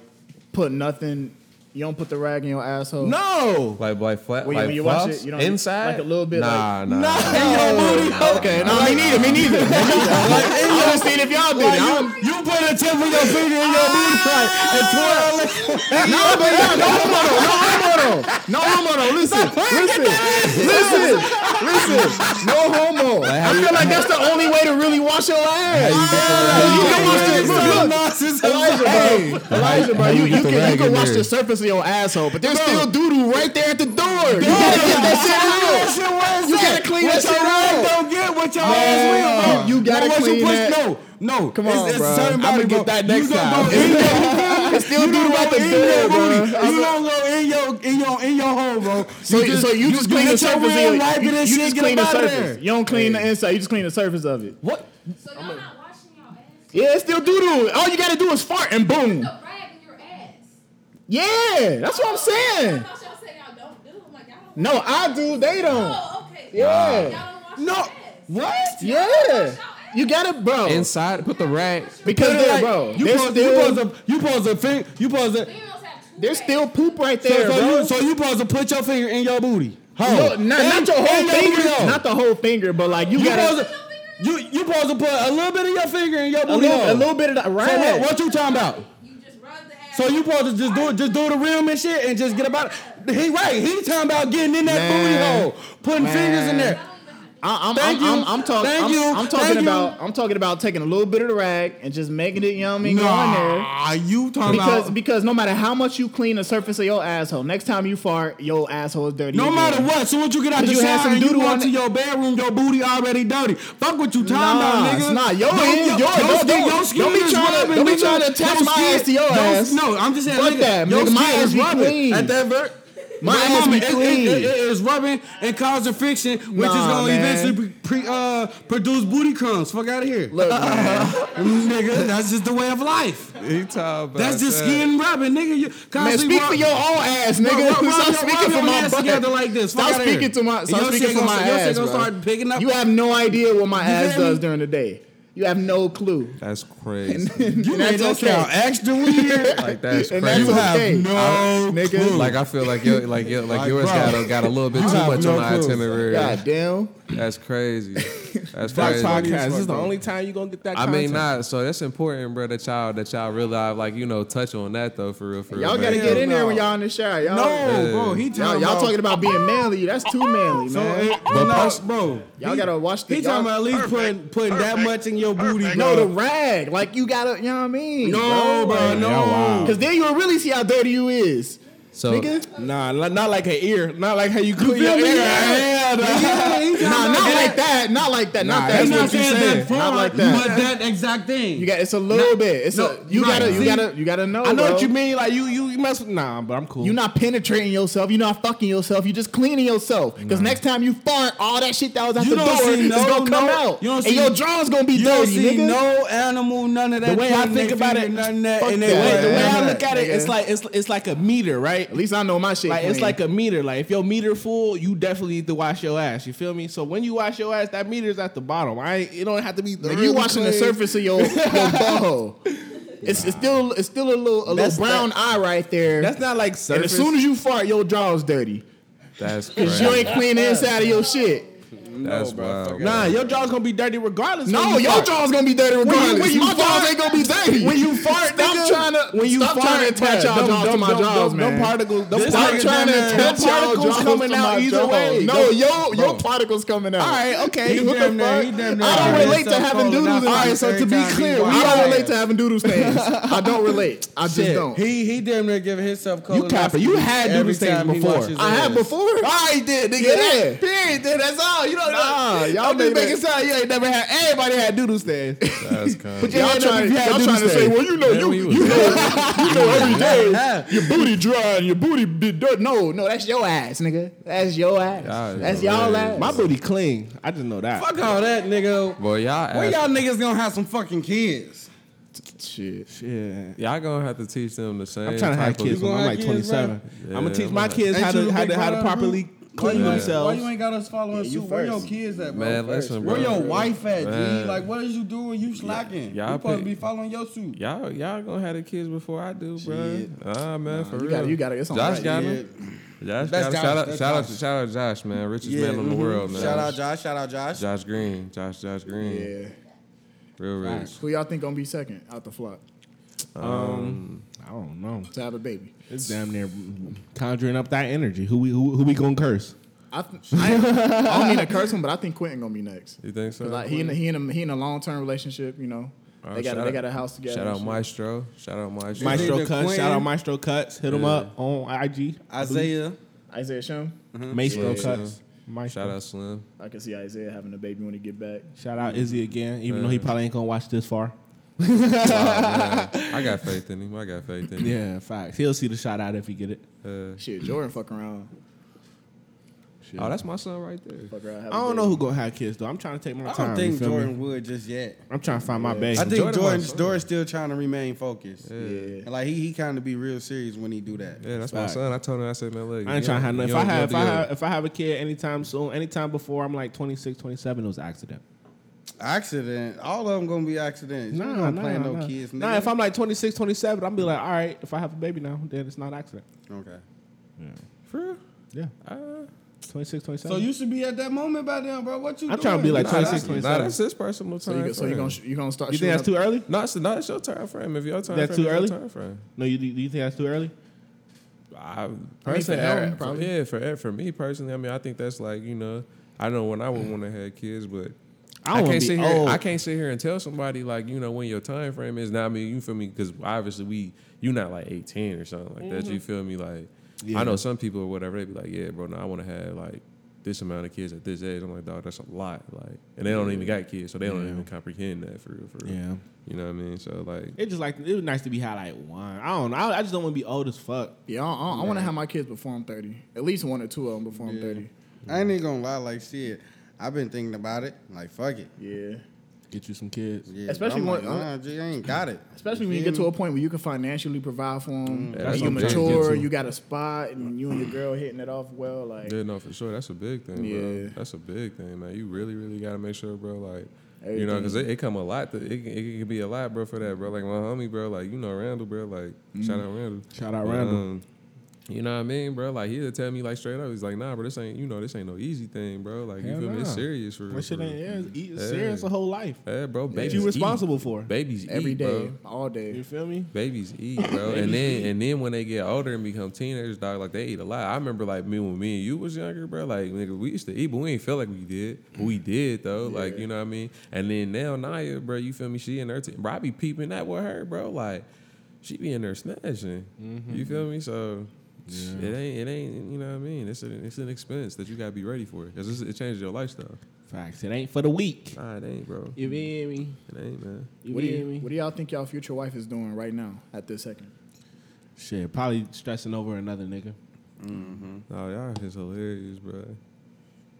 S3: put nothing. You don't put the rag in your asshole.
S2: No.
S1: Like like flat
S3: When you-
S1: like
S3: when you watch
S1: flops?
S3: it, you don't-
S1: inside
S3: like a little bit,
S1: Nah, nah.
S3: Okay, no, me neither. Me neither. I was seeing if y'all did. it. I don't-
S6: You put a tip with your finger in your booty like, and twirl it.
S3: No, but yeah, no homo though. No homo though. No homo though. Listen, listen, listen, listen. No homo. I feel like that's the only way to really wash your ass. Ah! You can wash the- look, look. Elijah, bro. Elijah, bro.
S1: How
S3: You,
S1: you get
S3: you
S1: the
S3: can, you
S1: rag
S3: can
S1: in
S3: wash
S1: there?
S3: the surface of your asshole, but there's still doodoo right there at the door. You gotta get that shit out. You gotta clean that
S6: what
S3: shit
S6: your
S3: out.
S6: leg don't get what your ass will.
S3: Man,
S6: bro.
S3: you gotta
S6: no, what
S3: clean
S6: you push,
S3: that.
S6: No, no. Come
S3: on,
S6: it's,
S3: bro.
S6: It's certain
S2: I'ma
S6: body,
S2: get
S6: bro.
S2: that next
S6: you don't
S2: time.
S6: Go in your,
S3: It's still
S6: you don't
S3: doodoo at
S6: go
S3: the
S6: in your
S3: door,
S6: booty.
S3: bro.
S6: You don't go in your in your in your hole, bro.
S3: So you, so you just clean
S6: get
S3: the
S6: your
S3: surface.
S6: rear
S3: Of your,
S6: wipe
S3: you,
S6: and
S3: you
S6: shit,
S3: just
S6: get
S3: clean the
S6: up outta
S3: surface.
S6: there.
S3: You don't clean the inside. You just clean the surface of it.
S6: What?
S8: So y'all not washing y'all ass?
S3: Yeah, it's still doodoo. All you gotta do is fart and boom.
S8: Put rag in your ass.
S3: Yeah, that's what I'm
S8: I
S3: saying.
S8: thought y'all said y'all don't do. I'm like, y'all don't.
S3: No, I do. They don't.
S8: Oh, okay.
S3: Yeah.
S8: Y'all don't wash
S6: No.
S8: your ass.
S6: What?
S3: Yeah, you got it, bro.
S1: Inside, put the rag.
S3: Because
S6: Like,
S3: they're bro.
S6: You
S3: They're
S6: pose, you
S3: still
S6: pose a, you pose a finger, you pose a.
S8: Females have two
S3: there's
S8: rags.
S3: still poop right there,
S6: So, so,
S3: bro.
S6: you, so you pose to put your finger in your booty. Hole.
S3: No, not, not
S6: In-
S3: your
S6: in
S3: whole finger,
S6: booty hole.
S3: not the whole finger, but like you,
S6: You
S3: got
S6: supposed to, you you supposed to put a little bit of your finger in your
S3: a
S6: booty
S3: little,
S6: hole.
S3: a little bit of that
S6: So what,
S3: rag.
S6: what you talking about?
S8: You just rub the ass.
S4: So you supposed to just do it, just do the rim and shit, and just get about it. He right. He talking about getting in that
S3: Man.
S4: booty hole, putting fingers in there.
S8: I don't even have to.
S3: I, I'm,
S4: Thank
S3: I'm,
S4: you.
S3: I'm, I'm talking.
S4: Thank
S3: I'm,
S4: you.
S3: I'm talking
S4: Thank you.
S3: about. I'm talking about taking a little bit of the rag and just making it. You know what I mean? Go in there.
S4: Nah, you talking
S3: Because
S4: about?
S3: because no matter how much you clean the surface of your asshole, next time you fart, your asshole is dirty.
S4: No
S3: again.
S4: matter what, so once you get out the
S3: Did you have
S4: shower
S3: some
S4: and you
S3: doo-doo
S4: walk
S3: on
S4: to
S3: it?
S4: your bedroom, your booty already dirty. Fuck what you talking
S3: Nah,
S4: about, nigga.
S3: it's not. Your
S4: Don't-
S3: is- your-
S4: yo-
S3: don't-
S4: skin-
S3: don't-
S4: your skin
S3: don't be
S4: is
S3: trying to-
S4: rubbing,
S3: don't be
S4: nigga.
S3: trying to attach my
S4: skin-
S3: ass to your
S4: don't-
S3: ass.
S4: No, I'm just saying,
S3: Fuck
S4: nigga,
S3: that,
S4: your
S3: nigga. My
S4: skin
S3: ass
S4: is
S3: be
S4: rubbing
S3: clean.
S4: at that vert.
S3: My
S4: But
S3: ass
S4: mama,
S3: be
S4: it- it-
S3: clean.
S4: it- it is rubbing and causing friction, which is
S3: Nah,
S4: gonna
S3: man.
S4: eventually pre, uh, produce booty crumbs. Fuck out of here,
S3: Look, man.
S4: nigga. That's just the way of life.
S1: He talking about
S4: That's just
S1: that.
S4: skin rubbing, nigga. You
S3: Man,
S4: constantly
S3: speak
S4: rub-
S3: for your own ass, nigga.
S4: Bro, rub- rub
S3: stop
S4: your- rub
S3: speaking
S4: your
S3: for my
S4: ass
S3: butt.
S4: together like this. Fuck
S3: Stop
S4: outta
S3: speaking
S4: here.
S3: to my.
S4: And
S3: Stop
S4: your
S3: speaking
S4: shit
S3: for
S4: gonna-
S3: my
S4: your shit
S3: ass,
S4: gonna
S3: bro.
S4: start picking up-
S3: You have no idea what my
S4: You
S3: ass
S4: feel me?
S3: does during the day. You have no clue.
S1: That's crazy.
S4: You
S3: And
S4: made
S3: that's
S4: us
S3: okay.
S4: sound extra weird.
S1: like that's
S3: And
S1: crazy.
S3: that's okay.
S4: have no
S3: nigga.
S1: Like I feel like your like your like,
S4: Like,
S1: yours
S4: bro.
S1: got a, got a little bit too
S4: have
S1: much
S4: no
S1: on the
S4: clue.
S1: itinerary.
S3: God damn.
S1: That's crazy. That's
S2: Black
S1: crazy.
S2: podcast. This is the only time you're gonna get that.
S1: I mean,
S2: content.
S1: not so that's important, bro. That y'all that y'all realize, like you know, touch on that though, for real, for real.
S3: Y'all
S1: man.
S3: gotta get in there
S4: no.
S3: when y'all in the shower. Y'all,
S4: No, bro, he
S3: y'all,
S4: talking
S3: y'all
S4: about,
S3: talking about being manly. That's too manly,
S4: So,
S3: man.
S4: it- no,
S1: pers-
S4: bro.
S3: Y'all gotta watch the.
S4: He
S3: y'all-
S4: talking about at least putting putting that much in your booty. Bro.
S3: no the rag. Like you gotta. You know what I mean?
S4: no, bro, no.
S3: Because then you'll really see how dirty you is,
S1: So
S3: nigga.
S2: Nah, li- not like an ear. Not like how you clean your
S4: me?
S2: ear.
S4: Yeah. Yeah, he talking
S3: Nah,
S4: about
S3: not
S4: that.
S3: like that. Not like that.
S2: Nah,
S3: Not that.
S4: He's
S2: that's
S4: not
S2: what you
S4: saying
S2: said.
S4: that far,
S3: Not like that.
S4: but that exact thing.
S3: You got it's a little
S4: Not-
S3: bit. It's
S4: no,
S3: a you
S4: right.
S3: gotta you
S4: See,
S3: gotta you gotta know.
S2: I know
S3: bro.
S2: what you mean. Like you, you, you mess with. Nah, but I'm cool.
S3: You're not penetrating yourself. You're not fucking yourself. You're just cleaning yourself. Because next time you fart, all that shit that was out
S4: You
S3: the
S4: don't
S3: door
S4: see
S3: is
S4: no-
S3: gonna come
S4: no-
S3: out.
S4: you don't
S3: and
S4: see-
S3: your drawers gonna be
S4: you don't
S3: dirty,
S4: see
S3: nigga.
S4: no animal, none of that.
S2: way I
S4: joint,
S2: think
S4: they
S2: about
S4: figure
S2: it-
S4: none of that.
S3: fuck
S4: and
S2: the
S3: that.
S2: way, the way I
S3: Yeah,
S2: look at it,
S3: nigga.
S2: it's like it's it's like a meter, right?
S3: At least I know my shit.
S2: Like it's
S3: clean.
S2: like a meter. Like if your meter full, you definitely need to wash your ass. You feel me? So when you wash your ass, that meter's at the bottom. I ain't, it don't have to be.
S3: Nigga,
S2: really
S3: you washing the
S2: clean.
S3: surface of your, your butthole. It's, it's still it's still a little a
S2: That's
S3: little brown eye right there.
S2: That's not like
S3: and
S2: surface.
S3: as soon as you fart, your drawers dirty.
S1: that's
S3: Cause you
S1: crazy.
S3: ain't clean the inside of your shit.
S1: That's wild.
S2: nah, your jaw's gonna be dirty regardless. when
S3: No,
S2: you
S3: your
S2: fart.
S3: drawers gonna be dirty regardless.
S2: when you
S3: my
S2: fart-
S3: drawers ain't gonna be dirty.
S2: When you fart,
S3: Stop
S2: nigga,
S3: trying to-
S2: when you
S3: stop
S2: fart,
S3: trying to
S2: bruh,
S3: attach y'all
S2: them-
S3: jaws to
S2: them-
S3: my
S2: them-
S3: jaws,
S2: them
S3: man.
S2: particles, them
S4: This
S3: Stop
S2: particles,
S4: nigga
S3: trying
S4: done
S3: to
S4: that.
S3: attach
S2: Them
S3: y'all
S2: particles
S3: jaws
S2: coming
S3: to
S2: out
S3: my
S2: either
S3: jaws.
S2: way.
S3: No,
S2: Them-
S3: yo,
S4: Bro.
S3: your particles coming out.
S2: All right, okay.
S4: He
S3: What the
S4: damn near-
S3: fuck?
S4: he damn near
S3: I
S4: already
S3: don't relate to
S4: sucked
S3: having
S4: all
S3: doodles.
S4: enough
S3: All right,
S4: every
S3: so to be
S4: time he
S3: clear,
S4: walked
S3: we
S4: out.
S3: don't relate to having doodle stains. I don't relate. I just
S4: Shit.
S3: don't.
S4: He he damn near give himself colonoscopy.
S2: You capping. You had
S4: every
S2: doodle stains
S4: time he
S2: before.
S4: washes
S3: I
S4: his
S3: have
S4: ass.
S3: before. I did, nigga. Yeah.
S2: Period. Then that's all. You don't
S3: Nah, y'all
S2: I'm just
S3: make
S2: making
S3: that-
S2: sound. You ain't never had. Everybody had doodle stains.
S1: That's crazy.
S2: Yeah,
S3: Y'all
S2: no,
S3: trying,
S2: you had
S3: y'all
S2: doodle
S3: trying to say,
S2: stains.
S3: well, you know,
S1: Man,
S3: you,
S1: we was
S3: you know, you know every day
S4: Yeah.
S3: your booty dry and your booty be dirt. No, no, that's your ass, nigga. That's your ass.
S1: Y'all is
S3: that's y'all
S1: hilarious.
S3: ass.
S2: My booty clean. I just know that.
S4: Fuck all that, nigga.
S1: Boy, y'all ass-
S4: When y'all niggas gonna have some fucking kids?
S3: shit.
S2: Shit.
S1: y'all gonna have to teach them the same.
S2: I'm trying to have
S1: type of-
S2: kids
S4: You
S2: when I'm
S4: gonna
S2: like
S4: have
S2: 27.
S4: kids,
S1: bruh?
S2: I'm gonna
S1: Yeah,
S2: teach
S1: I'm
S2: my
S1: gonna-
S2: kids how
S4: Ain't you
S2: to
S4: the
S2: how
S4: big
S2: to how to
S4: brother,
S2: properly clean
S1: Yeah.
S4: Why
S2: themselves.
S4: you ain't got us following
S3: you
S4: suit? Where your
S3: first.
S4: kids at, bro?
S1: Man, listen,
S4: Where
S1: bro.
S4: your wife at,
S1: Man.
S4: G? Like, what is you doing? You slacking.
S1: Y'all
S4: you supposed
S1: pay-
S4: to be following your suit.
S1: Y'all, y'all gonna have the kids before I do, bro.
S4: Shit.
S1: Ah, man, for real.
S3: gotta- you gotta- it's on
S1: Josh
S3: right.
S1: got him. Josh,
S4: That's
S1: got him.
S4: Josh,
S1: shout out,
S4: that's
S1: shout out,
S4: Josh.
S1: shout out, Josh, man, richest man in the
S4: mhm.
S1: world, man.
S4: Shout out Josh. Shout out Josh.
S1: Josh Green, Josh, Josh Green,
S3: Yeah.
S1: real rich.
S3: Who y'all think gonna be second out the flock
S2: I don't know.
S3: to have a baby?
S2: It's damn near conjuring up that energy. Who we who, who we gonna curse?
S3: I, th- I, I don't mean to curse him, but I think Quentin gonna be next.
S1: You think so?
S3: Cause like, he in a, he in a, he in a long term relationship. You know,
S1: All right,
S3: they got
S1: shout
S3: they
S1: out-
S3: got a house together.
S1: Shout
S3: and
S1: out
S3: shit.
S1: Maestro. Shout out Maestro.
S2: Maestro
S4: either
S2: Cuts.
S4: Quinn-
S2: Shout out Maestro Cuts. Hit him
S1: Yeah.
S2: up on IG.
S4: Isaiah.
S3: Isaiah Shum.
S4: Uh-huh.
S2: Maestro
S1: Yeah.
S2: Cuts. Maestro.
S1: Shout out Slim.
S3: I can see Isaiah having a baby when he get back.
S2: Shout out Izzy again, even though he probably ain't gonna watch this far.
S1: Wow, man. I got faith in him. I got faith in him.
S2: Yeah, facts. He'll see the shout out if he get it.
S1: Uh,
S3: Shit, Jordan fuck around.
S1: oh, that's my son right there.
S3: Fuck around. have
S2: I
S3: a
S2: don't
S3: baby.
S2: know who gonna have kids though. I'm trying to take my
S4: I
S2: time.
S4: don't
S2: you
S4: think
S2: feel me?
S4: Jordan would just yet.
S2: I'm trying to find my
S4: I
S2: baby.
S4: think
S1: Jordan
S4: Jordan,
S1: was-
S4: Jordan's still trying to remain focused.
S3: Yeah.
S4: And like he, he kind of be real serious when he do that.
S1: Yeah, that's
S2: Fact.
S1: my son. I told him. I said, man, look.
S2: I ain't
S1: you
S2: trying to
S1: don't-
S2: have nothing. If
S1: you
S2: I
S1: don't
S2: have, if I
S1: have to
S2: have,
S1: do
S2: if I have a kid anytime soon, anytime before I'm like 26, 27, it was accident.
S4: Accident. All of them gonna be accidents. you
S2: Nah,
S4: don't
S2: nah,
S4: plan no
S2: nah.
S4: kids. Nigga.
S2: Nah, if I'm like 26, 27, I'm be like, all right, if I have a baby now, then it's not accident.
S4: okay.
S1: it. For real?
S2: Yeah.
S1: Uh,
S2: 26, 27.
S4: So you should be at that moment by now, bro. What you?
S2: I'm trying to be
S4: doing?
S2: like
S1: Nah,
S2: 26,
S1: that's,
S2: 27.
S1: nah, that's his personal
S3: So you
S1: time.
S3: go, so you gonna sh- you gonna start?
S2: You think that's too
S3: shooting
S2: early?
S1: No, it's not. It's your time frame. If your time frame,
S2: That's too
S1: is your
S2: early?
S1: Time frame.
S2: No, you do you think that's too early?
S1: I personally,
S3: Elton,
S1: I- for-
S3: probably.
S1: yeah, for for me personally, I mean, I think that's like you know, I know when I would want to have kids, but
S2: I
S1: I,
S2: wanna
S1: can't
S2: be
S1: sit here.
S2: old.
S1: I can't sit here and tell somebody like you know when your time frame is. Now I mean, you feel me? Because obviously we, you not like eighteen or something like that. You feel me? Like I know some people or whatever they be like, yeah, bro, no, I want to have like this amount of kids at this age. I'm like, dog, that's a lot. Like, and they don't even got kids, so they don't even comprehend that for real. For real.
S4: Yeah.
S1: you know what I mean? So like,
S2: It just like it was nice to be high like one. I don't know. I, I just don't want to be old as fuck.
S3: Up? Yeah, I, I, I want to have my kids before I'm thirty. At least one or two of them before I'm
S4: Yeah.
S3: thirty.
S4: I ain't even gonna lie, like shit. I've been thinking about it. Like fuck it.
S3: Yeah,
S2: Get you some kids.
S4: Yeah, but
S3: Especially
S4: I'm
S3: when-
S4: like, nah, G, I ain't got it.
S3: especially when you get to a point where you can financially provide for them.
S1: Yeah, that's
S3: you
S1: what I'm trying to
S3: mature,
S1: get to.
S3: you got a spot, and you and your girl hitting it off well. Like
S1: Yeah, no, for sure. That's a big thing,
S3: Yeah.
S1: bro. That's a big thing, man. You really, really got to make sure, bro. Like, you know,
S3: Everything.
S1: because it, it come a lot. To, it, can- it can be a lot, bro, for that, bro. Like my homie, bro. Like you know, Randall, bro. Like shout out Randall.
S2: Mm. Shout out Randall.
S1: Um, you know what I mean, bro? Like he'll tell me like straight up, he's like, nah, bro, this ain't you know this ain't no easy thing, bro. Like you
S2: Hell
S1: feel me? It's
S2: nah.
S1: serious for real.
S2: That shit
S1: for real.
S2: ain't yeah, it's, eat- it's
S1: Hey.
S2: serious a whole life.
S1: Yeah, bro.
S2: That
S1: Babies
S2: you
S1: eat.
S2: responsible for.
S1: Babies
S3: every
S1: eat,
S3: day,
S1: bro.
S3: all day.
S2: You feel me?
S1: Babies eat, bro, and then and then when they get older and become teenagers, dog, like they eat a lot. I remember like me when me and you was younger, bro. Like nigga, we used to eat, but we ain't feel like we did. But we did though, like you know what I mean. And then now Naya, bro, you feel me? She and her, te- bro, I be peeping that with her, bro. Like she be in there snatching. You feel me? So it ain't it ain't you know what I mean. It's an it's an expense that you gotta be ready for because it changes your lifestyle.
S2: Facts. It ain't for the weak.
S1: Nah, it ain't, bro.
S2: You feel me?
S1: It ain't, man.
S2: You
S3: What do,
S2: feel
S3: you,
S2: me?
S3: what do y'all think y'all future wife is doing right now at this second?
S2: Shit, probably stressing over another nigga.
S1: Oh, y'all is hilarious, bro.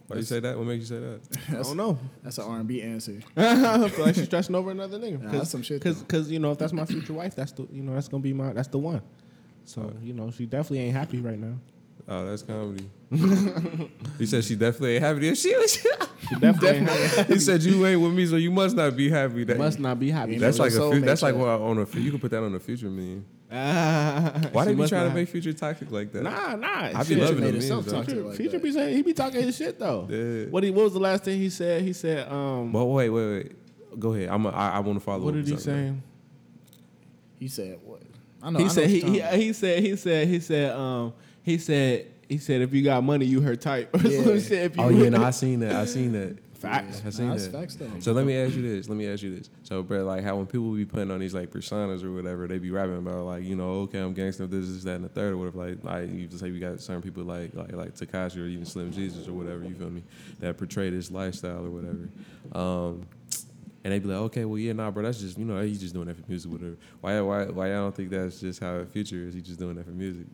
S1: Why you say that? What makes you say that?
S2: I don't know.
S3: That's an R&B answer.
S2: I feel like she's stressing over another nigga.
S3: Nah, that's some shit,
S2: Cause, 'cause, you know, if that's my future wife, that's the you know that's gonna be my that's the one. So you know, she definitely ain't happy right now.
S1: Oh, that's comedy. he said she definitely ain't happy. She was.
S2: She definitely, ain't happy.
S1: he said you ain't with me, so you must not be happy. That,
S2: must not be happy.
S1: that's
S3: Your
S1: like a
S3: soul
S1: fu- that's
S3: mate,
S1: like what I- on a fu- you can put that on a future meme. Why
S2: Why
S1: they be trying to make future toxic like that?
S2: Nah, nah.
S1: I be
S2: shit.
S1: loving
S3: made
S1: them memes.
S3: itself
S1: though.
S3: toxic.
S2: Future,
S3: like
S2: Future
S3: that.
S2: be saying he be talking his shit though.
S1: Yeah.
S2: What he what was the last thing he said? He said, um,
S1: But wait, wait, wait. Go ahead. I'm. A, I, am I want to follow.
S2: what
S1: up
S2: did
S1: with
S2: he
S1: something.
S2: say?
S3: He said what? I know. I
S2: He
S3: know
S2: said
S3: what
S2: he,
S3: you're
S2: he
S3: talking
S2: he said he said he said um he said he said if you got money you her type or
S3: Yeah.
S2: some shit. If you
S1: Oh yeah, no, I seen that. I seen that.
S2: Facts.
S1: I seen
S3: Nah, that's
S1: that.
S3: facts, though.
S1: So let me ask you this. Let me ask you this. So, bro, like how when people be putting on these like personas or whatever, they be rapping about like you know, okay, I'm gangster, this, this, that, and the third, or whatever. Like, like you just say we got certain people like like like Takashi or even Slim Jesus or whatever. You feel me? That portray this lifestyle or whatever. Um, and they be like, okay, well, yeah, nah, bro, that's just you know, he's just doing that for music, whatever. Why, why, why? I don't think that's just how future is. He just doing that for music.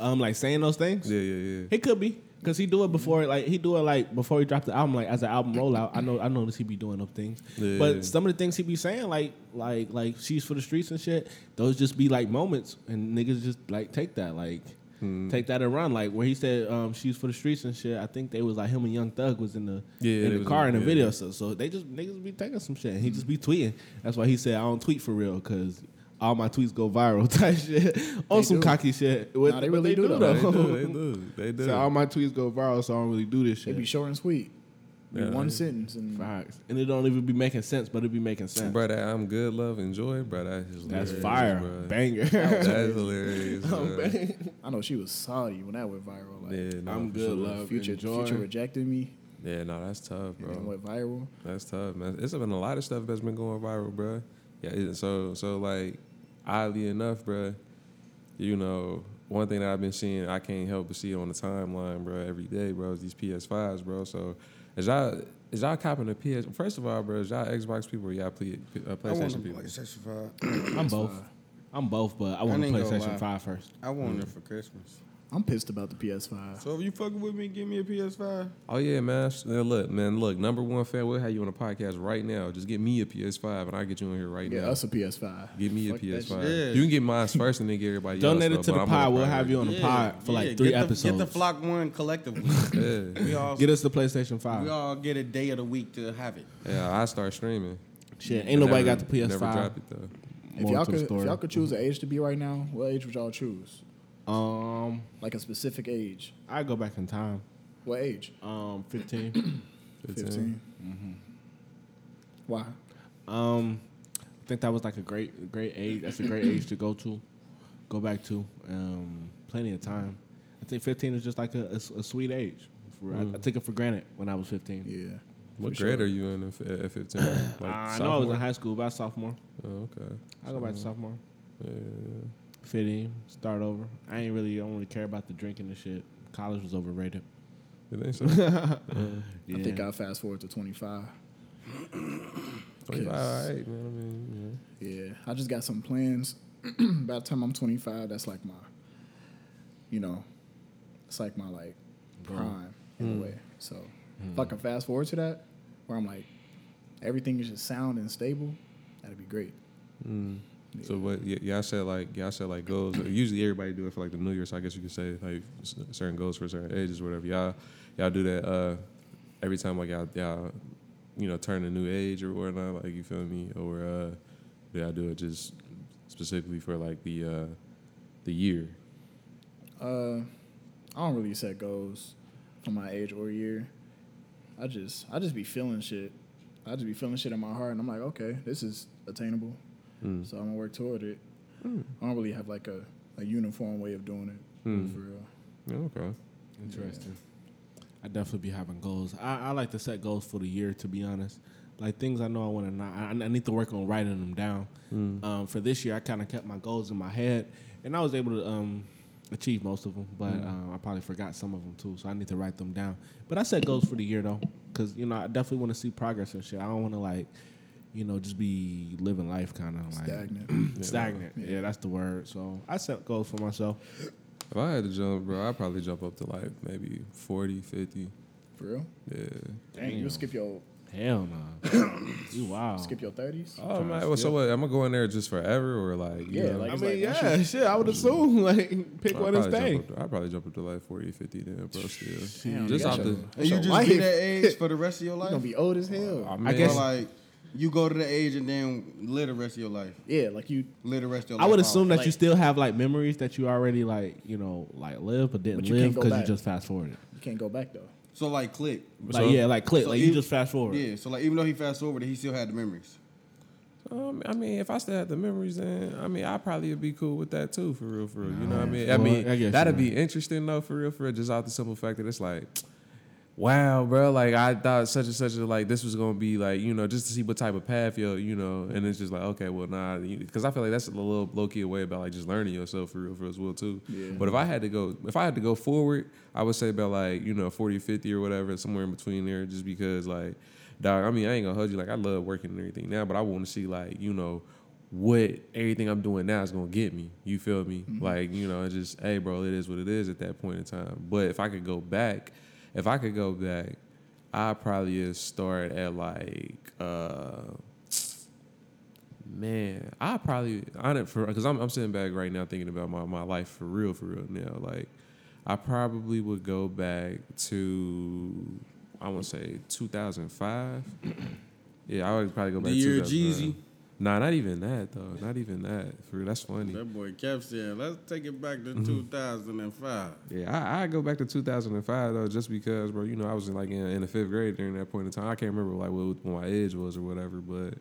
S2: um like saying those things.
S1: Yeah, yeah, yeah.
S2: It could be because he do it before like he do it like before he dropped the album like as an album rollout. I know I noticed he be doing up things,
S1: Yeah.
S2: but some of the things he be saying like like like she's for the streets and shit. Those just be like moments and niggas just like take that like.
S1: Hmm.
S2: Take that and run, like where he said um, she's for the streets and shit. I think they was like him and Young Thug was in the
S1: Yeah,
S2: in
S1: they
S2: the
S1: was
S2: car
S1: in-
S2: in the
S1: yeah.
S2: video. So, so they just niggas be taking some shit. And he just be tweeting. That's why he said I don't tweet for real because all my tweets go viral type shit on
S3: They
S2: some
S3: do.
S2: cocky shit. What-
S3: Nah, they
S2: but
S3: really do though.
S1: Nah, they do, they do, they do.
S2: so all my tweets go viral, so I don't really do this
S3: It
S2: shit.
S3: be short and sweet. Be
S1: Yeah.
S3: one sentence and
S2: Facts. And it don't even be making sense, but it be making sense.
S1: Bro, that I'm good, love, and joy, bro. That's just
S2: That's
S1: hilarious,
S2: fire.
S1: Bro.
S2: Banger.
S1: That's hilarious.
S2: I'm,
S1: Bro.
S3: I know she was salty when that went viral. Like,
S1: Yeah, no,
S2: I'm
S1: for
S2: good,
S1: sure.
S2: love,
S3: Future,
S2: and joy.
S3: Future rejected me
S1: Yeah, no, that's tough,
S3: and it
S1: bro.
S3: went viral.
S1: That's tough, man. It's been a lot of stuff that's been going viral, bro. Yeah, it- so so like oddly enough, bro, you know, one thing that I've been seeing, I can't help but see on the timeline, bro, every day, bro, is these PS5s, bro. So is y'all is y'all copping a PS? First of all, bro, is y'all Xbox people or y'all play, uh,
S4: I want
S1: PlayStation
S4: to
S1: people?
S4: PlayStation Five.
S2: I'm both. I'm both, but I want to
S4: ain't
S2: play
S4: gonna
S2: PlayStation
S4: lie.
S2: 5 first.
S4: I want it for Christmas.
S3: I'm pissed about the PS5.
S4: So if you fucking with me, give me a PS Five.
S1: Oh yeah, man. Sh- now, Look, man. Look, number one fan. We'll have you on the podcast right now. Just get me a PS5 and I will get you in here right
S3: Get
S1: now.
S3: us a PS5.
S1: Get me a
S3: Fuck that
S1: PS5.
S3: shit.
S4: shit.
S1: You can get mine first and then get everybody
S2: Donate it
S1: else.
S2: to the pod. We'll have you on the
S4: Yeah,
S2: pod for
S4: yeah,
S2: like three
S4: get the-
S2: episodes.
S4: Get the flock one collectively.
S1: Yeah.
S4: we all
S2: Get us the PlayStation 5.
S4: we all get a day of the week to have it.
S1: yeah, I start streaming.
S2: Shit, ain't nobody
S1: Never-
S2: got the PS5.
S1: Never drop it though.
S3: If y'all,
S2: Moral to the
S3: could, if
S2: story. Mm-hmm.
S3: y'all could choose an age to be right now, what age would y'all choose?
S2: Um,
S3: Like a specific age.
S2: I go back in time.
S3: What age?
S2: Um, fifteen.
S3: 15. Why?
S2: um, I think that was like a great, great age. That's a great age to go to, go back to. Um, plenty of time. I think fifteen is just like a, a s- a sweet age. For, I, I took it for granted when I was fifteen.
S3: Yeah.
S1: What
S3: For
S1: grade
S3: sure.
S1: are you in if- at 15? Like
S2: I know I was in
S1: sophomore?
S2: high school, but I was sophomore.
S1: Oh, okay.
S2: I go back to sophomore.
S1: Yeah.
S2: Fit in, start over. I ain't really, I don't really care about the drinking and shit. College was overrated.
S1: It ain't so.
S2: Yeah.
S3: I think I'll fast forward to 25.
S1: All right, man. I mean,
S3: Yeah. I just got some plans. By the time I'm 25, that's like my, you know, it's like my like prime
S2: Mm.
S3: in a way. So if I can fast forward to that, where I'm like, everything is just sound and stable, that'd be great.
S1: yeah. So what? y- Y'all said like y'all said like goals. Usually everybody do it for like the New Year. So I guess you could say like s- certain goals for certain ages, whatever. Y'all y'all do that uh, every time like y'all y'all you know turn a new age or whatnot. Like you feel me? Or uh, do y'all do it just specifically for like the uh, the year?
S3: Uh, I don't really set goals for my age or year. I just I just be feeling shit. I just be feeling shit in my heart, and I'm like, okay, this is attainable. So I'm gonna work toward it. I don't really have like a, a uniform way of doing it for real.
S1: Yeah, okay.
S2: Interesting. I definitely be having goals. I, I like to set goals for the year, to be honest. Like things I know I want to not. I, I need to work on writing them down. Um, for this year, I kind of kept my goals in my head, and I was able to um, achieve most of them. But um, I probably forgot some of them too, so I need to write them down. But I set goals for the year though, because you know I definitely want to see progress and shit. I don't want to like, you know, just be living life kind of like
S3: Stagnant.
S2: stagnant. yeah, that's the word. So I set goals for myself.
S1: If I had to jump, bro, I'd probably jump up to like maybe 40, 50.
S3: For real.
S1: Yeah.
S3: Dang, you'll skip your
S2: Hell no. you wow.
S3: skip your thirties.
S1: Oh man, well, so what? I'm gonna go in there just forever, or like, you
S3: Yeah,
S1: know,
S3: like,
S2: I
S3: it's
S2: mean,
S3: once
S2: yeah,
S3: you-
S2: shit. I would assume like pick
S1: I'd
S2: one and
S1: probably
S2: stay.
S1: jump up to- I'd probably jump up to like 40, 50 then, bro. Still,
S3: Damn,
S1: just
S3: you
S1: off
S3: got
S1: the
S3: your-
S4: And you
S3: So
S4: just
S3: life-
S4: be that age for the rest of your
S3: You're
S4: life.
S3: gonna be old as hell.
S1: I
S2: I
S1: mean,
S4: Or
S2: guess-
S4: like you go to the age and then live the rest of your life.
S3: yeah, like you
S4: Live the rest of your
S2: I
S4: life.
S2: would assume that
S3: Like-
S2: you still have like memories that you already like you know like live but didn't
S3: But you
S2: live
S3: can't go
S2: because you
S3: back.
S2: just fast forwarded.
S3: you can't go back though.
S4: So like click.
S2: Like yeah, like click,
S4: So
S2: like you
S4: you-
S2: just fast forward.
S4: Yeah. So like even though he fast forwarded, he still had the memories.
S1: um, I mean, if I still had the memories, then I mean, I probably would be cool with that too, for real, for real. You know what I mean? I
S2: Well,
S1: mean,
S2: I guess
S1: that'd
S2: you
S1: be interesting though, for real, for real. Just off the simple fact that it's like, wow, bro, like I thought such and such a, like this was gonna be like, you know, just to see what type of path you you know, and it's just like, okay, well, nah, because I feel like that's a little low key way about like just learning yourself for real, for real as well too.
S3: Yeah.
S1: But if I had to go, if I had to go forward, I would say about like you know 40, 50 or whatever, somewhere in between there, just because like, dog, I mean, I ain't gonna hold you, like I love working and everything now, but I want to see like you know. What everything I'm doing now is gonna get me. You feel me? Like, you know, it's just, hey, bro, it is what it is at that point in time. But if I could go back, if I could go back, I probably would start at like uh man, I probably I didn't for because I'm I'm sitting back right now thinking about my, my life for real, for real now. Like I probably would go back to I wanna say two thousand five. yeah, I would probably go
S4: The
S1: back
S4: year
S1: to 2005.
S4: Jeezy.
S1: Nah, not even that though. Not even that. For real, that's funny.
S4: boy kept saying, "Let's take it back to 2005."
S1: Yeah, I, I go back to 2005 though, just because, bro. You know, I was in, like in, in the fifth grade during that point in time. I can't remember like what, what my age was or whatever, but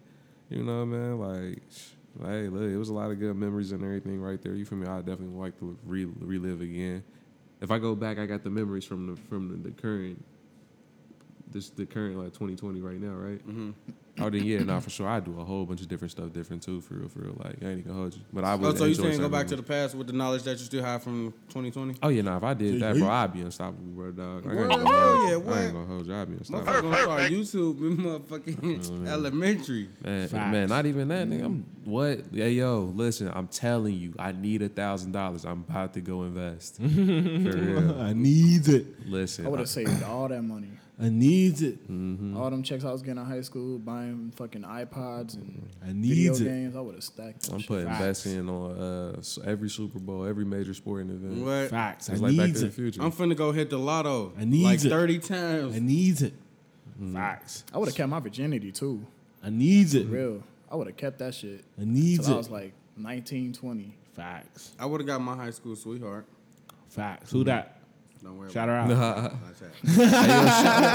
S1: you know, man, like, sh- hey, look, it was a lot of good memories and everything right there. You feel me? I definitely would like to re- relive again. If I go back, I got the memories from the from the, the current, this the current like 2020 right now, right? Mm-hmm. Oh, then yeah, nah, for sure. I do a whole bunch of different stuff, different too, for real, for real. Like, I ain't even gonna hold you, but I would.
S4: Oh, so you
S1: enjoy
S4: saying go
S1: certain
S4: back to
S1: memories.
S4: the past with the knowledge that you still have from 2020?
S1: Oh yeah, nah. If I did that, bro, I'd be unstoppable, bro, dog. I ain't gonna
S4: Word,
S1: hold
S4: hell
S1: you.
S4: Oh, yeah,
S1: I ain't
S4: what?
S1: gonna hold you. I'd be
S4: Motherfucker
S1: unstoppable.
S4: gonna start YouTube in motherfucking elementary.
S1: Man,
S2: Facts.
S1: man, not even that, nigga. I'm what? Yeah, yo, listen. I'm telling you, I need a thousand dollars. I'm about to go invest. For real.
S2: I needs it.
S1: Listen,
S3: I would
S1: I-
S3: have saved all that money.
S2: I needs it.
S3: All them checks I was getting in high school, buying fucking iPods and
S2: I
S3: video
S2: needs it.
S3: games, I would have stacked. that
S1: I'm
S3: shit.
S1: putting
S2: Facts.
S1: bets in on uh, s- every Super Bowl, every major sporting event.
S4: What?
S2: Facts. I
S1: It's like Back
S2: needs
S1: to the
S2: it.
S1: Future.
S4: I'm finna go hit the lotto.
S2: I needs
S4: like
S2: it.
S4: 30
S2: I
S4: times.
S2: needs it. Mm. Facts.
S3: I would have kept my virginity too.
S2: I needs it.
S3: Real. I would have kept that shit
S2: I needs
S3: till I was
S2: it.
S3: like 19, 20.
S2: Facts.
S4: I would have got my high school sweetheart.
S2: Facts. Who that?
S4: Don't worry
S2: Shout her
S4: about
S2: out.
S4: it. Like that.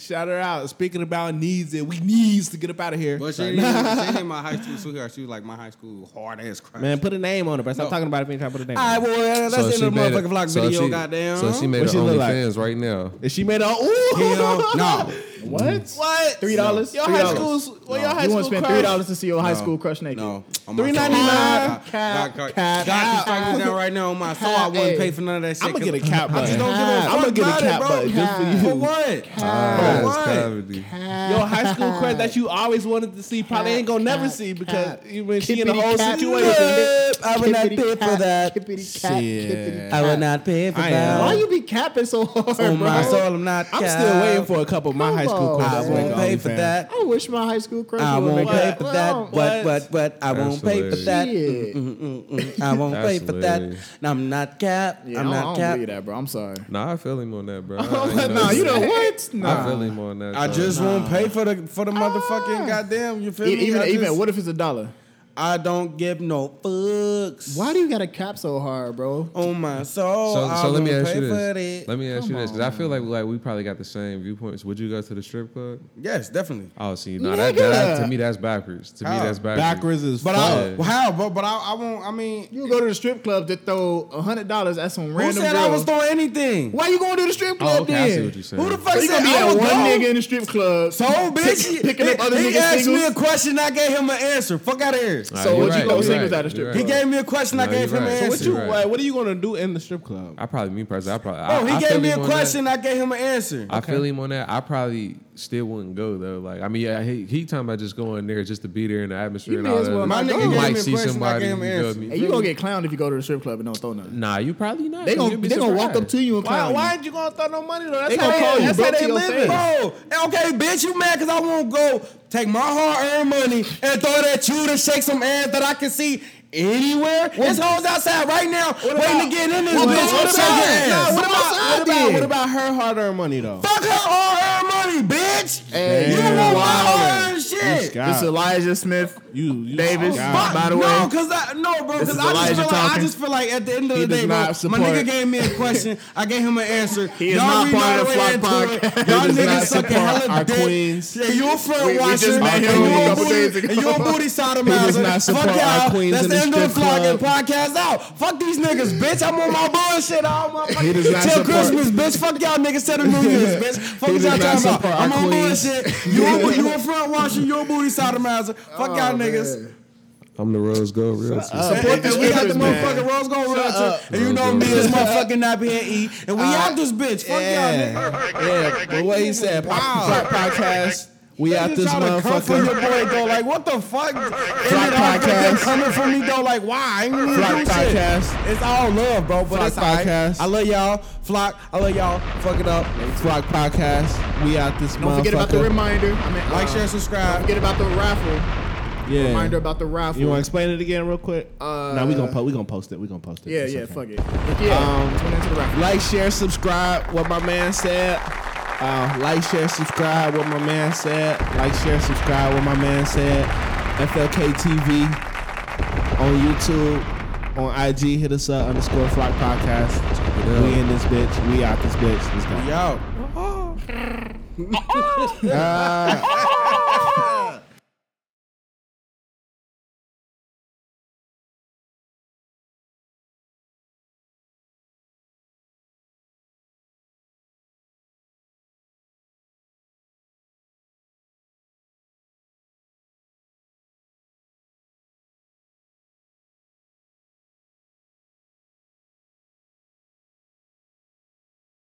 S2: Shout her out. Speaking about needs, it we needs to get up out of here.
S4: But she ain't, she ain't my high school sweetheart. She was like my high school hard ass crush.
S2: Man, put a name on it, bro. Stop
S4: No.
S2: talking about it. if you Trying to put a name.
S4: All
S2: on
S4: right, well, yeah, that's the
S1: she
S4: end of
S1: made
S4: the
S1: a-
S4: motherfucking vlog
S1: so
S4: video,
S1: she-
S4: goddamn.
S1: So she made
S2: What
S1: her
S2: she look like?
S1: OnlyFans right now.
S2: it. If she made a ooh,
S4: Hell no.
S3: What?
S2: what?
S3: Mm. Three dollars?
S2: Your
S3: Three
S2: high
S3: dollars.
S2: school's. Well, your high
S3: You
S2: school
S3: want to spend
S2: crush.
S3: three dollars to see your high school crush naked?
S4: No. On my soul.
S2: $3.99.
S4: God,
S3: Cap, cap,
S4: God, God,
S3: cap.
S4: you strike me down right now on my soul. I
S3: Hey.
S4: wouldn't pay for none of that shit.
S2: I'm gonna get a
S4: 'cause
S2: cap button.
S4: I just don't give a fuck
S2: I'm gonna get
S4: about
S2: a
S4: it,
S2: cap
S4: bro.
S2: button just for you.
S4: For what?
S1: Ah,
S4: For
S1: that's
S4: Oh, what?
S1: comedy.
S2: Your high school crush that you always wanted to see probably ain't gonna never
S3: Cat,
S2: see
S3: cat,
S2: because
S3: cat.
S2: you when she in a
S3: Kippity
S2: whole
S3: cat.
S2: situation.
S9: I would not pay for that.
S3: Kippity cat, kippity
S9: I
S3: cat.
S9: would not pay for
S2: I am.
S9: that.
S3: Why you be capping so hard,
S9: Oh
S3: bro?
S9: my soul, I'm not.
S2: I'm still
S9: cow.
S2: waiting for a couple of my
S3: Come
S2: high school
S3: on,
S2: crushes.
S9: I
S2: to make
S9: won't
S2: an
S9: pay for
S2: OnlyFans.
S9: that.
S3: I wish my high school crush
S9: I
S3: would
S9: won't
S3: make
S9: pay
S3: that.
S9: for that.
S3: Well,
S9: What? What? What? I won't pay for
S1: Absolutely.
S9: that.
S3: shit.
S4: Mm,
S9: I won't
S1: That's
S9: pay for that.
S1: hilarious.
S9: And I'm not cap.
S3: Yeah,
S9: I'm
S3: I don't,
S9: not
S3: I don't
S9: cap.
S3: believe that, bro. I'm sorry.
S1: Nah, I feel him on that, bro.
S4: Oh,
S3: Nah, you know what?
S1: I
S3: Nah.
S1: feel him on that.
S4: I
S1: dog.
S4: just won't pay for the for the motherfucking goddamn. You feel
S3: Ah. E-
S4: me?
S3: Even
S4: I
S3: even
S4: just-
S3: what if it's a dollar?
S4: I don't give no fucks.
S3: Why do you gotta cap so hard, bro?
S4: On my soul.
S1: So,
S4: Oh, I
S1: so let me
S4: wouldn't
S1: ask you
S4: pay for
S1: this.
S4: it.
S1: Let me ask you this, because I feel like like we probably got the same viewpoints. Would you go to the strip club?
S4: Yes, definitely.
S1: Oh, see, no, that, that to me that's backwards. To me,
S4: How?
S1: that's backwards.
S2: Backwards is
S4: But I,
S2: fuck.
S1: Yeah.
S4: how? But but I, I won't. I mean,
S3: You go to the strip club to throw hundred dollars at some
S4: who
S3: random
S4: said I
S3: girl.
S4: was throwing anything?
S3: Why you going to the strip club
S1: Oh, okay, I
S3: then?
S1: see what you're saying.
S4: Who the fuck
S3: You
S4: said
S3: gonna be
S4: I
S3: that
S4: was
S3: one
S4: throwing?
S3: nigga in the strip club?
S4: So bitch,
S3: Pick-
S4: he-
S3: picking up other
S4: he
S3: niggas'
S4: asked
S3: singles?
S4: me a question. I gave him an answer. Fuck out of here.
S1: Nah,
S3: So
S1: you're
S3: would you go
S1: you're
S3: singles at a strip
S1: you're
S4: He
S3: club?
S4: gave me a question. I
S1: No,
S4: gave
S1: you're
S4: him
S1: right.
S4: an
S1: So
S2: What
S4: answer.
S2: you?
S1: Right.
S2: oh, What are you gonna do in the strip club?
S1: I probably me personally. I probably.
S4: Oh,
S1: I, I
S4: he
S1: feel
S4: gave me a
S1: him on that.
S4: question. I gave him an answer.
S1: I feel him on that. I probably still wouldn't go though. Like, I mean, yeah, he, he talking about just going there just to be there in the atmosphere
S3: You
S1: and
S3: may
S1: all
S3: as
S1: that.
S3: well
S4: My
S3: not go.
S4: nigga
S1: you
S4: gave
S1: might
S4: me a
S1: see
S4: question. I
S1: somebody.
S4: gave him
S1: You
S4: an
S1: feel
S4: answer.
S1: me?
S3: Hey, you gonna get clowned if you go to the strip club and don't throw nothing.
S1: Nah, you probably not.
S3: They gonna
S1: You'd be
S3: they gonna walk up
S1: surprised.
S3: to you and
S2: Why?
S3: clown
S2: Why
S3: you.
S2: did you gonna throw no money though? That's
S3: They
S2: how
S3: gonna
S2: they,
S3: call you
S2: that's
S3: broke
S2: how
S3: to
S2: they
S3: your face.
S2: living.
S4: Bro, Oh, okay, bitch, you mad because I won't go take my hard-earned money and throw it at you to shake some ass that I can see anywhere. This hoes outside right now waiting to get in this
S2: Well,
S4: bitch.
S2: bitch, what
S4: Shake
S2: about-
S4: her ass.
S2: nah, what about-
S3: outside
S2: what about
S3: then.
S2: what about her hard-earned money though?
S4: Fuck her hard-earned money, bitch.
S3: Hey,
S4: you
S3: you
S4: want my
S3: wildin'.
S4: hard-earned shit.
S2: Scott,
S3: This is Elijah Smith.
S2: you, you
S3: Davis.
S2: Scott.
S4: Fuck,
S3: by the
S4: no,
S3: way.
S4: cause I no, bro,
S3: This
S4: cause
S3: is
S4: I just
S3: Elijah
S4: feel like I
S3: talking.
S4: just feel like at the end of
S3: He
S4: the
S3: does
S4: day, bro,
S3: not
S4: my
S3: support-
S4: nigga gave me a question. I gave him an answer.
S3: He is
S4: Y'all
S3: not
S4: already
S3: part
S4: know
S3: of the
S4: way
S3: Flock
S4: into it.
S3: Podcast. He
S4: Y'all
S3: does
S4: niggas
S3: not
S4: sucking
S2: support
S4: hella
S2: our
S4: dick.
S2: queens.
S4: Yeah, you a
S3: We- we
S4: front
S3: just
S4: watcher.
S3: met
S4: and
S3: him
S4: you
S3: a couple
S4: booty,
S3: days ago.
S4: And you a booty
S2: He does
S4: sodomizer.
S2: not support
S4: Fuck
S2: our
S4: y'all.
S2: queens
S4: That's
S2: in
S4: the
S2: the
S4: end of the
S2: strip
S4: vlog and
S2: club.
S4: podcast out. Fuck these niggas, bitch. I'm on my bullshit. I'm on my
S2: He does not
S4: till
S2: support-
S4: Christmas, bitch. Fuck y'all niggas till the New Year's, bitch. Fuck
S2: He
S4: what y'all
S2: does not
S4: talking about.
S2: support our
S4: I'm on
S2: queens.
S4: bullshit. You a, you a front watcher. You a booty sodomizer. Fuck y'all niggas.
S1: I'm the Rose Gold real.
S4: And, and we got the
S3: strippers, man.
S4: motherfucking Rose Gold Realtor. And you
S1: Rose
S4: know
S1: Gold
S4: me, this
S1: Realtor.
S4: motherfucking not here eat. And we out this bitch. Fuck y'all, nigga.
S2: Uh, yeah, yeah. But what he said, pop, pop
S4: Wow.
S2: podcast. We out this
S4: to come for your
S2: motherfucker.
S4: boy, though. Like, what the fuck? And then
S2: podcast.
S4: podcast. coming for me, though. Like, why? I ain't even
S2: Flock
S4: do shit.
S2: podcast.
S4: It's all love, bro. But
S2: Flock
S4: it's all right.
S2: podcast.
S4: I love y'all. Flock. I love y'all. Fuck it up.
S2: Flock podcast. We out this
S3: Don't
S2: motherfucker.
S3: forget about the reminder. I mean,
S4: Like,
S3: uh,
S4: share,
S3: Don't
S4: subscribe.
S3: forget about the raffle.
S2: yeah.
S3: Reminder about the raffle.
S2: You want to explain it again real quick?
S3: Uh,
S2: nah, we gonna po- we gonna post it. We gonna post it. Um,
S3: yeah,
S2: It's
S3: yeah,
S2: okay.
S3: fuck it. But yeah, tune into the raffle.
S2: Like, share, subscribe. What my man said. Uh, like, share, subscribe. What my man said. Like, share, subscribe. What my man said. FLK TV on YouTube, on IG. Hit us up underscore Flock Podcast. We in this bitch. We out this bitch. Let's go.
S4: Yo.
S2: Ah.